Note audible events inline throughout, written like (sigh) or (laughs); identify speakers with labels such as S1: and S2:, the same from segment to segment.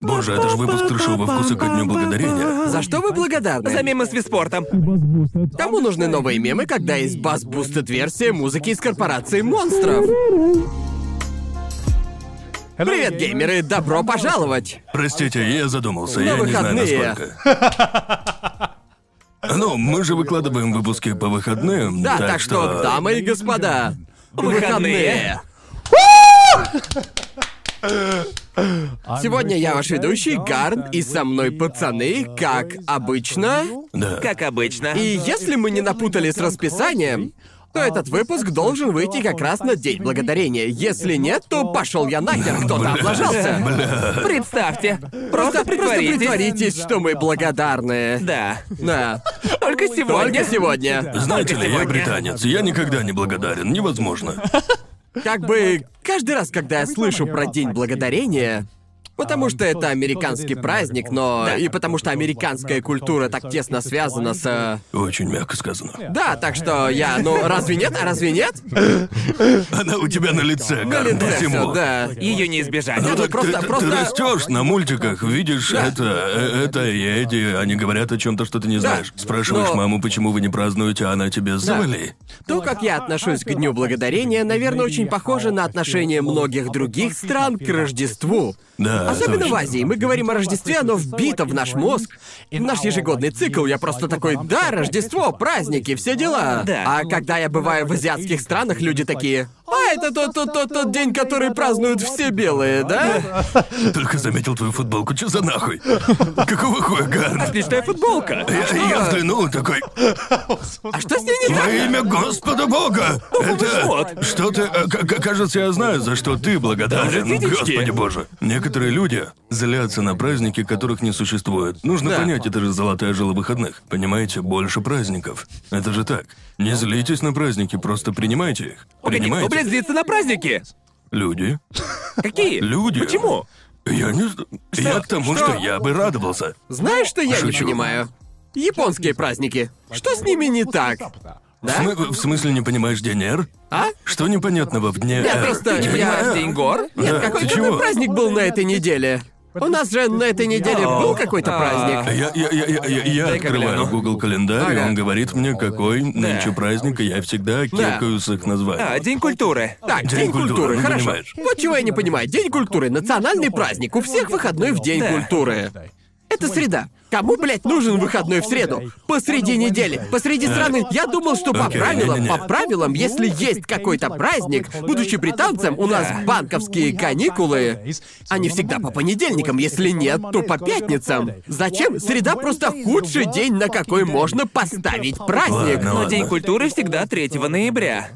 S1: Боже, это же выпуск трешового вкуса ко Дню Благодарения.
S2: За что вы благодарны?
S3: За мемы с Виспортом.
S2: Тому нужны новые мемы, когда есть бас-бустед-версия музыки из корпорации монстров. Привет, геймеры! Добро пожаловать!
S1: Простите, я задумался,
S2: На
S1: я не знаю,
S2: выходные.
S1: насколько. Ну, мы же выкладываем выпуски по выходным,
S2: Да, так что, дамы и господа, выходные! Сегодня я ваш ведущий, Гард, и со мной пацаны, как обычно.
S1: Да.
S3: Как обычно.
S2: И если мы не напутали с расписанием, то этот выпуск должен выйти как раз на День Благодарения. Если нет, то пошел я нахер, кто-то облажался.
S3: Представьте. Просто
S2: Просто
S3: притворитесь.
S2: притворитесь, что мы благодарны.
S3: Да.
S2: Да.
S3: Только сегодня.
S2: Только сегодня.
S1: Знаете ли, я
S3: сегодня.
S1: британец, я никогда не благодарен, невозможно.
S2: Как бы каждый раз, когда я слышу про День Благодарения, потому что это американский праздник, но и потому что американская культура так тесно связана с... э,
S1: Очень мягко сказано.
S2: Да, так что я... Ну, разве нет? А разве нет?
S1: Она у тебя на лице,
S2: На
S1: Гарн,
S2: лице
S1: всему.
S2: всё, да.
S3: Ее не избежать.
S1: Ну
S2: Нет,
S1: так
S2: просто-
S1: ты, ты-
S2: просто-
S1: ты растешь на мультиках, видишь это, э, это и эти, они говорят о чем-то, что ты не знаешь. Спрашиваешь
S2: Но-
S1: маму, почему вы не празднуете, а она тебе завали.
S2: То, как я отношусь к Дню Благодарения, наверное, очень похоже на отношение многих других стран к Рождеству.
S1: Да,
S2: Особенно в
S1: точно.
S2: Азии. Мы говорим о Рождестве, оно вбито в наш мозг. В наш ежегодный цикл я просто такой, да, Рождество, праздники, все дела.
S3: Да.
S2: А когда я бываю в азиатских странах, люди такие, а это тот, тот, тот, тот день, который празднуют все белые, да?
S1: Только заметил твою футболку, что за нахуй? Какого хуя, Гарн?
S3: Отличная футболка.
S1: Я, я взглянул и такой,
S2: А что с ней не
S1: во
S2: так?
S1: имя Господа Бога! Это...
S3: вот.
S1: Что ты... э, к- к- Кажется, я знаю, за что ты благодарен,
S3: видите?
S1: Господи Боже. Некоторые люди злятся на праздники, которых не существует. Нужно
S2: Да.
S1: понять, это же золотая жила выходных. Понимаете, больше праздников. Это же так. Не злитесь на праздники, просто принимайте их.
S3: Погоди, кто, блядь,
S1: Принимайте.
S3: злится на праздники?
S1: Люди.
S3: Какие?
S1: Люди.
S3: Почему?
S1: Я не... зн- Я к тому, что я бы радовался.
S2: Знаешь, что я не
S1: Шучу.
S2: понимаю? Японские праздники. Что с ними не так?
S1: В смы- В смысле, не понимаешь ДНР?
S2: А?
S1: Что непонятного в дне
S2: Я
S1: Р?
S2: просто-
S1: День
S2: я-
S1: Р.
S3: День гор?
S1: Да,
S2: Нет, какой,
S1: Э, ты
S2: какой
S1: чего?
S2: праздник был на этой неделе? У нас же на этой неделе
S1: Э,
S3: А.
S2: был какой-то
S3: А.
S2: праздник.
S1: Я, я, я, я, я, я
S3: Дай-ка
S1: открываю
S3: гляну.
S1: Google календарь, и
S2: Ага.
S1: он говорит мне, какой нынче праздник, и я всегда кекаю с их
S3: А,
S1: названием.
S3: День культуры.
S2: Так,
S1: э, День
S2: День,
S1: культуры,
S2: культуры,
S1: ну,
S2: хорошо.
S1: понимаешь.
S2: Вот чего я не понимаю. День культуры, национальный праздник, у всех выходной в День
S3: Да.
S2: культуры. Это среда. Кому, блядь, нужен выходной в среду? Посреди недели, посреди страны. Я думал, что по
S1: Окей,
S2: правилам,
S1: не-не-не.
S2: по правилам, если есть какой-то праздник, будучи британцем, у нас
S4: Да.
S2: банковские каникулы, они всегда по понедельникам, если нет, то по пятницам. Зачем? Среда просто худший день, на какой можно поставить праздник.
S1: Ладно,
S3: Но
S1: ладно.
S3: День культуры всегда 3 ноября.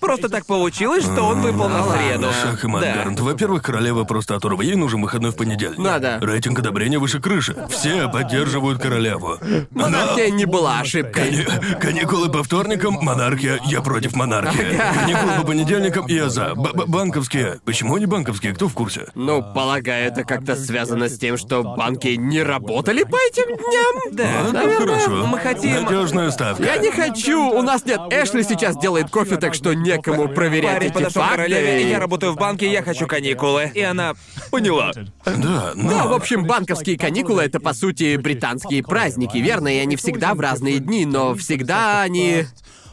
S3: Просто так получилось, что он выпал на среду.
S1: Шах и мат,
S3: Да. Ну
S1: Гарнт. Во-первых, королева просто оторва. Ей нужен выходной в понедельник.
S2: Надо.
S1: Рейтинг одобрения выше крыши. Все поддерживают королеву.
S2: Монархия не была ошибкой.
S1: Кани- Каникулы по вторникам, монархия, я против монархии. Каникулы по понедельникам, я за. Б- б- банковские. Почему они банковские? Кто в курсе?
S2: Ну, полагаю, это как-то связано с тем, что банки не работали по этим дням.
S1: А,
S2: Да,
S1: ну, хорошо.
S3: мы хотим-
S1: Надежная ставка.
S2: Я не хочу, у нас нет. Эшли сейчас делает кофе, так что некому проверять
S3: Парень
S2: эти
S3: подошел к королеве, я
S2: факты.
S3: работаю в банке, я хочу каникулы. И она поняла.
S1: Да, но...
S2: Да, в общем, банковские каникулы это по сути британские праздники, верно? И они всегда в разные дни, но всегда они.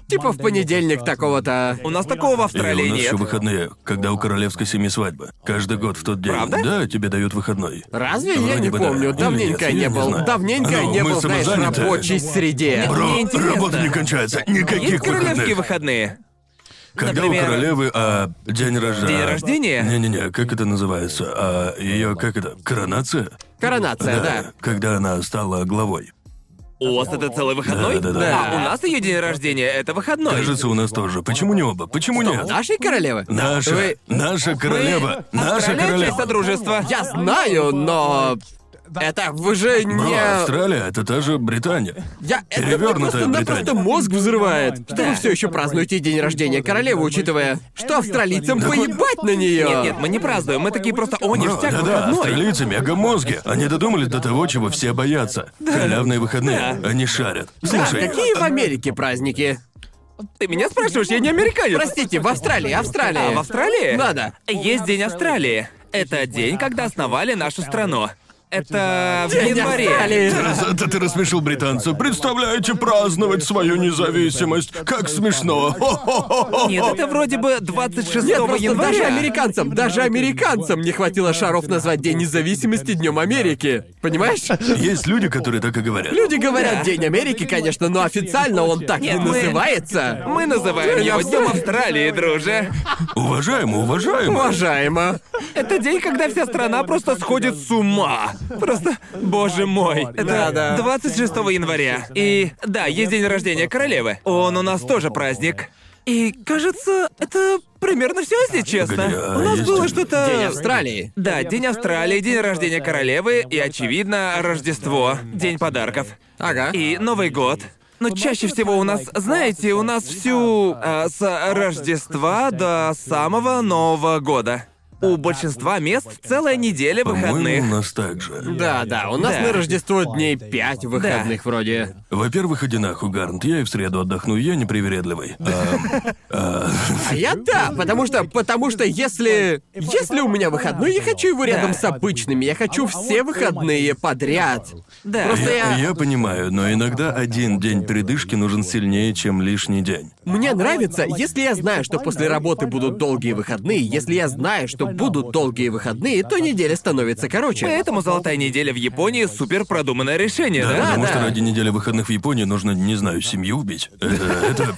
S2: Типа в понедельник такого-то.
S3: У нас такого в
S1: И у
S3: Австралии
S1: нас
S3: нет.
S1: еще выходные, когда у королевской семьи свадьба. Каждый год в тот день.
S3: Правда?
S1: Да, тебе дают выходной.
S2: Разве я
S1: Вроде
S2: не
S1: бы
S2: помню?
S1: да.
S2: Давненько
S1: Или нет,
S2: не
S1: я
S2: был.
S1: знаю.
S2: Давненько
S1: Ну,
S2: не
S1: мы
S2: был, знаешь, в
S1: самозаняты.
S2: рабочей среде.
S1: Бро,
S3: Мне интересно.
S1: работа не кончается. Никаких
S3: Есть королевские
S1: выходных.
S3: выходные.
S1: Когда
S3: Например,
S1: у королевы а, день рождения.
S3: День рождения?
S1: Не-не-не, как это называется? А, ее как это? Коронация?
S2: Коронация, да.
S1: Когда она стала главой.
S3: У вас это целый выходной?
S1: Да, да, да.
S3: А у нас ее день рождения это выходной.
S1: Кажется, у нас тоже. Почему не оба? Почему нет?
S2: Нашей королевы?
S1: Наша,
S2: Вы-
S1: наша королева, наша
S3: Австралия
S1: королева.
S3: часть Содружества.
S2: Я знаю, но. Это вы же
S1: Бро,
S2: не.
S1: Австралия это та же Британия.
S2: Я это мне
S1: перевёрнутая
S2: просто напросто
S1: Британия.
S2: мозг взрывает. Что
S4: Да.
S2: вы все еще празднуете день рождения королевы, учитывая, что австралийцам поебать на нее.
S3: Нет, нет, мы не празднуем, мы такие просто
S1: Бро,
S3: о ништяк
S1: да-да,
S3: выходной.
S1: австралийцы мегамозги. Они додумались до того, чего все боятся. Халявные выходные. Они шарят. Слушай,
S2: Какие в Америке праздники?
S3: Ты меня спрашиваешь, я не американец.
S2: Простите, в Австралии, Австралия.
S3: А, в А, Австралии?
S2: Надо.
S3: Есть День Австралии. Это день, когда основали нашу страну. Это в январе.
S2: Али.
S1: Раз- Это ты рассмешил британца. Представляете, праздновать свою независимость. Как смешно. Хо-хо-хо-хо.
S3: Нет, это вроде бы 26
S2: Нет, просто даже
S3: января.
S2: американцам, даже американцам не хватило шаров назвать День независимости Днем Америки. Понимаешь?
S1: Есть люди, которые так и говорят.
S2: Люди говорят День Америки, конечно, но официально он так не
S3: Нет, мы-
S2: называется.
S3: Мы называем его Днем Австралии, друже.
S1: Уважаемо, уважаемо.
S2: Уважаемо.
S3: Это день, когда вся страна просто сходит с ума. Просто, боже мой.
S2: Да, да.
S3: Это 26 января. И да, есть день рождения королевы. Он у нас тоже праздник. И кажется, это примерно все, если честно.
S1: Погоди, а
S3: у нас
S1: есть
S3: было
S1: день-
S3: что-то.
S2: День Австралии.
S3: Да, День Австралии, День рождения королевы и, очевидно, Рождество, День подарков.
S2: Ага.
S3: И Новый год. Но чаще всего у нас, знаете, у нас всю э, с Рождества до самого Нового года. У большинства мест целая неделя
S1: По-моему, у
S3: выходных.
S1: нас так же.
S2: Да, да, у нас
S3: Да.
S2: на Рождество дней пять выходных вроде.
S1: Во-первых, иди нахуй, Гарнт. Я и в среду отдохну, я непривередливый. А,
S2: А я да, потому что, потому что если, если у меня выходной, я хочу его рядом
S3: Да. А
S2: с обычными, я хочу все выходные подряд.
S3: Да.
S2: Просто я-
S1: Я понимаю, но иногда один день передышки нужен сильнее, чем лишний день.
S2: Мне нравится, если я знаю, что после работы будут долгие выходные, если я знаю, что будут долгие выходные, то неделя становится короче.
S3: Поэтому золотая неделя в Японии супер продуманное решение,
S1: Да,
S3: да?
S1: потому
S2: да.
S1: что ради недели выходных в Японии нужно, не знаю, семью убить. Это,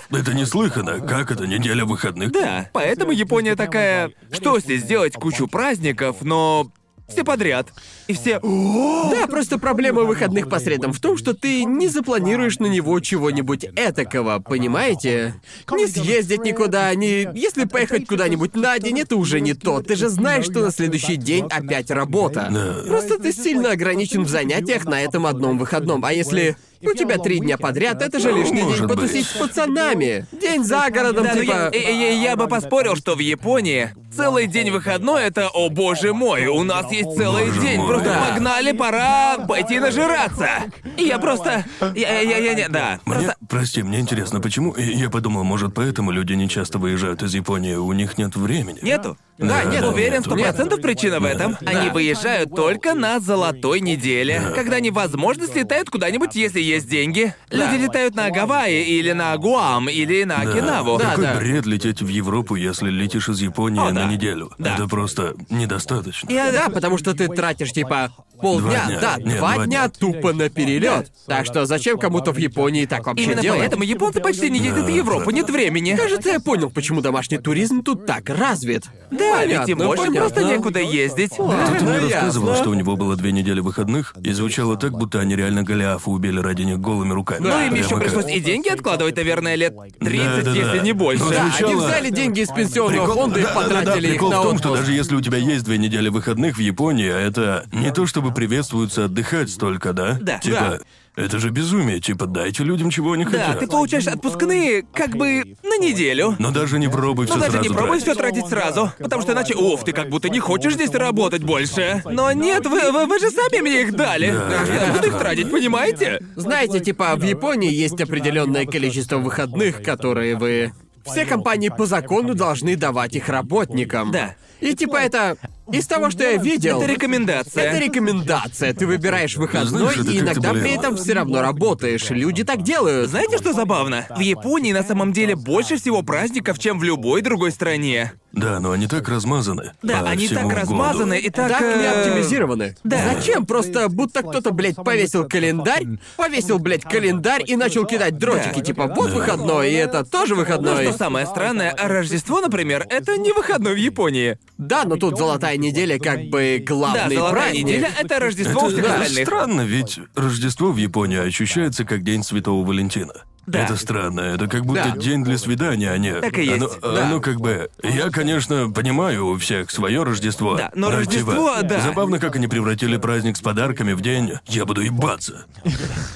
S1: это, это неслыханно. Как это неделя выходных?
S3: Да. Поэтому Япония такая. Что здесь делать кучу праздников, но все подряд. И все.
S2: Да, просто проблема выходных по средам в том, что ты не запланируешь на него чего-нибудь этакого, понимаете? Не съездить никуда, не... Если поехать куда-нибудь на день, это уже не то. Ты же знаешь, что на следующий день опять работа.
S1: Да.
S2: Просто ты сильно ограничен в занятиях на этом одном выходном. А если у тебя три дня подряд, это же лишний
S1: Может
S2: день
S1: быть.
S2: потусить с пацанами. День за городом,
S3: Да, ну я,
S2: типа...
S3: э, э, я бы поспорил, что в Японии целый день выходной это о боже мой, у нас есть целый
S1: Боже
S3: день,
S1: мой.
S3: просто
S1: Да.
S3: погнали, пора пойти нажираться. И я просто, я, я, я, я- не- да.
S1: Мне, прости, мне интересно, почему? И Я подумал, может, поэтому люди не часто выезжают из Японии, у них нет времени.
S3: Нету.
S2: Да, нет,
S3: Уверен, сто
S1: нету.
S3: процентов причина в этом. Они выезжают только на золотой неделе, когда невозможно слетают куда-нибудь, если есть деньги. Люди летают на Гавайи или на Гуам или на Окинаву.
S2: Да,
S1: Какой
S2: да.
S1: бред лететь в Европу, если летишь из Японии
S3: О,
S1: на
S3: да.
S1: неделю.
S3: Да.
S1: Это просто недостаточно.
S3: Я-
S2: Да, потому что ты тратишь типа полдня,
S1: Два дня.
S2: да,
S1: Нет,
S2: два
S1: два
S2: дня
S1: дня.
S2: тупо на перелет. Так что зачем кому-то в Японии так вообще
S3: Именно
S2: делать?
S3: поэтому японцы почти не ездят в Европу, нет времени.
S2: Кажется, я понял, почему домашний туризм тут так развит.
S3: Да,
S2: Понятно,
S3: ведь им больше
S2: понятно.
S3: просто некуда ездить.
S2: Да.
S1: Ты мне
S2: Ну,
S1: рассказывал,
S2: ясно.
S1: что у него было две недели выходных, и звучало так, будто они реально Голиафа убили ради них голыми руками.
S3: Ну, им
S1: Прямо
S3: еще
S1: как-
S3: пришлось и деньги откладывать, наверное, лет 30,
S1: Да-да-да.
S3: если не больше.
S1: Ну,
S2: Да, они
S1: Сначала-
S2: взяли деньги из пенсионного фонда и
S1: Да, да, да,
S2: потратили их
S1: прикол
S2: на
S1: в том, что
S2: отпуск.
S1: даже если у тебя есть две недели выходных в Японии, а это не то чтобы приветствуется отдыхать столько, да?
S3: Да.
S1: Типа, это же безумие, типа дайте людям, чего они
S3: Да,
S1: хотят.
S3: ты получаешь отпускные как бы на неделю.
S1: Но даже не пробуй все
S3: Но Ну, даже
S1: сразу
S3: не пробуй
S1: тратить.
S3: все тратить сразу, потому что иначе, уф, ты как будто не хочешь здесь работать больше. Но нет, вы, вы, вы же сами мне их дали.
S1: Да.
S3: Я буду их тратить, понимаете?
S2: Знаете, типа, в Японии есть определенное количество выходных, которые вы... Все компании по закону должны давать их работникам.
S3: Да.
S2: И типа это... Из того, что я видел...
S3: Это рекомендация.
S2: Это рекомендация. Ты выбираешь выходной
S1: Знаешь, это
S2: и
S1: как-то,
S2: иногда
S1: блин.
S2: при этом все равно работаешь. Люди так делают.
S3: Знаете, что забавно? В Японии на самом деле больше всего праздников, чем в любой другой стране.
S1: Да, но они так размазаны.
S3: Да,
S1: по
S3: они
S1: всему
S3: так
S1: году.
S3: размазаны и так...
S2: Так не
S3: э,
S2: оптимизированы.
S3: да.
S2: Зачем? Просто будто кто-то, блядь, повесил календарь, повесил, блядь, календарь и начал кидать дротики,
S3: Да.
S2: типа, вот выходной, и это тоже
S3: Но
S2: выходной.
S3: Ну, что самое странное, а Рождество, например, это не выходной в Японии.
S2: Да, но тут золотая неделя как
S1: А
S2: бы главный
S3: да, золотая
S2: праздник.
S3: неделя — это Рождество у
S1: Это
S3: всех
S1: да,
S3: остальных.
S1: странно, ведь Рождество в Японии ощущается как День Святого Валентина.
S3: Да.
S1: Это странно, это как будто
S2: Да.
S1: день для свидания, а не...
S3: Так и
S1: Оно-
S3: есть,
S1: Оно,
S2: да.
S1: как бы... Я, конечно, понимаю у всех свое Рождество.
S3: Да, но
S1: типа,
S3: Рождество, да.
S1: Забавно, как они превратили праздник с подарками в день «Я буду ебаться».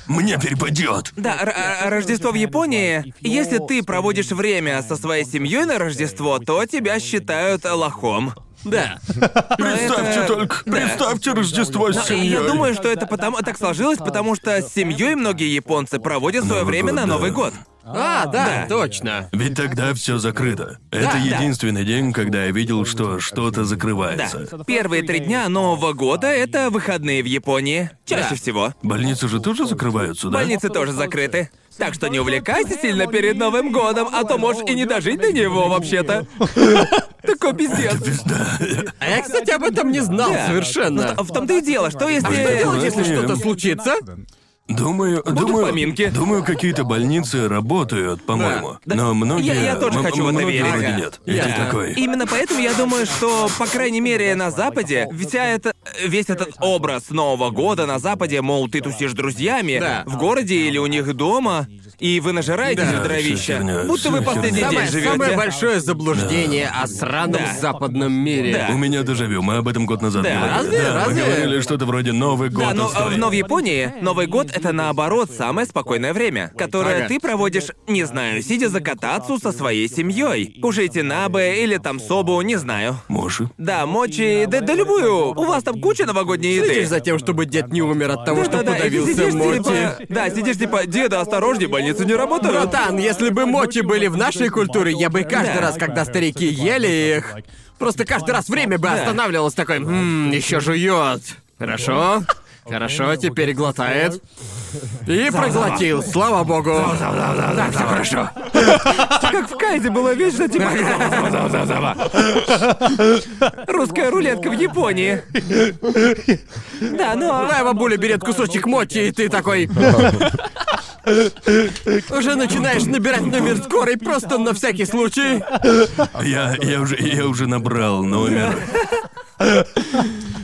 S1: Мне перепадет.
S3: Да, р- а- а Рождество в Японии. Если ты проводишь время со своей семьей на Рождество, то тебя считают лохом.
S2: Да.
S1: Представьте
S3: это-
S1: только,
S3: да.
S1: представьте Рождество с
S3: И
S1: семьей.
S3: я думаю, что это потому так сложилось, потому что с семьей многие японцы проводят свое
S1: Новый
S3: время
S1: год,
S3: на Новый
S1: да.
S3: год.
S2: А, да, точно.
S1: Ведь тогда все закрыто. Это
S2: да.
S1: единственный день, когда я видел, что что-то закрывается.
S3: Первые три дня Нового года — это выходные в Японии. Чаще
S2: Да.
S3: всего.
S1: Больницы же тоже закрываются, да?
S3: Больницы тоже закрыты. Так что не увлекайся сильно перед Новым годом, а то можешь и не дожить до него вообще-то. (laughs) Такой пиздец.
S2: А я, кстати, об этом не знал
S3: Да.
S2: совершенно.
S3: В том-то и дело, что если...
S2: А что делать, если
S1: Нет.
S2: что-то случится?
S1: Думаю, думаю,
S3: поминки.
S1: думаю, какие-то больницы работают, по-моему. Но многие,
S3: Я- я тоже
S1: м-
S3: хочу в это
S1: многие
S3: верить.
S1: вроде
S3: Ага.
S1: нет. И ты
S2: Да.
S1: такой.
S3: Именно поэтому я думаю, что, по крайней мере, на Западе, вся эта, весь этот образ Нового года на Западе, мол, ты тусишь с друзьями
S2: Да.
S3: в городе или у них дома, и вы нажираетесь
S2: Да,
S3: в дровища,
S1: всё херня,
S3: будто вы
S1: всё
S3: последний
S1: херня.
S3: день
S2: Самое,
S3: живете.
S2: самое большое заблуждение о сраном
S3: Да.
S2: западном мире.
S3: Да.
S1: У меня дежавю, мы об этом год назад
S3: Да.
S1: говорили.
S2: Разве?
S1: да, мы
S2: Разве?
S1: говорили что-то вроде Новый год
S3: Да, но, а,
S1: отстой.
S3: но в Японии Новый год это наоборот самое спокойное время, которое
S2: Ага.
S3: ты проводишь, не знаю, сидя за катацу со своей семьей. Кушаете набе или там собу, не знаю.
S1: Моши.
S3: Да, мочи, да, да любую. У вас там куча новогодней еды.
S2: Следишь за тем, чтобы дед не умер от того, что
S3: Да-да-да, и ты
S2: подавился
S3: сидишь,
S2: Моти.
S3: типа- да, сидишь типа, деда, осторожней, больницы не работают.
S2: Братан, если бы Моти были в нашей культуре, я бы каждый
S3: Да.
S2: раз, когда старики ели их, просто каждый раз время бы
S3: Да.
S2: останавливалось такой, еще жует. Хорошо, хорошо, теперь глотает. И проглотил, слава богу. Так, все хорошо.
S3: Как в Кайзе было вечно, типа... Русская рулетка в Японии. Да, но...
S2: Твоя бабуля берет кусочек моти, и ты такой... Уже начинаешь набирать номер скорой просто на всякий случай.
S1: Я, я, уже, я уже набрал номер.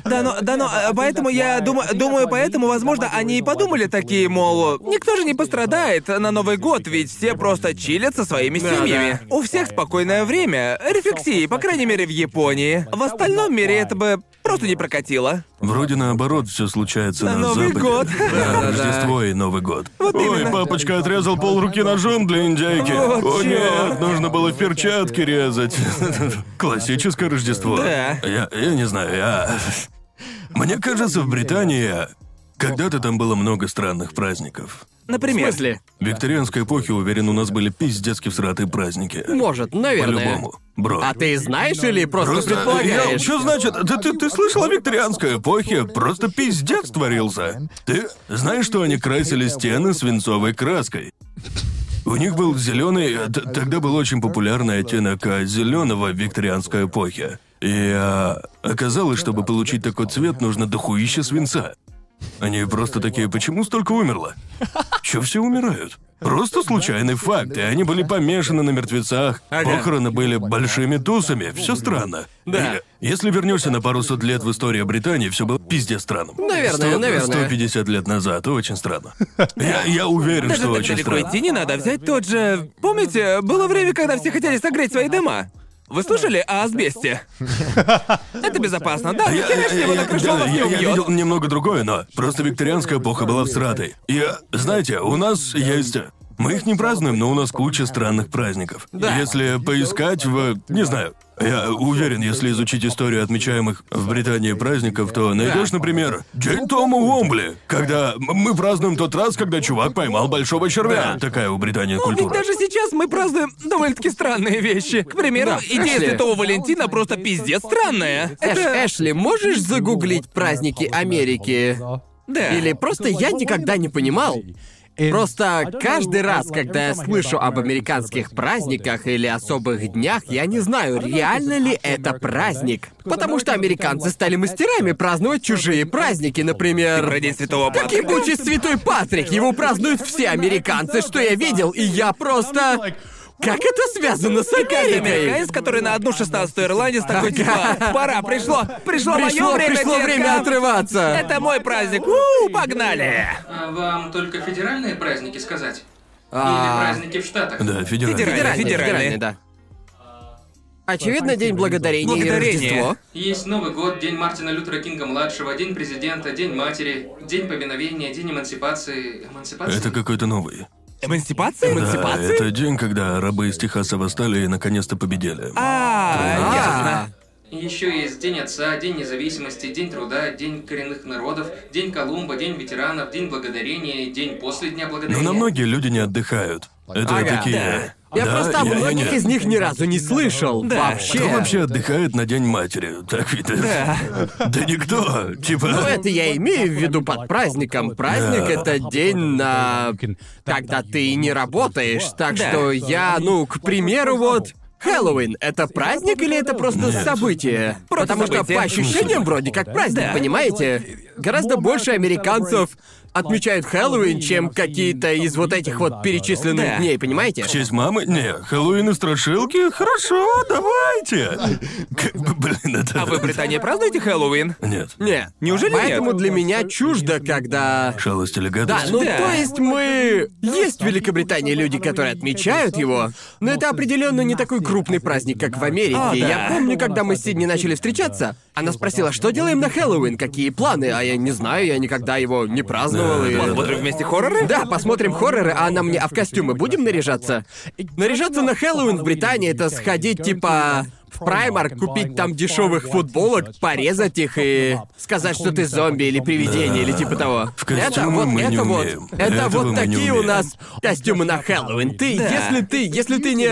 S3: Да, но, да, но, э, поэтому я думаю, думаю, поэтому, возможно, они и подумали такие, мол, никто же не пострадает на Новый год, ведь все просто чилят со своими
S2: Да,
S3: семьями. У всех спокойное время, рефлексии, по крайней мере, в Японии. В остальном мире это бы просто не прокатило.
S1: Вроде наоборот все случается
S3: На
S1: на
S3: Новый
S1: Западе.
S3: год.
S1: Да, Рождество и Новый год. Ой,
S3: именно.
S1: папочка отрезал пол руки ножом для индейки.
S3: Вот
S1: О
S3: чёрт.
S1: нет, нужно было в перчатке резать. Классическое Рождество.
S3: Да.
S1: Я, я не знаю, я... Мне кажется, в Британии когда-то там было много странных праздников.
S2: В
S3: Например.
S2: смысле?
S1: В викторианской эпохе, уверен, у нас были пиздецки всратые праздники.
S2: Может, наверное.
S1: По-любому. Бро.
S2: А ты знаешь или просто,
S1: Просто, я,
S2: предполагаешь?
S1: что значит? Ты, ты, ты слышал о викторианской эпохе? Просто пиздец творился. Ты знаешь, что они красили стены свинцовой краской? У них был зеленый, тогда был очень популярный оттенок зеленого в викторианской эпохе. И а, оказалось, чтобы получить такой цвет, нужно дохуище свинца. Они просто такие, почему столько умерло? Че все умирают? Просто случайный факт, и они были помешаны на мертвецах,
S2: Ага.
S1: похороны были большими тусами, все странно.
S2: Да.
S1: Или, если вернешься на пару сот лет в историю Британии, все было пиздец странно.
S2: Наверное, наверное.
S1: 150 лет назад, очень странно. Я, я уверен,
S3: Даже
S1: что
S3: так
S1: очень
S3: далеко
S1: странно.
S3: идти не надо, взять тот же... Помните, было время, когда все хотели согреть свои дома? Вы слышали
S1: (laughs)
S3: о асбесте? Это безопасно, да,
S1: Я, я-
S3: конечно, его
S1: я-
S3: на крышу
S1: да,
S3: вас не
S1: я- я
S3: убьет.
S1: видел немного другое, но просто викторианская эпоха была всратой. И, знаете, у нас есть... Мы их не празднуем, но у нас куча странных праздников.
S2: Да.
S1: Если поискать в... Не знаю. Я уверен, если изучить историю отмечаемых в Британии праздников, то найдешь, например, День Тома Уомбли, когда м- мы празднуем тот раз, когда чувак поймал большого червя. Такая у Британии
S3: Ну, ведь
S1: культура.
S3: даже сейчас мы празднуем довольно-таки странные вещи. К примеру,
S2: Да,
S3: идея
S2: Эшли.
S3: Святого Валентина просто пиздец странная.
S2: Эш-
S3: Это...
S2: Эшли, можешь загуглить праздники Америки?
S3: Да.
S2: Или просто я никогда не понимал. Просто каждый раз, когда я слышу об американских праздниках или особых днях, я не знаю, реально ли это праздник. Потому что американцы стали мастерами праздновать чужие праздники, например...
S3: Про День Святого
S2: Как
S3: Патрика.
S2: ебучий Святой Патрик! Его празднуют все американцы, что я видел, и я просто... Как это связано с
S3: Каждый
S2: Америкой?
S3: американец, который на одну шестнадцатую ирландец такой типа, пора, пришло,
S2: Пришло,
S3: пришло, мое время,
S2: пришло
S3: детка!
S2: время отрываться.
S3: Это мой праздник, у погнали!
S4: А вам только федеральные праздники сказать?
S2: А.
S4: Или праздники в Штатах?
S1: Да, федеральный.
S3: Федеральный.
S2: федеральный, да. Очевидно, День Благодарения и
S3: Благодарение.
S2: Рождество.
S4: Есть Новый год, День Мартина Лютера Кинга-младшего, День Президента, День Матери, День Повиновения, День Эмансипации... Эмансипации?
S1: Это какой-то новый.
S3: Эмансипация?
S1: Да, это день, когда рабы из Техаса восстали и наконец-то победили.
S3: А, ясно.
S2: А,
S4: Еще есть День Отца, День Независимости, День Труда, День Коренных Народов, День Колумба, День Ветеранов, День Благодарения, День После Дня
S1: Но Ну,
S4: Благодарения.
S1: на многие люди не отдыхают. Это
S3: Ага.
S1: такие.
S2: Я
S1: Да,
S2: просто о
S1: я- я
S2: многих
S1: не-
S2: из них ни разу не слышал.
S3: Да.
S2: Вообще.
S1: Кто вообще отдыхает на День матери? Так ведь это... Да никто.
S2: Ну,
S1: Типа...
S2: это я имею в виду под праздником. Праздник
S1: Да.
S2: это день на. когда ты не работаешь. Так
S3: Да.
S2: что я, ну, к примеру, вот. Хэллоуин — это праздник или это просто
S1: Нет.
S2: событие?
S3: Просто
S2: Потому что
S3: событие.
S2: по ощущениям вроде как праздник,
S3: Да.
S2: понимаете? Гораздо больше американцев отмечают Хэллоуин, чем какие-то из вот этих вот перечисленных
S3: Да.
S2: дней, понимаете?
S1: В честь мамы? Не, Хэллоуин и страшилки? Хорошо, давайте. Как бы, блин, это...
S3: А вы в Британии празднуете Хэллоуин?
S1: Нет.
S2: Не.
S3: Неужели нет?
S2: Поэтому для меня чуждо, когда...
S1: Шалость или
S2: Да,
S1: гадость?
S2: ну
S3: Да.
S2: то есть мы... Есть в Великобритании люди, которые отмечают его, но это определенно не такой крупный праздник, как в Америке.
S3: А, да.
S2: Я помню, когда мы с Сидни начали встречаться, она спросила, что делаем на Хэллоуин, какие планы, а я не знаю, я никогда его не праздновал. и-
S3: Посмотрим вместе хорроры?
S2: Да, посмотрим хорроры, а она мне, а в костюмы будем наряжаться? Наряжаться на Хэллоуин в Британии это сходить типа в Праймарк, купить там дешевых футболок, порезать их и сказать, что ты зомби или привидение или типа того.
S1: В костюмы
S2: это вот,
S1: мы не
S2: это вот,
S1: умеем.
S2: это
S1: Этого
S2: вот
S1: мы не
S2: такие у
S1: умеем.
S2: нас костюмы на Хэллоуин. Ты,
S3: Да.
S2: если ты, если ты не,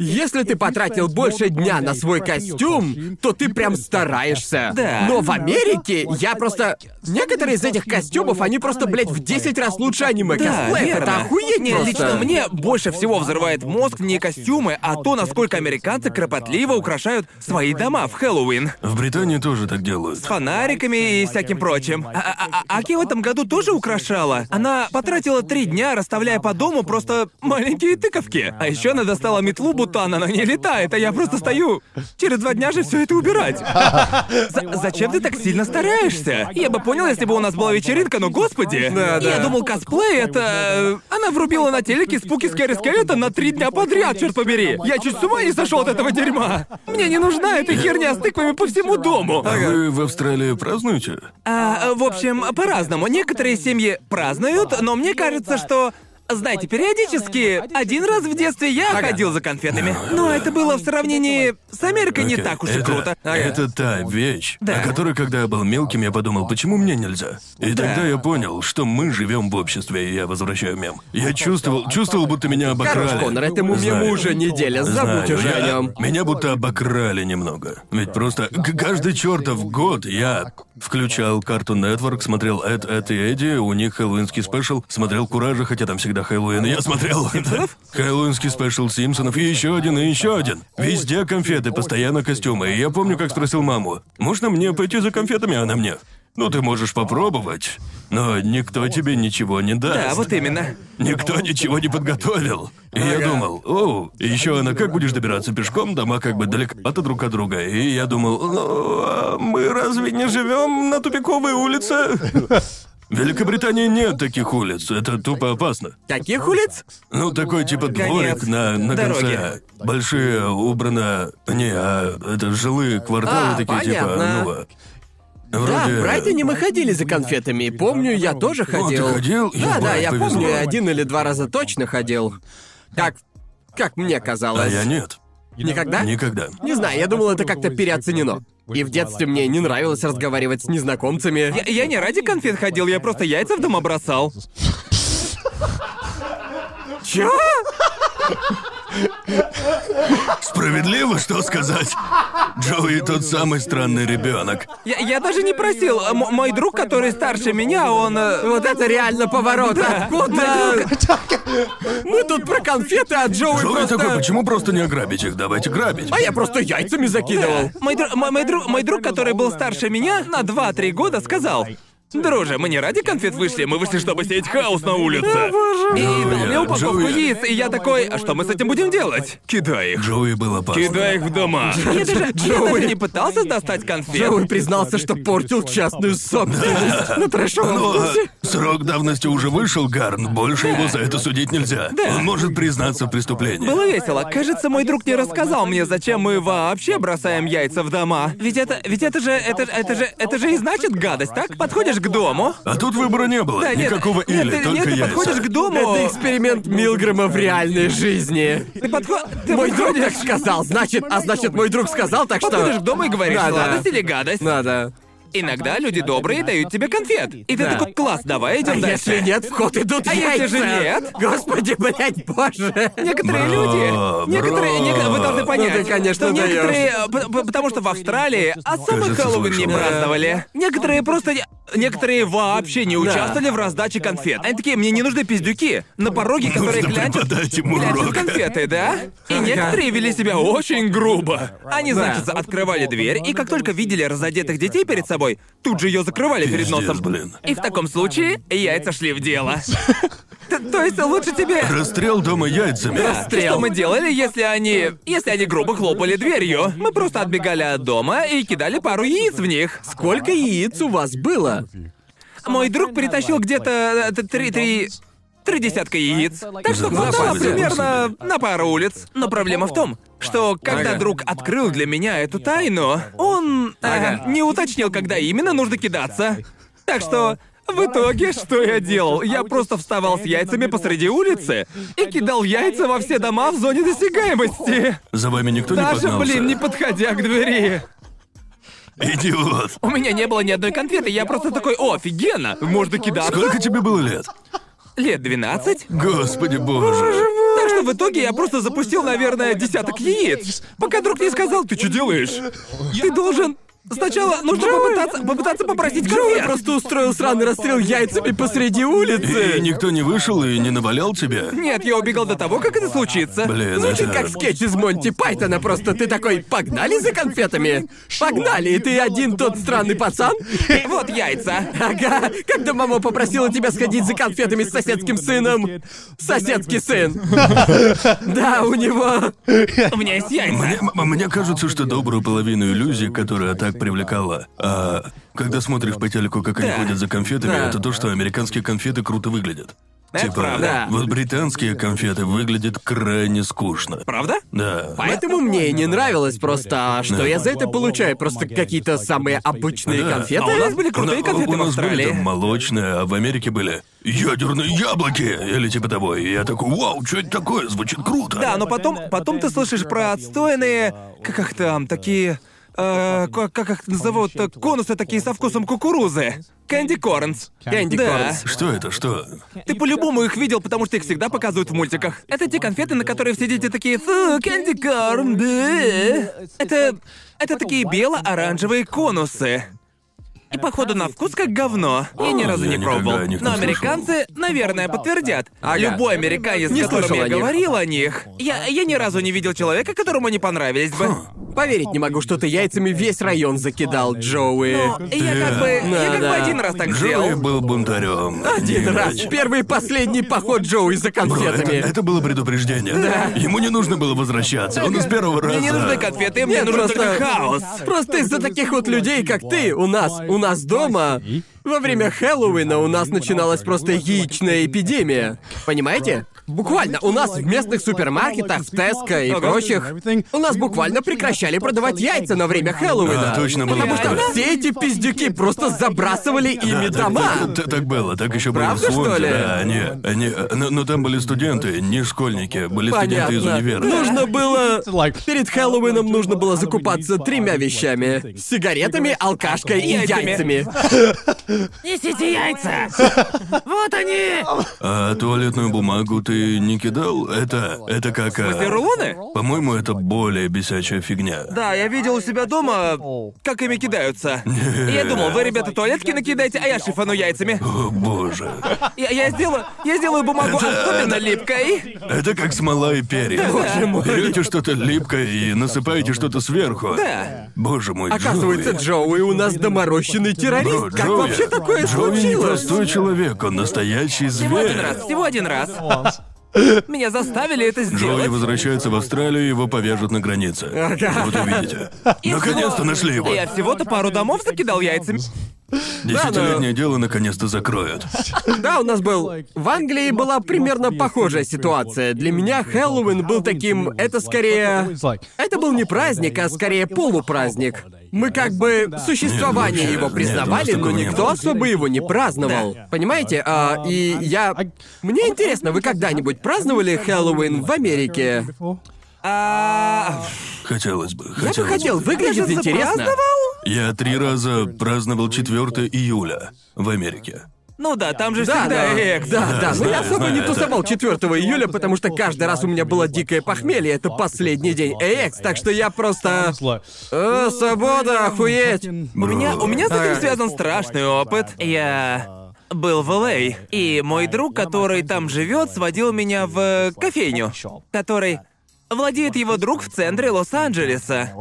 S2: если ты потратил больше дня на свой костюм, то ты прям стараешься.
S3: Да.
S2: Но в Америке я просто некоторые из этих костюмов они просто, блядь, в 10 раз лучше аниме
S3: Да,
S2: косплеев.
S3: верно.
S2: Это охуеть
S3: Не,
S2: просто.
S3: лично мне больше всего взрывает мозг не костюмы, а то, насколько американцы кропотливо украшают свои дома в Хэллоуин.
S1: В Британии тоже так делают.
S3: С фонариками и всяким прочим. А- а- а- а Аки в этом году тоже украшала. Она потратила три дня, расставляя по дому просто маленькие тыковки. А еще она достала метлу, будто она на ней летает, а я просто стою. Через два дня же все это убирать. За- зачем ты так сильно стараешься? Я бы понял, если бы у нас была вечеринка, но господи.
S2: Да, да.
S3: Я думал, косплей это... э, Она врубила на телеке спуки Скэри Скелета на три дня подряд, черт побери. Я чуть с ума не сошел от этого дерьма. Мне не нужна эта херня с тыквами по всему дому.
S1: А вы в Австралии празднуете?
S3: А, в общем, по-разному. Некоторые семьи празднуют, но мне кажется, что... Знаете, периодически, один раз в детстве я ходил за конфетами. Но это было в сравнении с Америкой не
S1: Окей.
S3: так уж и
S1: это,
S3: круто. Ага.
S1: Это та вещь,
S3: Да.
S1: о которой, когда я был мелким, я подумал, почему мне нельзя? И тогда я понял, что мы живем в обществе, и я возвращаю мем. Я чувствовал, чувствовал, будто меня обокрали.
S2: Короче, Коннор, этому
S1: Знаю.
S2: мему уже неделя,
S1: Знаю,
S2: забудь уже о
S1: я-
S2: нем.
S1: Меня будто обокрали немного. Ведь просто к- каждый чертов год я включал карту Network, смотрел Эд, Эд и Эдди, у них хэллоуинский спешл, смотрел Куража, хотя там всегда Хэллоуин. Я смотрел хэллоуинский спешл Симпсонов, и еще один, и еще один. Везде конфеты, постоянно костюмы. И я помню, как спросил маму, можно мне пойти за конфетами, а она мне? Ну, ты можешь попробовать, но никто тебе ничего не даст.
S3: Да, вот именно.
S1: Никто ничего не подготовил. И я думал, оу, и еще она, как будешь добираться пешком, дома как бы далековато друг от друга. И я думал, ну, а мы разве не живем на тупиковой улице? В Великобритании нет таких улиц, это тупо опасно.
S2: Каких улиц?
S1: Ну, такой типа дворик на, на конце.
S3: дороги.
S1: Большие убрано... Не, а это жилые кварталы
S2: А,
S1: такие,
S2: понятно.
S1: типа, ну...
S2: Да,
S1: Вроде...
S2: в Брайтоне мы ходили за конфетами. Помню, я тоже
S1: О, ты
S2: ходил.
S1: ходил?
S2: Да, да,
S1: Ебать,
S2: я
S1: повезло.
S2: помню, я один или два раза точно ходил. Как. Как мне
S1: А
S2: казалось.
S1: я нет.
S2: Никогда?
S1: Никогда.
S2: Не знаю, я думал, это как-то переоценено. И в детстве мне не нравилось разговаривать с незнакомцами.
S3: Я, я не ради конфет ходил, я просто яйца в дома бросал.
S2: Чё?
S1: Справедливо, что сказать? Джоуи тот самый странный ребенок.
S3: Я, я даже не просил. М- мой друг, который старше меня, он... э,
S2: Вот это реально поворот. Откуда? Мы тут про конфеты, а Джоуи
S1: Джоуи такой,
S2: просто...
S1: почему просто не ограбить их? Давайте грабить.
S2: А я просто яйцами закидывал.
S3: Мой, дру- мой, мой друг, мой друг, который был старше меня, на 2-3 года сказал... Друже, мы не ради конфет вышли, мы вышли, чтобы сеять хаос на
S1: Ну,
S3: улице. И дал мне упаковку
S1: Джоуи.
S3: яиц, и я такой, а что мы с этим будем делать? Кидай их.
S1: Джоуи был опасный.
S3: Кидай их в дома. Я даже, я даже не пытался достать конфет.
S2: Джоуи признался, что портил частную собственность на трэшовом
S1: Ну, а
S2: вкусе.
S1: срок давности уже вышел, Гарн. Больше его за это судить нельзя. Он может признаться в преступлении.
S3: Было весело. Кажется, мой друг не рассказал мне, зачем мы вообще бросаем яйца в дома. Ведь это, ведь это же, это, ж- это же, это же и значит гадость, так? Подходишь к дому.
S1: А тут выбора не было.
S3: Да, нет,
S1: Никакого
S3: нет,
S1: или,
S3: ты-
S1: только
S3: нет, ты
S1: яйца.
S3: подходишь к дому.
S2: Это эксперимент Милгрэма в реальной жизни.
S3: Ты подход- ты
S2: Мой
S3: подходишь-
S2: друг так сказал, значит, а значит мой друг сказал, так что...
S3: Подходишь к дому и говоришь,
S2: Да, да.
S3: сладость или гадость.
S2: Надо.
S3: Иногда люди добрые дают тебе конфет. И ты
S2: Да.
S3: такой, класс, давай идем
S2: А
S3: дальше.
S2: если нет, в ход идут
S3: А
S2: яйца.
S3: если же нет?
S2: Господи, блядь, боже.
S3: Некоторые
S1: Бро,
S3: люди, некоторые,
S1: бро.
S3: некоторые- вы должны
S1: Ну ты,
S3: понять,
S2: конечно,
S3: что
S2: даёшь.
S3: некоторые, п- п- потому что в Австралии, а самый
S1: Кажется,
S3: Хэллоуин не
S1: слышал, да.
S3: праздновали. Некоторые просто, не- некоторые вообще не участвовали в раздаче конфет. Они такие, мне не нужны пиздюки на пороге, которые
S1: Нужно
S3: клянчат
S1: преподать ему
S3: Прячут
S1: урок.
S3: конфеты, да? И некоторые вели себя очень грубо. Они,
S2: Да.
S3: значит, открывали дверь, и как только видели разодетых детей перед собой, тут же ее закрывали перед
S1: Пиздец,
S3: носом.
S1: блин.
S3: И в таком случае яйца шли в дело. Т- То есть лучше тебе...
S1: Расстрел дома яйцами.
S3: Что мы делали, если они... Если они грубо хлопали дверью? Мы просто отбегали от дома и кидали пару яиц в них.
S2: Сколько яиц у вас было?
S3: А Мой друг притащил где-то э, т- три... три... Три десятка яиц. Так что хватало
S2: Запас, да.
S3: примерно на пару улиц. Но проблема в том, что когда
S2: Ага.
S3: друг открыл для меня эту тайну, он э,
S2: Ага.
S3: не уточнил, когда именно нужно кидаться. Так что в итоге что я делал? Я просто вставал с яйцами посреди улицы и кидал яйца во все дома в зоне досягаемости.
S1: За вами никто не
S3: Даже,
S1: познался.
S3: блин, не подходя к двери.
S1: Идиот.
S3: У меня не было ни одной конфеты, я просто такой, о, офигенно, можно кидаться.
S1: Сколько тебе было лет?
S3: Лет 12?
S1: Господи боже.
S3: Так что в итоге я просто запустил, наверное, десяток яиц. Пока друг не сказал, ты что делаешь? Ты должен... Сначала нужно попытаться, попытаться попросить
S2: Джоуи
S3: конфет.
S2: просто устроил сраный расстрел яйцами посреди улицы.
S1: И никто не вышел и не навалял тебя?
S3: Нет, я убегал до того, как это случится.
S1: Блин,
S2: Звучит
S1: это-
S2: как скетч из Монти Пайтона, просто ты такой, погнали за конфетами, погнали, и ты один тот странный пацан.
S3: И вот яйца.
S2: Ага, когда мама попросила тебя сходить за конфетами с соседским сыном, соседский сын. (laughs) Да, у него...
S3: У меня есть
S1: Мне,
S3: яйца.
S1: м- мне кажется, что добрую половину иллюзий, которая так привлекала, а, когда смотришь по телеку, как они
S3: Да.
S1: ходят за конфетами,
S2: Да.
S1: это то, что американские конфеты круто выглядят.
S3: Это
S1: типа,
S3: правда.
S1: вот британские конфеты выглядят крайне скучно.
S3: Правда?
S1: Да.
S2: Поэтому мне и не нравилось просто, а что
S1: Да.
S2: я за это получаю, просто какие-то самые обычные
S1: Да.
S2: конфеты.
S3: А у нас были крутые
S1: У на-
S3: конфеты
S1: у
S3: в
S1: нас были там
S3: Австралии.
S1: молочные, а в Америке были ядерные яблоки или типа того. И я такой, вау, что это такое? Звучит круто.
S3: Да, ну но потом, потом ты слышишь про отстойные, как их там, такие, э, ко- как их назовут, э, конусы такие со вкусом кукурузы. Кэнди Корнс.
S2: Кэнди
S3: Да.
S2: корнс.
S1: Что это? Что?
S3: Ты по-любому их видел, потому что их всегда показывают в мультиках. Это те конфеты, на которые все дети такие «Фу, кэнди корн, да». Это... это такие бело-оранжевые конусы. И походу на вкус как говно. Я ни разу
S1: Я
S3: не
S1: никогда о
S3: пробовал.
S1: них не
S3: Но
S1: слышал.
S3: американцы, наверное, подтвердят.
S2: Ага.
S3: Любой американец,
S2: Не
S3: с которым
S2: слышал
S3: я
S2: о них.
S3: говорил о них, я, я ни разу не видел человека, которому не понравились бы.
S2: Поверить не могу, что ты яйцами весь район закидал, Джоуи.
S3: Но я как бы. Я
S2: Да,
S3: как бы
S2: да.
S3: один раз так
S1: Джоуи
S3: сделал. А,
S1: был бунтарем.
S2: Один
S1: Не
S2: раз.
S1: иначе.
S2: Первый и последний поход Джоуи за
S1: Бро, Ну, это,
S2: конфетами.
S1: это было предупреждение. Ему не нужно было возвращаться. Он из первого раза.
S3: Мне не нужны конфеты, мне
S2: Нет,
S3: нужен
S2: просто-
S3: только хаос.
S2: Просто из-за таких вот людей, как ты, у нас, у нас дома, во время Хэллоуина у нас начиналась просто яичная эпидемия. Понимаете? Буквально, у нас в местных супермаркетах, в Теско и
S5: Ага.
S2: прочих, у нас буквально прекращали продавать яйца на время
S1: А,
S2: Хэллоуина.
S1: точно было
S2: Потому что
S1: такое.
S2: все эти пиздюки просто забрасывали
S1: Да,
S2: ими
S1: А, так-
S2: дома.
S1: Так, так- так было, так еще было.
S2: а? Правда,
S1: в Суонсе,
S2: что ли?
S1: Да, они, они, но, но там были студенты, не школьники, были студенты из универа.
S2: Нужно (laughs) было... Перед
S5: Перед Хэллоуином нужно было закупаться тремя вещами.
S2: Сигаретами, алкашкой и
S3: Яйцами.
S2: яйцами.
S3: Несите яйца! Вот они!
S1: А туалетную бумагу ты не кидал? Это, это как... а,
S3: Эти рулоны?
S1: По-моему, это более бесячая фигня.
S3: Да, я видел у себя дома, как ими кидаются. И Я думал, вы, ребята, туалетки накидайте, а я шифану яйцами.
S1: О боже.
S3: Я, я сделаю, я сделаю бумагу особенно липкой.
S1: Это как смола и перья. Боже мой. Берете что-то липкое и насыпаете что-то сверху.
S3: Да.
S1: Боже мой,
S2: Оказывается,
S1: Джоуи.
S2: Джоуи у нас доморощенный террорист.
S1: Бро,
S2: как
S1: Джоуи-
S2: вообще такое
S1: Джоуи не
S2: случилось?
S1: простой человек, он настоящий
S3: Всего один
S1: зверь.
S3: раз, всего один раз. Меня заставили это
S1: Джоуи
S3: сделать.
S1: возвращается в Австралию, его повяжут на границе.
S2: А,
S1: Вот увидите. Наконец-то нашли его.
S3: А Я всего-то пару домов закидал яйцами.
S1: Десятилетнее дело наконец-то закроют.
S2: Да, у нас был... В Англии была примерно похожая ситуация. Для меня Хэллоуин был таким... Это скорее... Это был не праздник, а скорее полупраздник. Мы как бы
S1: Нет,
S2: существование
S1: ну вообще,
S2: его
S1: нет,
S2: признавали,
S1: у нас
S2: но
S1: такого не
S2: никто
S1: было.
S2: особо его не праздновал.
S5: Да.
S2: Понимаете? А, и я... Мне интересно, вы когда-нибудь праздновали Хэллоуин в Америке?
S3: А,
S1: Хотелось бы,
S2: Я бы
S1: хотелось бы.
S2: А, хотел, выглядит
S3: Кажется,
S2: интересно.
S3: праздновал?
S1: Я три раза праздновал 4 июля в Америке.
S3: Ну да, там же
S2: Да,
S3: всегда
S2: да,
S3: экс.
S2: да, да. Но я
S1: знаю,
S2: особо
S1: знаю
S2: не
S1: это.
S2: тусовал 4 июля, потому что каждый раз у меня было дикое похмелье. Это последний день AX, так что я просто... Э, свобода, охуеть!
S1: Бро.
S3: У меня, у меня с этим
S2: Ага.
S3: связан страшный опыт. Я был в Л.А. и мой друг, который там живет, сводил меня в э, кофейню, который владеет его друг в центре Лос-Анджелеса.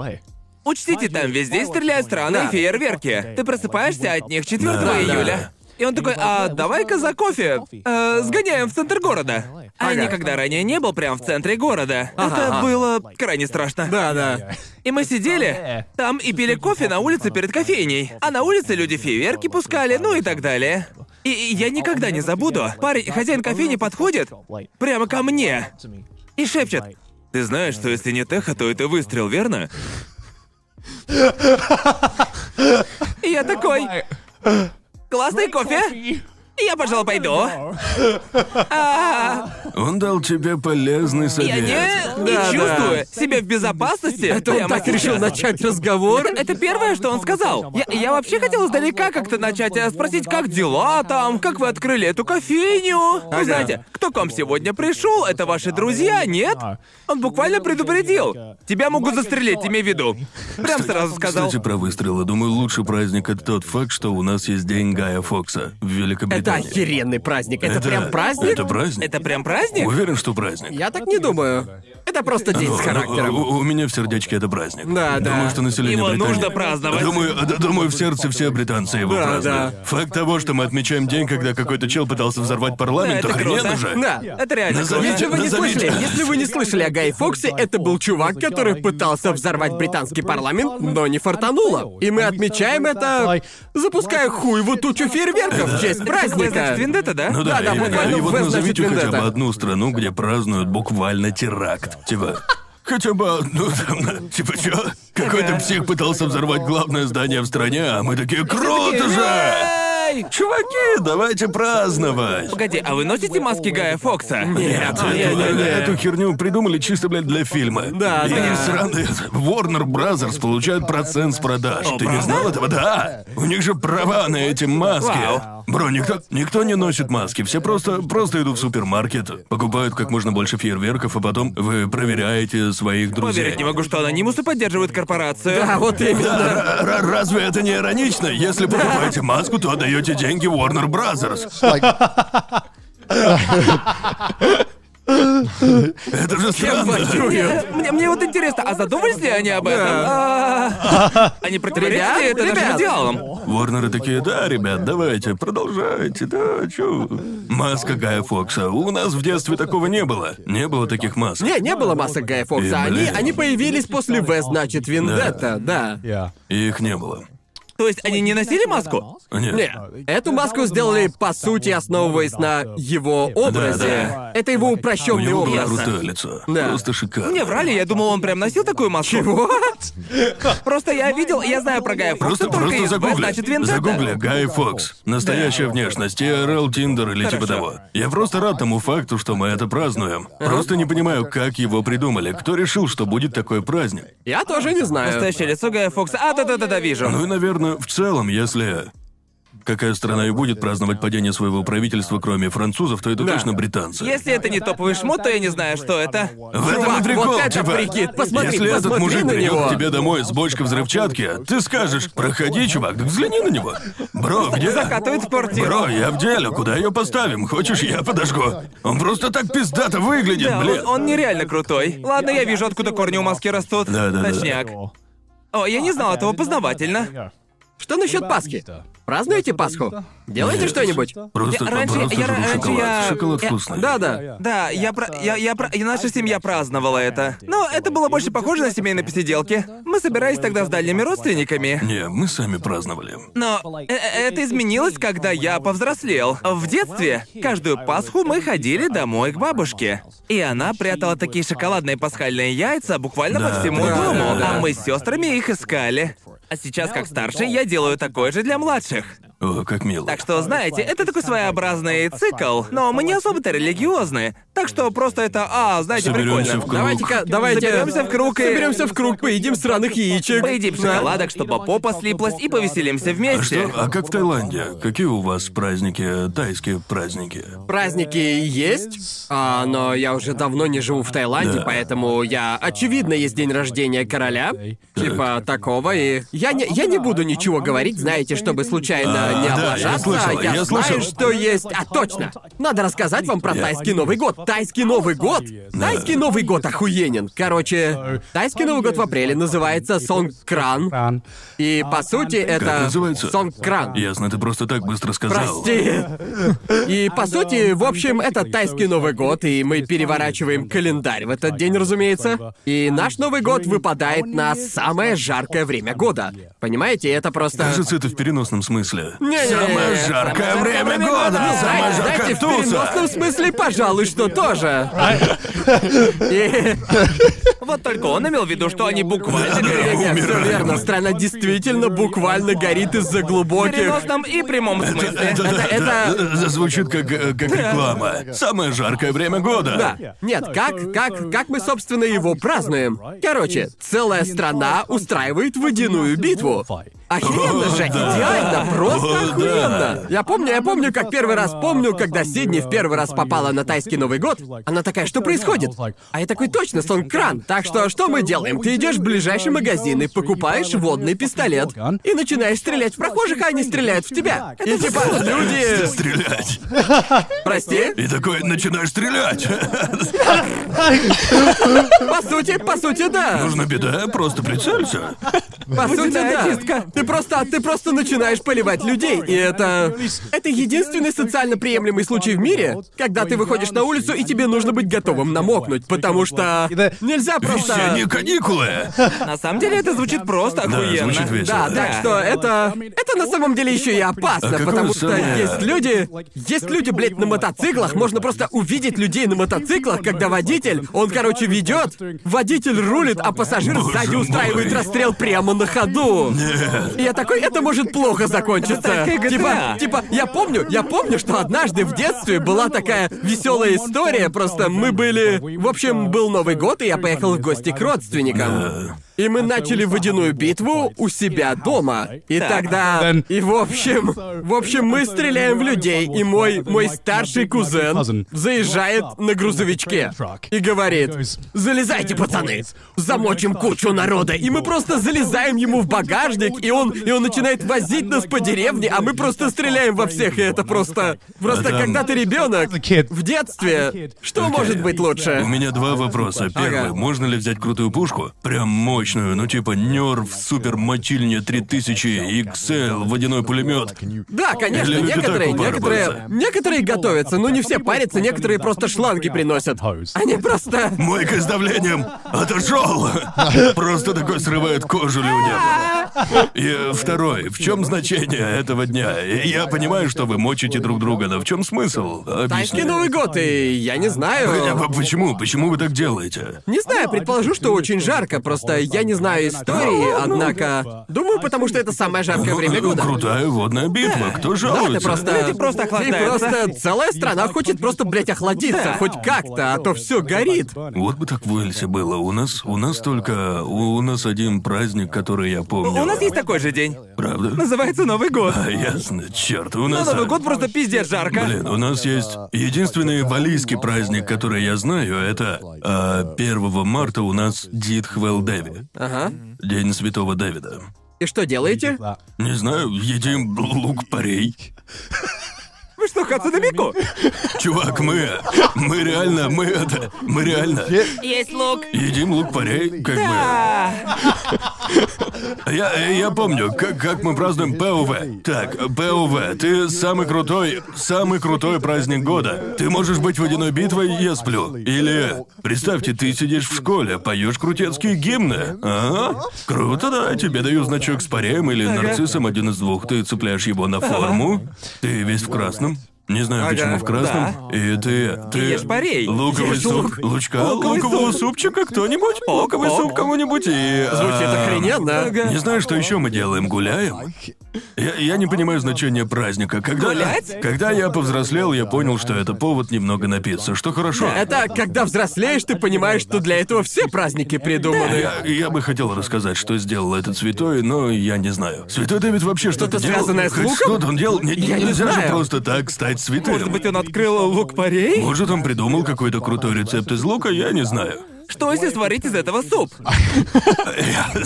S3: Учтите, там везде стреляют странные
S2: Да.
S3: фейерверки. Ты просыпаешься от них 4
S2: Да.
S3: июля. И он такой, а давай-ка за кофе э, сгоняем в центр города. А
S2: Ага.
S3: никогда ранее не был прям в центре города. Это
S2: Ага.
S3: было крайне страшно.
S2: Да, да.
S3: И мы сидели там и пили кофе на улице перед кофейней. А на улице люди фейерверки пускали, ну и так далее. И и я никогда не забуду. Парень, хозяин кофейни подходит прямо ко мне и шепчет. Ты знаешь, что если не теха, то это выстрел, верно? И я такой... Классный кофе? Я, пожалуй, пойду.
S1: Он дал тебе полезный совет.
S3: Я не, не
S2: Да, да.
S3: чувствую себя в безопасности.
S2: Это он
S3: прямо
S2: так решил
S3: сейчас.
S2: начать разговор?
S3: (laughs) Это, это первое, что он сказал. Я, я вообще хотел издалека как-то начать э, спросить, как дела там, как вы открыли эту кофейню. Вы
S2: Ага.
S3: знаете, кто к вам сегодня пришел? Это ваши друзья, нет? Он буквально предупредил. Тебя могут застрелить, имей в виду. Прям сразу сказал.
S1: Кстати, про выстрелы. Думаю, лучший праздник — это тот факт, что у нас есть День Гая Фокса в
S2: Это
S1: Великобритании.
S2: охеренный праздник. Это, прям праздник?
S1: Это праздник?
S3: Это прям праздник?
S1: Уверен, что праздник.
S2: Я так не думаю. Это просто день с
S1: Ну,
S2: характером.
S1: У, у меня в сердечке это праздник.
S2: Да, да.
S1: Думаю, что население
S3: Его
S1: Британии-
S3: нужно праздновать.
S1: Думаю, да, думаю, в сердце все британцы его
S2: Да,
S1: празднуют.
S2: да.
S1: Факт того, что мы отмечаем день, когда какой-то чел пытался взорвать парламент, а
S3: Да, это
S1: охрененно
S3: круто.
S1: же.
S2: Да.
S3: Это реально
S1: Назови-
S2: Если вы
S3: круто.
S2: не
S1: Назовите.
S2: слышали, если вы не слышали о Гай Фоксе, это был чувак, который пытался взорвать британский парламент, но не фартануло. И мы отмечаем это, запуская хуеву тучу фейерверков в честь
S3: Праздник
S2: праздника.
S3: Виндетта, да?
S1: Ну да,
S2: Да, да,
S1: именно.
S2: буквально
S1: И вот
S2: «В» значит
S1: назовите хотя бы
S2: «Вендетта».
S1: одну страну, где празднуют буквально теракт. Типа. Хотя бы одну там, (laughs) типа чё? Какой-то псих пытался взорвать главное здание в стране, а мы такие круто же!
S2: «Э!»
S3: Эй!
S1: Чуваки, давайте праздновать!
S3: Погоди, а вы носите маски Гая Фокса?
S1: Нет,
S3: А,
S1: эту, эту херню придумали чисто, блядь, для фильма.
S2: Да,
S1: И
S2: да.
S1: они сраные. Warner Brothers получают процент с продаж. Ты не
S3: правда?
S1: знал этого? Да. У них же права на эти маски.
S3: Вау.
S1: Бро, никто, никто не носит маски. Все просто, просто идут в супермаркет, покупают как можно больше фейерверков, а потом вы проверяете своих друзей.
S3: Поверить не могу, что анонимусы поддерживают корпорацию.
S2: Да, вот именно.
S1: Р- р- Разве это не иронично? Если покупаете маску, то отдаете деньги Warner Brothers. Это же странно.
S3: Мне, мне- мне вот интересно, а задумались ли они об этом? А, Они противоречат ли
S2: Ребят,
S3: это нашим
S2: ребят.
S3: идеалам?
S1: Ворнеры такие, да, ребят, давайте, продолжайте, да, чё. вы». Маска Гая Фокса. У нас в детстве такого не было. Не было таких масок.
S2: Не, не было масок Гая
S1: И,
S2: Фокса. Они,
S1: блин.
S2: они появились после В, значит, Виндетта, да.
S1: Их не было.
S3: То есть они не носили маску?
S1: Нет.
S2: Не, эту маску сделали, по сути, основываясь на его образе.
S5: да.
S2: Это его
S1: У
S2: упрощенный
S1: него было
S2: образ.
S1: крутое лицо.
S2: Да.
S1: Просто шикарно.
S3: Мне врали, я думал, он прям носил такую маску. Чего? Просто я видел, я знаю про Гая Фокса,
S1: Просто,
S3: только
S1: просто
S3: из
S1: загугли.
S3: значит Ну Вендетта.
S1: загугли Гай Фокс. Настоящая внешность. ИРЛ, Тиндер или типа
S3: Хорошо.
S1: того. Я просто рад тому факту, что мы это празднуем. Просто не понимаю, как его придумали. Кто решил, что будет такой праздник?
S2: Я тоже не знаю.
S3: Настоящее лицо Гая Фокса. А, да-да-да,
S1: Ну
S3: вижу.
S1: и, наверное, в целом, если какая страна и будет праздновать падение своего правительства, кроме французов, то это
S2: Да.
S1: точно британцы.
S3: Если это не топовый шмот, то я не знаю, что это.
S1: В этом и
S2: Чувак,
S1: прикол,
S2: вот это
S1: типа,
S2: прикид. Посмотри,
S1: если этот
S2: посмотри
S1: мужик
S2: на
S1: придет
S2: него.
S1: к тебе домой с бочкой взрывчатки, ты скажешь, проходи, чувак, так взгляни на него. Бро, где?
S3: Закатывает в квартиру.
S1: Бро, я в деле, куда ее поставим? Хочешь, я подожгу? Он просто так пиздато выглядит,
S3: Да,
S1: блин.
S3: он, он нереально крутой. Ладно, я вижу, откуда корни у маски растут.
S1: Да-да-да.
S3: Точняк. О, я не знал этого познавательно.
S2: Что насчет Пасхи? Празднуете Пасху? Делаете что-нибудь?
S1: Просто,
S3: Я- раньше-
S1: просто
S3: я-
S1: жру
S3: раньше
S1: шоколад.
S3: я-
S1: Шоколад
S3: я-
S1: вкусный.
S2: Да-да.
S3: Да, я про... Я, я про... и наша семья праздновала это. Но это было больше похоже на семейные посиделки. Мы собирались тогда с дальними родственниками.
S1: Не, мы сами праздновали.
S3: Но э- э- это изменилось, когда я повзрослел. В детстве каждую Пасху мы ходили домой к бабушке. И она прятала такие шоколадные пасхальные яйца буквально
S1: Да,
S3: по всему
S1: да,
S3: дому,
S1: да,
S3: а
S1: да.
S3: мы с сестрами их искали. А сейчас, как старший, я делаю такое же для младших.
S1: О, как мило.
S3: Так что, знаете, это такой своеобразный цикл, но мы не особо-то религиозны. Так что просто это, а, знаете,
S1: Соберёмся
S3: прикольно.
S1: в круг.
S2: Давайте-ка, давайте...
S3: Соберёмся в круг и-
S2: Соберёмся в круг, поедим сраных яичек.
S3: Поедим
S2: Да.
S3: шоколадок, чтобы попа слиплась, и повеселимся
S1: А
S3: вместе.
S1: что, а как в Таиланде? Какие у вас праздники, тайские праздники?
S2: Праздники есть, а, но я уже давно не живу в Таиланде,
S1: Да.
S2: поэтому я... Очевидно, есть день рождения короля, типа такого, и... Я не, я не буду ничего говорить, знаете, чтобы случайно
S1: А,
S2: не
S1: да, я
S2: облажаться.
S1: слышал, я
S2: знаю,
S1: слышал.
S2: что есть... А, точно! Надо рассказать вам про
S5: Я-
S2: тайский Новый год. Тайский Новый год!
S5: Да.
S2: Тайский Новый год охуенен. Короче, тайский Новый год в апреле называется Сонгкран. И, по сути, это...
S1: называется?
S2: Сонгкран.
S1: Ясно, ты просто так быстро сказал.
S2: Прости. И по сути, в общем, это тайский Новый год, и мы переворачиваем календарь в этот день, разумеется. И наш Новый год выпадает на самое жаркое время года. Понимаете, это просто...
S1: Кажется, это в переносном смысле.
S2: Не-не-не.
S1: Самое жаркое время года!
S2: Ну,
S1: Самая
S2: знаете,
S1: жаркая
S2: знаете, в
S1: туса!
S2: переносном смысле, пожалуй, что тоже. И-
S3: Вот только он имел в виду, что они буквально горят.
S2: Не-не, все верно, страна действительно буквально горит из-за
S3: в
S2: глубоких...
S3: переносном и прямом смысле.
S1: Это, да,
S2: это-
S1: да, да, звучит как, э, как реклама. Самое жаркое время года.
S2: Да. Нет, как, как, как мы, собственно, его празднуем? Короче, целая страна устраивает водяную битву. Охеренно же, идеально, просто
S1: О, да.
S2: охуенно. Я помню, я помню, как первый раз помню, когда Сидни в первый раз попала на тайский Новый год, она такая, что происходит? А я такой, точно, Сонгкран. Так что что мы делаем? Ты идешь в ближайший магазин и покупаешь водный пистолет. И начинаешь стрелять в прохожих, а они стреляют в тебя. И типа,
S1: (laughs)
S2: люди...
S1: Стрелять.
S2: Прости?
S1: И такой начинаешь стрелять. (laughs)
S2: По сути, по сути, да.
S1: Нужна беда, просто прицелься.
S2: По сути, да. Ты просто, ты просто начинаешь поливать людей, и это... Это единственный социально приемлемый случай в мире, когда ты выходишь на улицу, и тебе нужно быть готовым намокнуть, потому что... Нельзя
S1: Весенние
S2: просто...
S1: каникулы.
S3: На самом деле это звучит просто
S1: Да,
S3: охуенно.
S1: звучит весело.
S2: Да, так что это... Это на самом деле еще и
S1: А
S2: опасно,
S1: какое
S2: потому что
S1: самое-
S2: есть люди... Есть люди, блядь, на мотоциклах, можно просто увидеть людей на мотоциклах, когда водитель, он, короче, ведет, водитель рулит, а пассажир
S1: Боже
S2: сзади
S1: мой.
S2: устраивает расстрел прямо на ходу. И я такой, это может плохо закончиться.
S3: Это как GTA.
S2: Типа, типа, я помню, я помню, что однажды в детстве была такая веселая история, просто мы были... В общем, был Новый год, и я поехал в гости к родственникам. И мы начали водяную битву у себя дома. И
S3: Так.
S2: тогда... И в общем... В общем, мы стреляем в людей, и мой... Мой старший кузен заезжает на грузовичке и говорит... Залезайте, пацаны! Замочим кучу народа, и мы просто залезаем ему в багажник, и он, и он начинает возить нас по деревне, а мы просто стреляем во всех, и это просто... Просто
S1: Да.
S2: когда ты ребенок в детстве, что может быть лучше?
S1: У меня два вопроса. Первый,
S2: Ага.
S1: можно ли взять крутую пушку? Прям мощную, ну типа Нерв, Супер Мочильня 3000, XL, водяной пулемет.
S2: Да, конечно,
S1: Или люди
S2: некоторые,
S1: так
S2: некоторые,
S1: упарываются.
S2: некоторые готовятся, но не все парятся, некоторые просто шланги приносят. Они просто...
S1: Мойка с давлением отошел! Просто такой срывает кожу людям. И второй, в чем значение этого дня? И Я понимаю, что вы мочите друг друга, но в чем смысл?
S2: Тайский
S1: Объясни.
S2: Новый год, и я не
S1: Хотя
S2: знаю.
S1: бы Почему? Почему вы так делаете?
S2: Не знаю, предположу, что очень жарко, просто я не знаю
S3: Ну,
S2: истории, однако... Думаю, потому что это самое жаркое время
S1: Ну,
S2: года.
S1: Крутая водная битва, кто
S2: Да, ты
S1: жалуется?
S2: просто...
S3: Люди просто
S2: Ты
S3: охлаждаются.
S2: просто... Целая страна хочет просто, блядь, охладиться,
S3: Да.
S2: хоть как-то, а то все горит.
S1: Вот бы так в Уэльсе было. У нас, у нас только... У, у нас один праздник, который я помню.
S3: У нас есть такой же день.
S1: Правда?
S3: Называется Новый год.
S1: А, ясно, черт, у
S3: Но
S1: нас...
S3: Новый
S1: а,
S3: год просто пиздец жарко.
S1: Блин, у нас есть единственный валийский праздник, который я знаю, это а, 1 марта у нас Дитхвел Дэви,
S2: Ага.
S1: День Святого Дэвида.
S2: И что делаете?
S1: Не знаю, едим лук-порей.
S3: Вы что, Хацанамику?
S1: Чувак, мы... Мы реально, мы это... Мы реально...
S3: Есть лук.
S1: Едим лук-порей, как бы... Я, я помню, как, как мы празднуем ПОВ. Так, ПОВ, ты самый крутой, самый крутой праздник года. Ты можешь быть водяной битвой, я сплю. Или, представьте, ты сидишь в школе, поешь крутецкие гимны. Ага. Круто, да, тебе даю значок с парем или нарциссом, один из двух. Ты цепляешь его на форму, ты весь в красном. Не знаю,
S3: Ага,
S1: почему в красном. И ты... ты
S3: ешь парей.
S1: Луковый
S3: Ешь
S1: суп.
S3: лук.
S1: Лучка.
S3: Луковый
S1: лукового
S3: суп.
S1: супчика кто-нибудь?
S3: Ок,
S1: Луковый
S3: ок.
S1: суп кому-нибудь и...
S2: Звучит
S1: а,
S2: охрененно.
S1: не знаю, что еще мы делаем, гуляем. Я, я не понимаю значения праздника. Когда,
S3: Гулять?
S1: когда я повзрослел, я понял, что это повод немного напиться, что хорошо.
S2: Это А когда взрослеешь, ты понимаешь, что для этого все праздники придуманы.
S1: Я, я бы хотел рассказать, что сделал этот святой, но я не знаю. Святой Дэвид вообще что-то,
S2: Что-то
S1: делал?
S2: связанное с
S1: Хоть
S2: луком?
S1: Что-то он делал? Не-
S2: Я не
S1: нельзя же
S2: знаю.
S1: просто так стать святым.
S3: Может быть, он открыл лук парей?
S1: Может, он придумал какой-то крутой рецепт из лука, я не знаю.
S3: Что если сварить из этого суп?
S1: Я-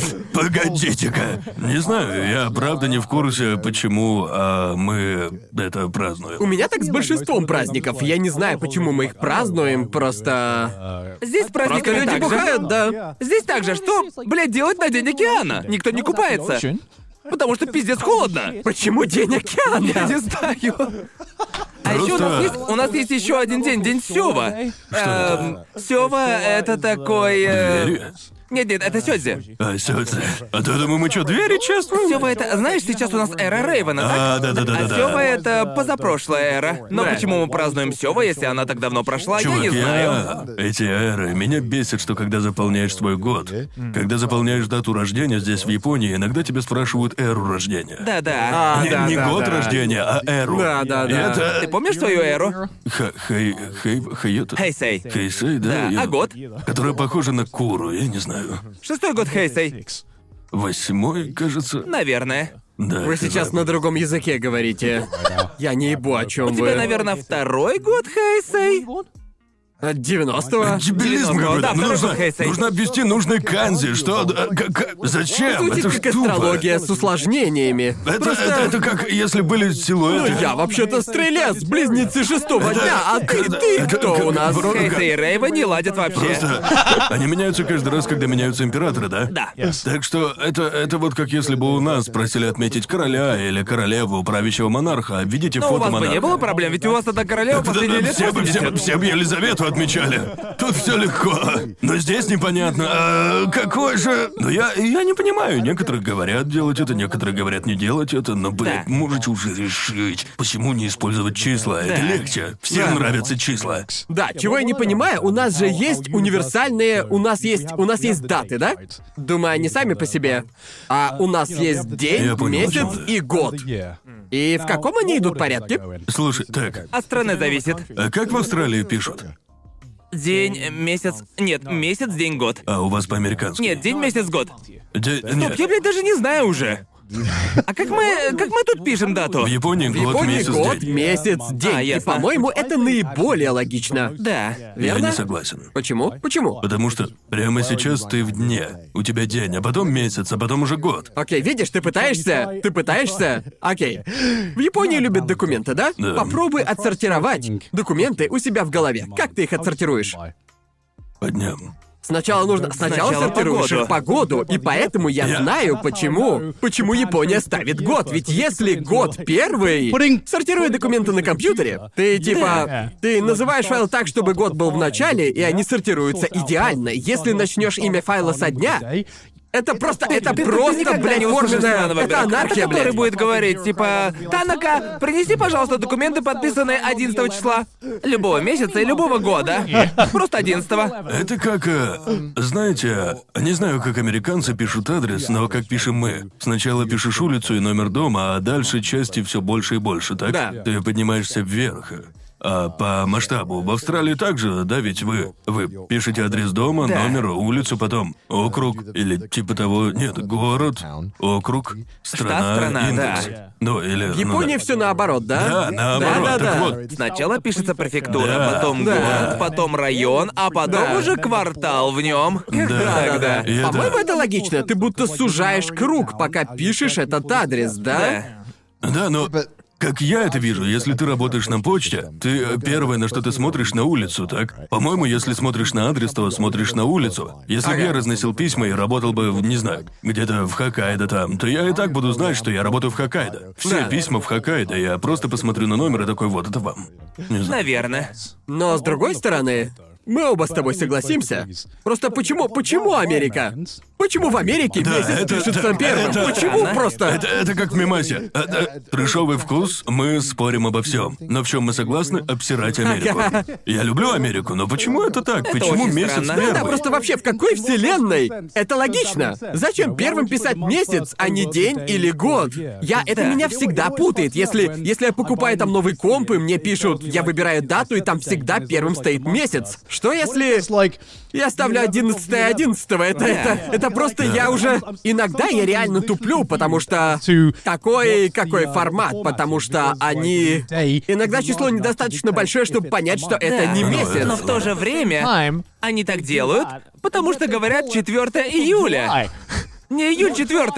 S1: Погодите-ка. Не знаю, я правда не в курсе, почему а, мы это
S2: У
S1: празднуем.
S2: меня так с большинством праздников. Я не знаю, почему мы их празднуем, просто...
S3: Здесь праздник
S2: Просто люди бухают, да.
S3: Здесь также, что, блядь, делать на день океана? Никто не купается. Потому что пиздец холодно.
S2: Почему день океана?
S3: Я (laughs) не знаю. А еще у
S1: Просто-
S3: нас есть, у нас есть еще один день, день Сева.
S1: это?
S3: Сева это такой. э,
S1: Двери?
S3: Нет, нет, это Сёдзи.
S1: А, сердце. А то я думаю, мы что, двери честно?
S3: Сева это, знаешь, сейчас у нас эра Рейвена, так?
S1: А, да-да-да-да-да.
S3: А Сева это позапрошлая эра. Но
S2: Да.
S3: почему мы празднуем Сева, если она так давно прошла,
S1: Чувак,
S3: я не знаю.
S1: эти эры, меня бесит, что когда заполняешь свой год, когда заполняешь дату рождения здесь, в Японии, иногда тебя спрашивают эру рождения.
S3: Да-да.
S1: Не,
S2: да,
S1: не
S2: да,
S1: год
S2: да.
S1: рождения, а эру.
S2: Да, да,
S1: И
S2: да.
S1: это-
S3: Ты помнишь свою эру?
S1: Ха- Хэй... Хэй... Хэйото?
S3: Хэйсэй.
S1: Хэйсэй, да.
S3: Да,
S1: я-
S3: а год?
S1: Которая похожа на Куру, я не знаю.
S3: Шестой год Хейсей.
S1: Восьмой, кажется.
S3: Наверное.
S1: Да.
S2: Вы
S1: не
S2: сейчас
S1: знаю.
S2: на другом языке говорите. Я не ебу, о чем
S3: У тебя,
S2: вы.
S3: наверное, второй год Хейсей?
S2: От 90-го.
S1: Дебилизм какой-то.
S3: Да,
S1: Ну,
S3: второй
S1: нужно,
S3: год Хэйсэй.
S1: нужно обвести нужный канзи. Что? да, как- как- зачем?
S2: Звучит
S1: это ж
S2: как
S1: тупо.
S2: астрология с усложнениями.
S1: Это, это, это как если были
S2: Ну,
S1: силуэты.
S2: я вообще-то стрелец, близнецы шестого дня, а ты, ты
S1: это как-
S2: кто у нас?
S1: вроде-
S3: Хейсей и Рейва не ладят вообще.
S1: Просто (laughs) они меняются каждый раз, когда меняются императоры, да?
S3: Да.
S1: Так что это, это вот как если бы у нас просили отметить короля или королеву правящего монарха. Введите
S3: Но у
S1: фото
S3: вас бы
S1: монарха.
S3: не было проблем, ведь у вас одна королева
S1: Да,
S3: последние
S1: да,
S3: лет
S1: все, бы, все,
S3: 80.
S1: бы- все бы Елизавету отмечали. Тут все легко. Но здесь непонятно. А какой же. Ну я, я не понимаю. Некоторые говорят делать это, некоторые говорят не делать это, но, блядь,
S3: Да.
S1: можете уже решить, почему не использовать числа. Это
S3: Да.
S1: легче. Всем нравятся числа.
S2: Да, чего я не понимаю, у нас же есть универсальные, у нас есть, у нас есть даты, да? Думаю, они сами по себе. А у
S5: ну,
S2: нас есть день,
S1: Я понял,
S2: месяц
S1: почему.
S2: и год. И в каком они идут порядке?
S1: Слушай, так,
S3: От страны зависит.
S1: а как в Австралии пишут?
S3: День, месяц... Нет, месяц, день, год.
S1: А у вас по-американски?
S3: Нет, день, месяц, год.
S1: Де-
S2: Ну,
S1: нет.
S3: Я, блядь, даже не знаю уже. А как мы... Как мы тут пишем дату?
S1: В Японии
S2: В
S1: год,
S2: Японии
S1: месяц,
S2: год,
S1: день.
S2: месяц, день.
S3: А,
S2: и,
S3: ясно.
S2: по-моему, это наиболее логично.
S3: Да.
S1: Я
S2: верно?
S1: не согласен.
S2: Почему? Почему?
S1: Потому что прямо сейчас ты в дне. У тебя день, а потом месяц, а потом уже год.
S2: Окей, видишь, ты пытаешься, ты пытаешься. Окей. В Японии любят документы, да?
S1: Да.
S2: Попробуй отсортировать документы у себя в голове. Как ты их отсортируешь?
S1: По дням.
S2: Сначала нужно... Сначала,
S3: Сначала
S2: сортируешь
S3: погоду.
S2: их по году, и поэтому я
S1: Я-
S2: знаю, почему. Почему Япония ставит год, ведь если год первый...
S6: Putting-
S2: Сортируя документы на компьютере, ты типа... Ты называешь файл так, чтобы год был в начале, и они сортируются
S5: а
S2: идеально. Если начнешь имя файла со дня, это просто... Это
S3: Ты- ты- ты
S2: просто,
S3: никогда
S2: блядь,
S3: не услышишь
S2: форменная...
S3: странного,
S2: Это
S3: во-первых.
S2: анархия,
S3: Который
S2: блядь.
S3: будет говорить, типа, Танака, принеси, пожалуйста, документы, подписанные 11 числа. Любого месяца и любого года. Просто 11
S1: Это как, э, знаете, не знаю, как американцы пишут адрес, но как пишем мы. Сначала пишешь улицу и номер дома, а дальше части все больше и больше, так?
S2: Да.
S1: Ты поднимаешься вверх. А по масштабу в Австралии также, да, ведь вы вы пишете адрес дома,
S3: Да.
S1: номер, улицу, потом округ или типа того, нет, город, округ, страна,
S3: страна,
S1: индекс.
S3: да.
S1: Ну или ну
S2: В Японии
S1: да.
S2: все наоборот, да?
S1: Да, наоборот.
S2: Да, да,
S1: так
S2: да.
S1: вот,
S3: Сначала пишется префектура,
S1: Да.
S3: потом
S2: Да.
S3: город, потом район, а потом
S2: Да.
S3: уже квартал в нем.
S1: Да.
S3: Тогда.
S1: И это-
S2: По-моему, это логично. Ты будто сужаешь круг, пока пишешь этот адрес, да?
S3: Да.
S1: Да, но как я это вижу, если ты работаешь на почте, ты э, первое, на что ты смотришь, на улицу, так? По-моему, если смотришь на адрес, то смотришь на улицу. Если бы я разносил письма и работал бы, в- не знаю, где-то в Хоккайдо там, то я и так буду знать, что я работаю в Хоккайдо. Все
S2: Да.
S1: письма в Хоккайдо, я просто посмотрю на номер и такой, вот, это вам. Не знаю.
S3: Наверное.
S2: Но с другой стороны, мы оба с тобой согласимся. Просто почему, почему Америка? Почему в Америке
S1: Да,
S2: месяц
S1: это-
S2: пишется
S1: это-
S2: первым?
S1: это-
S2: Почему просто?
S1: Это, это как мемасе. А, да, Трешовый вкус, мы спорим обо всем. Но в чем мы согласны? Обсирать
S2: (laughs)
S1: Америку. Я люблю Америку, но почему это так? почему
S3: очень
S1: месяц
S3: странно.
S1: первый?
S2: Да, просто вообще в какой вселенной? Это логично. Зачем первым писать месяц, а не день или год? Я это
S3: Да.
S2: меня всегда путает. Если если я покупаю там новый комп и мне пишут, я выбираю дату и там всегда первым стоит месяц. Что если я ставлю 11 11 это, это, это просто я уже... Иногда я реально туплю, потому что такой, какой формат, потому что они... Иногда число недостаточно большое, чтобы понять, что это не
S3: Ну Да,
S2: месяц.
S3: Но в то же
S5: А.
S3: время они так делают, потому что говорят 4 июля. Не июль 4.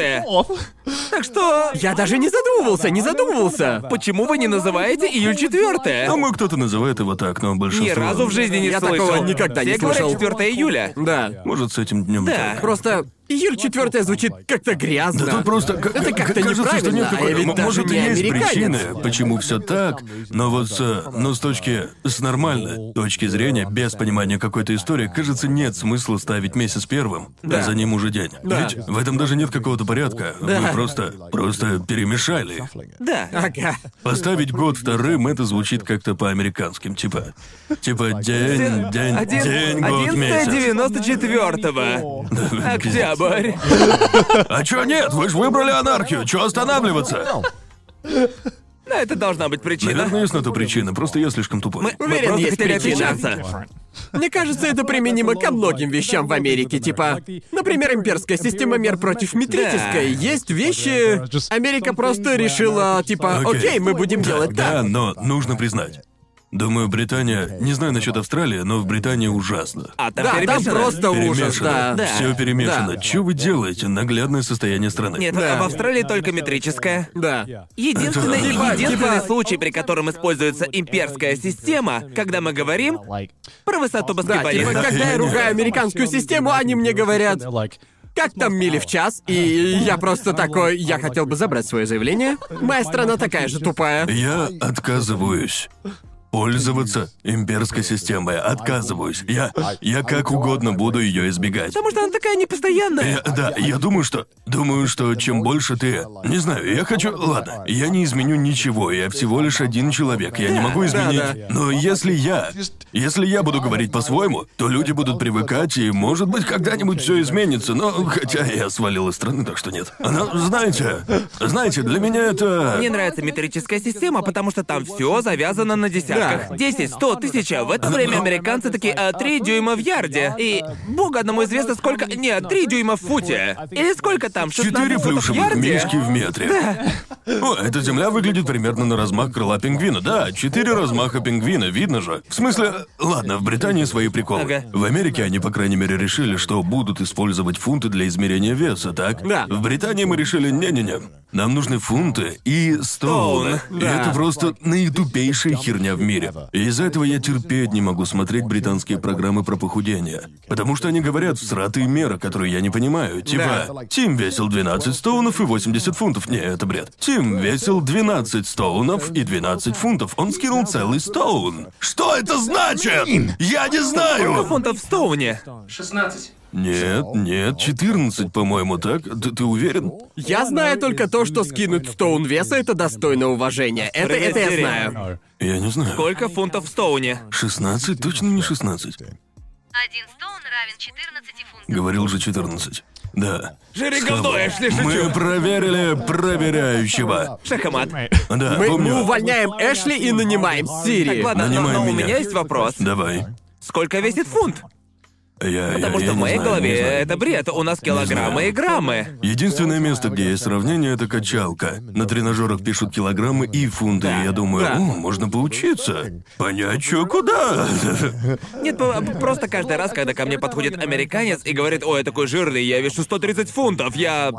S3: Так что...
S2: Я даже не задумывался, не задумывался.
S3: Почему вы не называете июль 4?
S1: Ну, мы кто-то называет его так, но
S3: Ни
S1: большинство...
S3: разу в жизни не
S2: Я
S3: слышал.
S2: такого никогда не
S3: Все говорят
S2: слышал.
S3: 4 июля.
S2: Да.
S1: Может, с этим днем
S3: Да.
S1: так.
S2: Просто июль четвертое звучит как-то грязно.
S1: Да тут просто к-
S2: Это
S1: к-
S2: как-то
S1: кажется, что
S2: неправильно,
S1: нет
S2: а
S1: какой
S2: я ведь
S1: М-
S2: даже
S1: Может, и
S2: не
S1: есть
S2: американец.
S1: причины, почему все так, но вот с, но с точки, с нормальной точки зрения, без понимания какой-то истории, кажется, нет смысла ставить месяц первым, а за ним уже день.
S2: Да.
S1: Ведь в этом даже нет какого-то порядка. Вы просто, просто перемешали.
S3: Да.
S2: Ага.
S1: Поставить год вторым, это звучит как-то по-американским, типа. Типа день, день,
S3: Один...
S1: день, год, месяц.
S3: 11.94. Октябрь.
S1: А чё нет? Вы же выбрали анархию, чё останавливаться?
S3: Да, это должна быть причина.
S1: Наверное, есть на то причина, просто я слишком тупой.
S3: Мы, мы
S2: Уверен,
S3: просто
S2: есть
S3: хотели
S2: причина.
S3: отличаться.
S2: Мне кажется, это применимо ко многим вещам в Америке, типа, например, имперская система мер против метрической.
S3: Да.
S2: Есть вещи, Америка просто решила, типа,
S1: Окей.
S2: окей, мы будем
S1: Да,
S2: делать
S1: да,
S2: так.
S1: но нужно признать. Думаю, Британия, не знаю насчет Австралии, но в Британии ужасно.
S3: А там
S2: Да, там
S3: перемешано.
S2: просто ужас,
S1: Перемешано.
S2: да.
S3: Да.
S1: Все перемешано.
S2: Да.
S1: Чё вы делаете? Наглядное состояние страны.
S3: Нет,
S2: Да.
S3: в Австралии только метрическая.
S2: Да.
S3: Единственный,
S1: Это- Типа-
S3: единственный
S2: типа-
S3: случай, при котором используется имперская система, когда мы говорим про высоту
S2: Да, типа,
S3: баскетболиста.
S2: когда я ругаю американскую систему, они мне говорят, Как там мили в час? И я просто такой, я хотел бы забрать свое заявление. Моя страна такая же тупая.
S1: Я отказываюсь пользоваться имперской системой. Отказываюсь. Я, я как угодно буду ее избегать.
S3: Потому что она такая непостоянная.
S1: Я- Э, да, я думаю, что... Думаю, что чем больше ты... Не знаю, я хочу... Ладно, я не изменю ничего, я всего лишь один человек, я не могу изменить...
S2: да.
S1: Но если я... Если я буду говорить по-своему, то люди будут привыкать, и, может быть, когда-нибудь все изменится, но... Хотя я свалил из страны, так что нет. Но, знаете... Знаете, для меня это...
S3: Мне нравится метрическая система, потому что там все завязано на десятках.
S2: Да.
S3: 10, 100, 1000. В это время американцы такие, а, три дюйма в ярде. И богу одному известно сколько... Нет, три дюйма в футе. Или сколько там, 16
S1: Четыре
S3: футов в
S1: плюшевых
S3: ярде?
S1: мишки в метре. О, эта земля выглядит примерно на размах крыла пингвина. Да, четыре размаха пингвина, видно же. В смысле, ладно, в Британии свои приколы.
S3: Ага.
S1: В Америке они, по крайней мере, решили, что будут использовать фунты для измерения веса, так?
S2: Да.
S1: В Британии мы решили, не-не-не, нам нужны фунты и стоуны.
S3: Стоун,
S1: И
S2: да.
S1: это просто наитупейшая херня в мире. И из-за этого я терпеть не могу смотреть британские программы про похудение. Потому что они говорят всратые меры, которые я не понимаю. Типа, Тим весил 12 стоунов и 80 фунтов. Не, это бред. Тим весил 12 стоунов и 12 фунтов. Он скинул целый стоун. Что это значит? Я не
S3: Сколько
S1: знаю!
S3: фунтов в Стоуне?
S4: 16.
S1: Нет, нет, 14, по-моему, так? Ты, ты уверен?
S2: Я знаю только то, что скинуть в стоун веса это достойно уважения. Это, это я знаю.
S1: Я не знаю.
S3: Сколько фунтов в Стоуне?
S1: 16? Точно не 16.
S6: Один стоун равен 14 фунтов.
S1: Говорил же 14. Да.
S3: Жири говно,
S1: Слава.
S3: Эшли, шучу.
S1: Мы проверили проверяющего.
S3: Шахмат.
S1: Да,
S2: Мы,
S1: помню.
S2: мы увольняем Эшли и нанимаем Сири.
S3: Так, ладно, но,
S1: Нанимай
S3: но у
S1: меня.
S3: меня есть вопрос.
S1: Давай.
S3: Сколько весит фунт?
S1: Я, я-
S3: Потому что
S1: я
S3: в
S1: не
S3: моей
S1: знаю,
S3: голове
S1: не знаю.
S3: это бред. У нас килограммы
S1: знаю.
S3: и граммы.
S1: Единственное место, где есть сравнение, это качалка. На тренажерах пишут килограммы и фунты. И я думаю,
S2: Да.
S1: «О, можно поучиться. Понять, что куда. (laughs)
S3: Нет, по- просто каждый раз, когда ко мне подходит американец и говорит, ой, я такой жирный, я вешу 130 фунтов,
S2: а,
S3: я...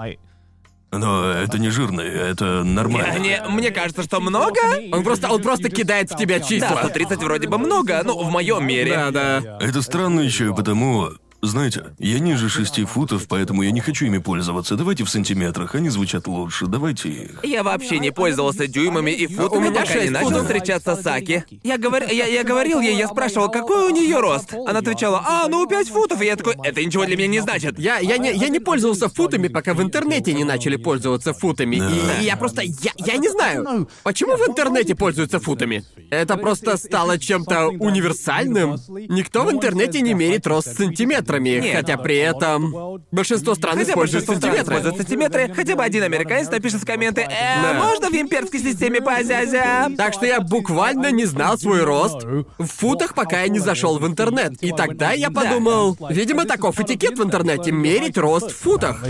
S1: Но это не жирный, это
S3: я
S1: нормально.
S3: не- Мне кажется, что много?
S2: Он просто, он просто кидает в тебя
S3: Да,
S2: числа.
S3: 130 вроде бы много, ну, в моем мире.
S2: Да, да.
S1: Это странно еще и потому... Знаете, я ниже шести футов, поэтому я не хочу ими пользоваться. Давайте в сантиметрах, они звучат лучше. Давайте их.
S3: Я вообще не пользовался дюймами и
S2: У меня
S3: футами, Ну, пока не
S2: шесть
S3: начал
S2: футов.
S3: встречаться с Саки. Я, говор- я, я говорил ей, я спрашивал, какой у нее рост. Она отвечала, а, ну пять футов. И я такой, это ничего для меня не значит.
S2: Я, я, не, я не пользовался футами, пока в интернете не начали пользоваться футами. И, и я просто... Я, я не знаю, почему в интернете пользуются футами? Это просто стало чем-то универсальным. Никто в интернете не мерит рост сантиметрами,
S3: Нет.
S2: хотя при этом большинство стран
S3: Хотя бы
S2: используют сантиметры.
S3: сантиметры. сантиметры, хотя бы один американец напишет в комменты, «Э,
S2: Да.
S3: можно в имперской системе поазязя?
S2: Так что я буквально не знал свой рост в футах, пока я не зашел в интернет. И тогда я
S5: Да.
S2: подумал, видимо, таков этикет в интернете мерить рост в футах.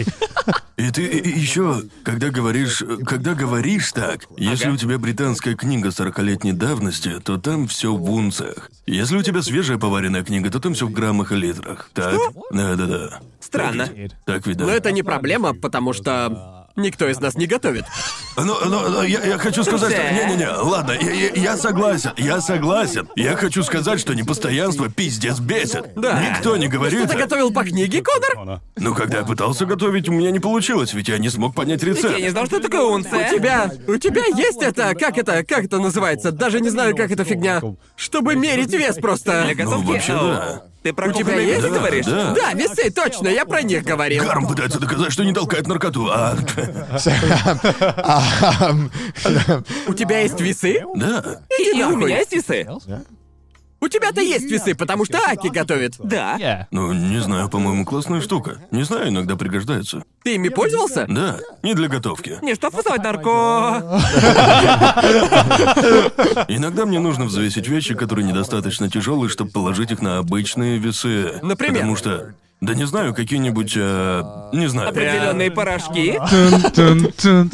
S1: И ты еще, когда говоришь, э, когда говоришь так, если у тебя британская книга 40-летней давности, то там все в унциях. Если у тебя свежая поваренная книга, то там все в граммах и литрах. Так? Да-да-да.
S3: Странно.
S1: Так видно.
S2: Но Ну, это не проблема, потому что никто из нас не готовит.
S1: Ну, ну, ну, я, я хочу сказать, что...
S3: Да.
S1: Не-не-не, ладно, я, я- я согласен, я согласен. Я хочу сказать, что непостоянство пиздец бесит.
S2: Да.
S1: Никто не говорит...
S2: Ты готовил по книге, Конор?
S1: Ну, когда я пытался готовить, у меня не получилось, ведь я не смог понять рецепт.
S3: Я не знал, что такое унция.
S2: У тебя, у тебя есть это, как это, как это называется? Даже не знаю, как эта фигня. Чтобы мерить вес
S3: Для
S2: просто.
S3: готовки?
S1: Ну, вообще,
S3: О.
S1: да.
S3: Ты про
S2: У тебя
S3: кухонные
S2: есть?
S3: вилки
S1: Да,
S3: говоришь?
S1: да.
S2: Да, весы, точно, я про них говорил.
S1: Гарм пытается доказать, что не толкает наркоту, а... (laughs)
S6: um, (laughs)
S2: У тебя есть весы?
S1: Да.
S3: И, и у
S2: нахуй.
S3: меня есть весы.
S2: У тебя-то есть весы, потому что Аки готовит.
S3: Да.
S1: Ну, не знаю, по-моему, классная штука. Не знаю, иногда пригождается.
S2: Ты ими пользовался?
S1: Да, не для готовки.
S3: Не, что вызывать нарко...
S1: Иногда мне нужно взвесить вещи, которые недостаточно тяжелые, чтобы положить их на обычные весы.
S2: Например?
S1: Потому что. Да не знаю, какие-нибудь. э, не знаю.
S3: Определенные порошки.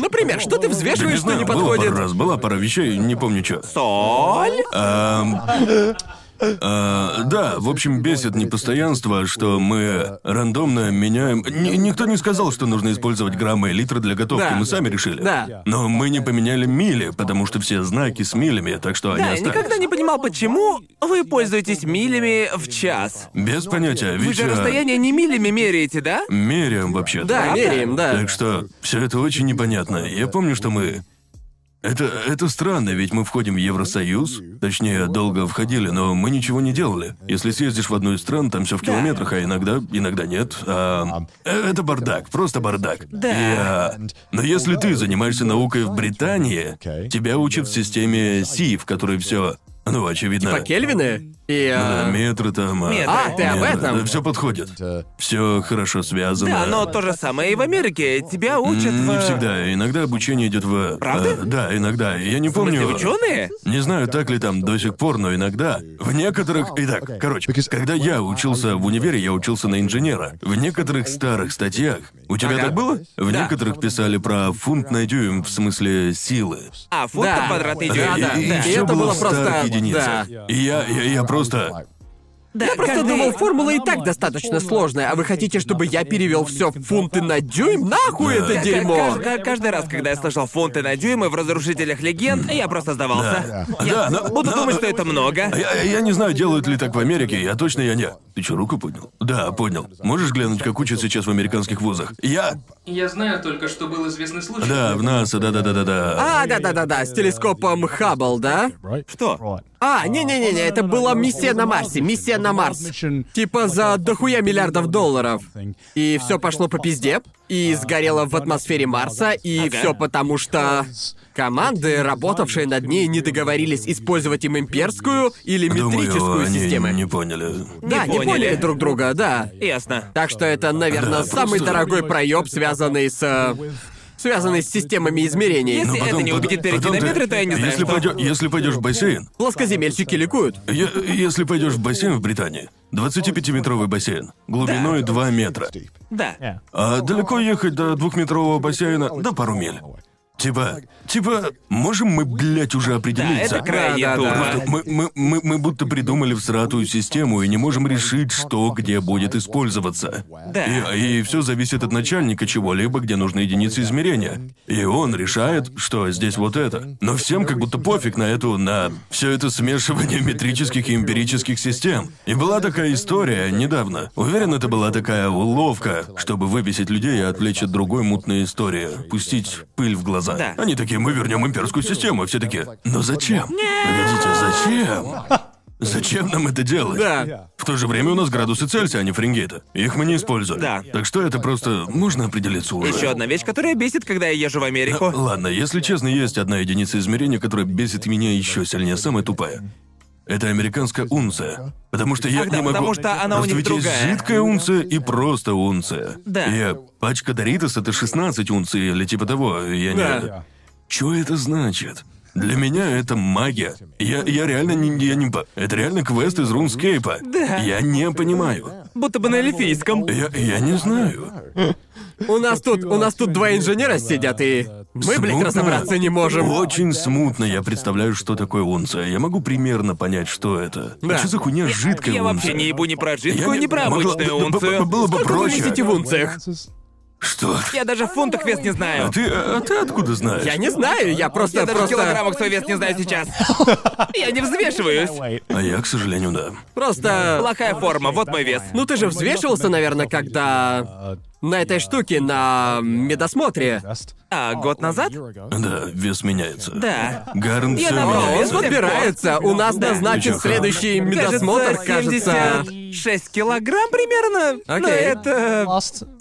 S2: Например, что ты
S1: Да не
S2: взвешиваешь, что
S1: знаю,
S2: не
S1: была
S2: подходит?
S1: пара раз, была пара вещей, не помню что.
S3: Соль.
S1: а, да, в общем, бесит непостоянство, что мы рандомно меняем. Ни- никто не сказал, что нужно использовать граммы и литры для готовки,
S2: Да.
S1: мы сами решили.
S2: Да.
S1: Но мы не поменяли мили, потому что все знаки с милями, так что они
S3: Да, я
S1: остались.
S3: никогда не понимал, почему вы пользуетесь милями в час.
S2: Ну,
S1: Без понятия,
S3: Вы
S1: ведь
S3: же
S1: э,
S3: расстояние не милями меряете, да?
S1: меряем вообще.
S2: Да, меряем, да.
S1: Так что все это очень непонятно. Я помню, что мы. Это, это странно, ведь мы входим в Евросоюз. Точнее, долго входили, но мы ничего не делали. Если съездишь в одну из стран, там все в километрах, а иногда, иногда нет. А, э, это бардак, просто бардак.
S3: Да.
S1: И, а, но если ты занимаешься наукой в Британии, тебя учат в системе Си, в которой все. Ну, очевидно.
S2: По Кельвины? И...
S1: Да,
S2: а,
S1: метры там.
S3: метры.
S2: Типа А, ты об этом?
S1: все подходит. Все хорошо связано.
S3: Да, но то же самое и в Америке. Тебя учат
S1: М, Не
S3: в-
S1: всегда. Иногда обучение идет в.
S3: Правда?
S1: э, да, иногда. Я не помню.
S3: Вы ученые?
S1: Не знаю, так ли там до сих пор, но иногда. В некоторых. Итак, короче, когда я учился в универе, я учился на инженера. В некоторых старых статьях. У тебя
S2: Ага.
S1: так было? В
S2: Да.
S1: некоторых писали про фунт на дюйм в смысле силы.
S3: А, фунт
S2: Да.
S3: на квадратный
S2: Да,
S3: дюйм.
S1: и,
S2: да,
S1: и
S2: да.
S1: всё
S2: И это
S1: было,
S2: было
S1: в
S2: просто-
S1: старых единицах.
S2: да.
S1: И я, я, я просто.
S2: Я просто
S3: как бы-
S2: думал, формула и так достаточно сложная, а вы хотите, чтобы я перевел все в фунты на дюйм?
S1: Да.
S2: Нахуй это
S1: Как-
S3: Ка-
S2: дерьмо!
S3: ка- ка- Каждый раз, когда я слышал фунты на дюймы в «Разрушителях легенд», я просто сдавался.
S1: Да, но-
S3: Буду
S1: но-
S3: думать, что это много.
S1: А Я, я не знаю, делают ли так в Америке, я точно я не. Ты что, руку поднял? Да, поднял. Можешь глянуть, как учат сейчас в американских вузах? Я.
S4: Я знаю только, что был известный случай.
S1: Да, в НАСА, да-да-да-да-да.
S2: А, да-да-да-да, с телескопом Хаббл, да?
S3: Что?
S2: А, не-не-не, это была миссия на Марсе, миссия на Марс. Типа за дохуя миллиардов долларов. И все пошло по пизде, и сгорело в атмосфере Марса, и
S3: Ага.
S2: все потому, что команды, работавшие над ней, не договорились использовать им имперскую или метрическую
S1: Думаю, они
S2: системы.
S1: не поняли.
S2: Да,
S3: Не
S2: не поняли
S3: поняли.
S2: друг друга, да.
S3: Ясно.
S2: Так что это, наверное,
S1: Да,
S2: самый
S1: просто-
S2: дорогой проеб, связанный с... э, связанный с системами
S1: Ну.
S2: измерений.
S3: Если- это не
S1: пог-
S3: убедит перейти
S1: потом
S3: на
S1: ты-
S3: метры, то я не знаю,
S1: Если,
S3: что.
S1: пойдё- если пойдешь в бассейн,
S2: Плоскоземельщики ликуют.
S1: е- если пойдешь в бассейн в Британии, 25-метровый бассейн, глубиной 2 метра.
S3: Да.
S1: А далеко ехать до двухметрового бассейна? Да пару миль. Типа, типа, можем мы, блядь, уже определиться?
S3: это крайне
S2: Да, да, да.
S3: дурно.
S1: Просто мы, мы, мы, мы будто придумали всратую систему и не можем решить, что где будет использоваться.
S3: Да.
S1: И, все зависит от начальника чего-либо, где нужны единицы измерения. И он решает, что здесь вот это. Но всем как будто пофиг на эту, на все это смешивание метрических и эмпирических систем. И была такая история недавно. Уверен, это была такая уловка, чтобы выбесить людей и отвлечь от другой мутной истории. Пустить пыль в глаза.
S3: Да.
S1: Они такие, мы вернем имперскую систему. И все такие, но зачем? Погодите, зачем? Зачем нам это делать?
S2: Да.
S1: В то же время у нас градусы Цельсия, а не Фаренгейта. Их мы не используем.
S3: Да.
S1: Так что это просто... Можно определиться уже.
S3: Еще одна вещь, которая бесит, когда я езжу в Америку.
S1: Э, Ладно, если честно, есть одна единица измерения, которая бесит меня еще сильнее, самая тупая. Это американская унция. Потому что я
S3: Ах,
S1: не
S3: да,
S1: могу...
S3: потому что она у
S1: Просто
S3: них
S1: ведь есть
S3: другая.
S1: жидкая унция и просто унция.
S3: Да.
S1: И пачка Доритос — это 16 унций или типа того. Я не...
S2: Да.
S1: Чё это значит? Для меня это магия. Я, я реально не, я не... по- Это реально квест из Рунскейпа.
S3: Да.
S1: Я не понимаю.
S3: Будто бы на эльфийском.
S1: Я, я не знаю.
S2: У нас тут, у нас тут два инженера сидят, и мы, блядь,
S1: Смутно.
S2: разобраться не можем.
S1: Очень смутно я представляю, что такое унция. Я могу примерно понять, что это.
S2: Да.
S1: А что за хуйня жидкая
S3: Я вообще
S1: унция?
S3: не ебу ни про жидкую,
S1: не-
S3: ни про
S1: могла-
S3: обычную
S1: б- б-
S3: унцию.
S1: Было бы
S2: Вы
S1: проще.
S2: весите в унциях.
S1: Что?
S3: Я даже в фунтах вес не
S1: А
S3: знаю.
S1: ты, а ты откуда знаешь?
S2: Я не знаю, я просто,
S3: Я даже в
S2: просто,
S3: килограммах свой вес не знаю сейчас. Я не взвешиваюсь.
S1: А я, к сожалению, да.
S2: просто.
S3: Плохая форма, вот мой вес.
S2: Ну ты же взвешивался, наверное, когда на этой штуке на медосмотре.
S3: А, год назад?
S1: Да, вес меняется.
S3: Да.
S1: Гарн
S3: Я
S1: всё
S3: набрал
S1: меняется.
S2: Он
S3: вес, вот
S2: подбирается. У нас
S3: Да.
S1: Ничего
S2: назначен
S1: хорошего.
S2: следующий медосмотр, кажется.
S3: 76 килограмм примерно. Но
S2: Окей.
S3: это...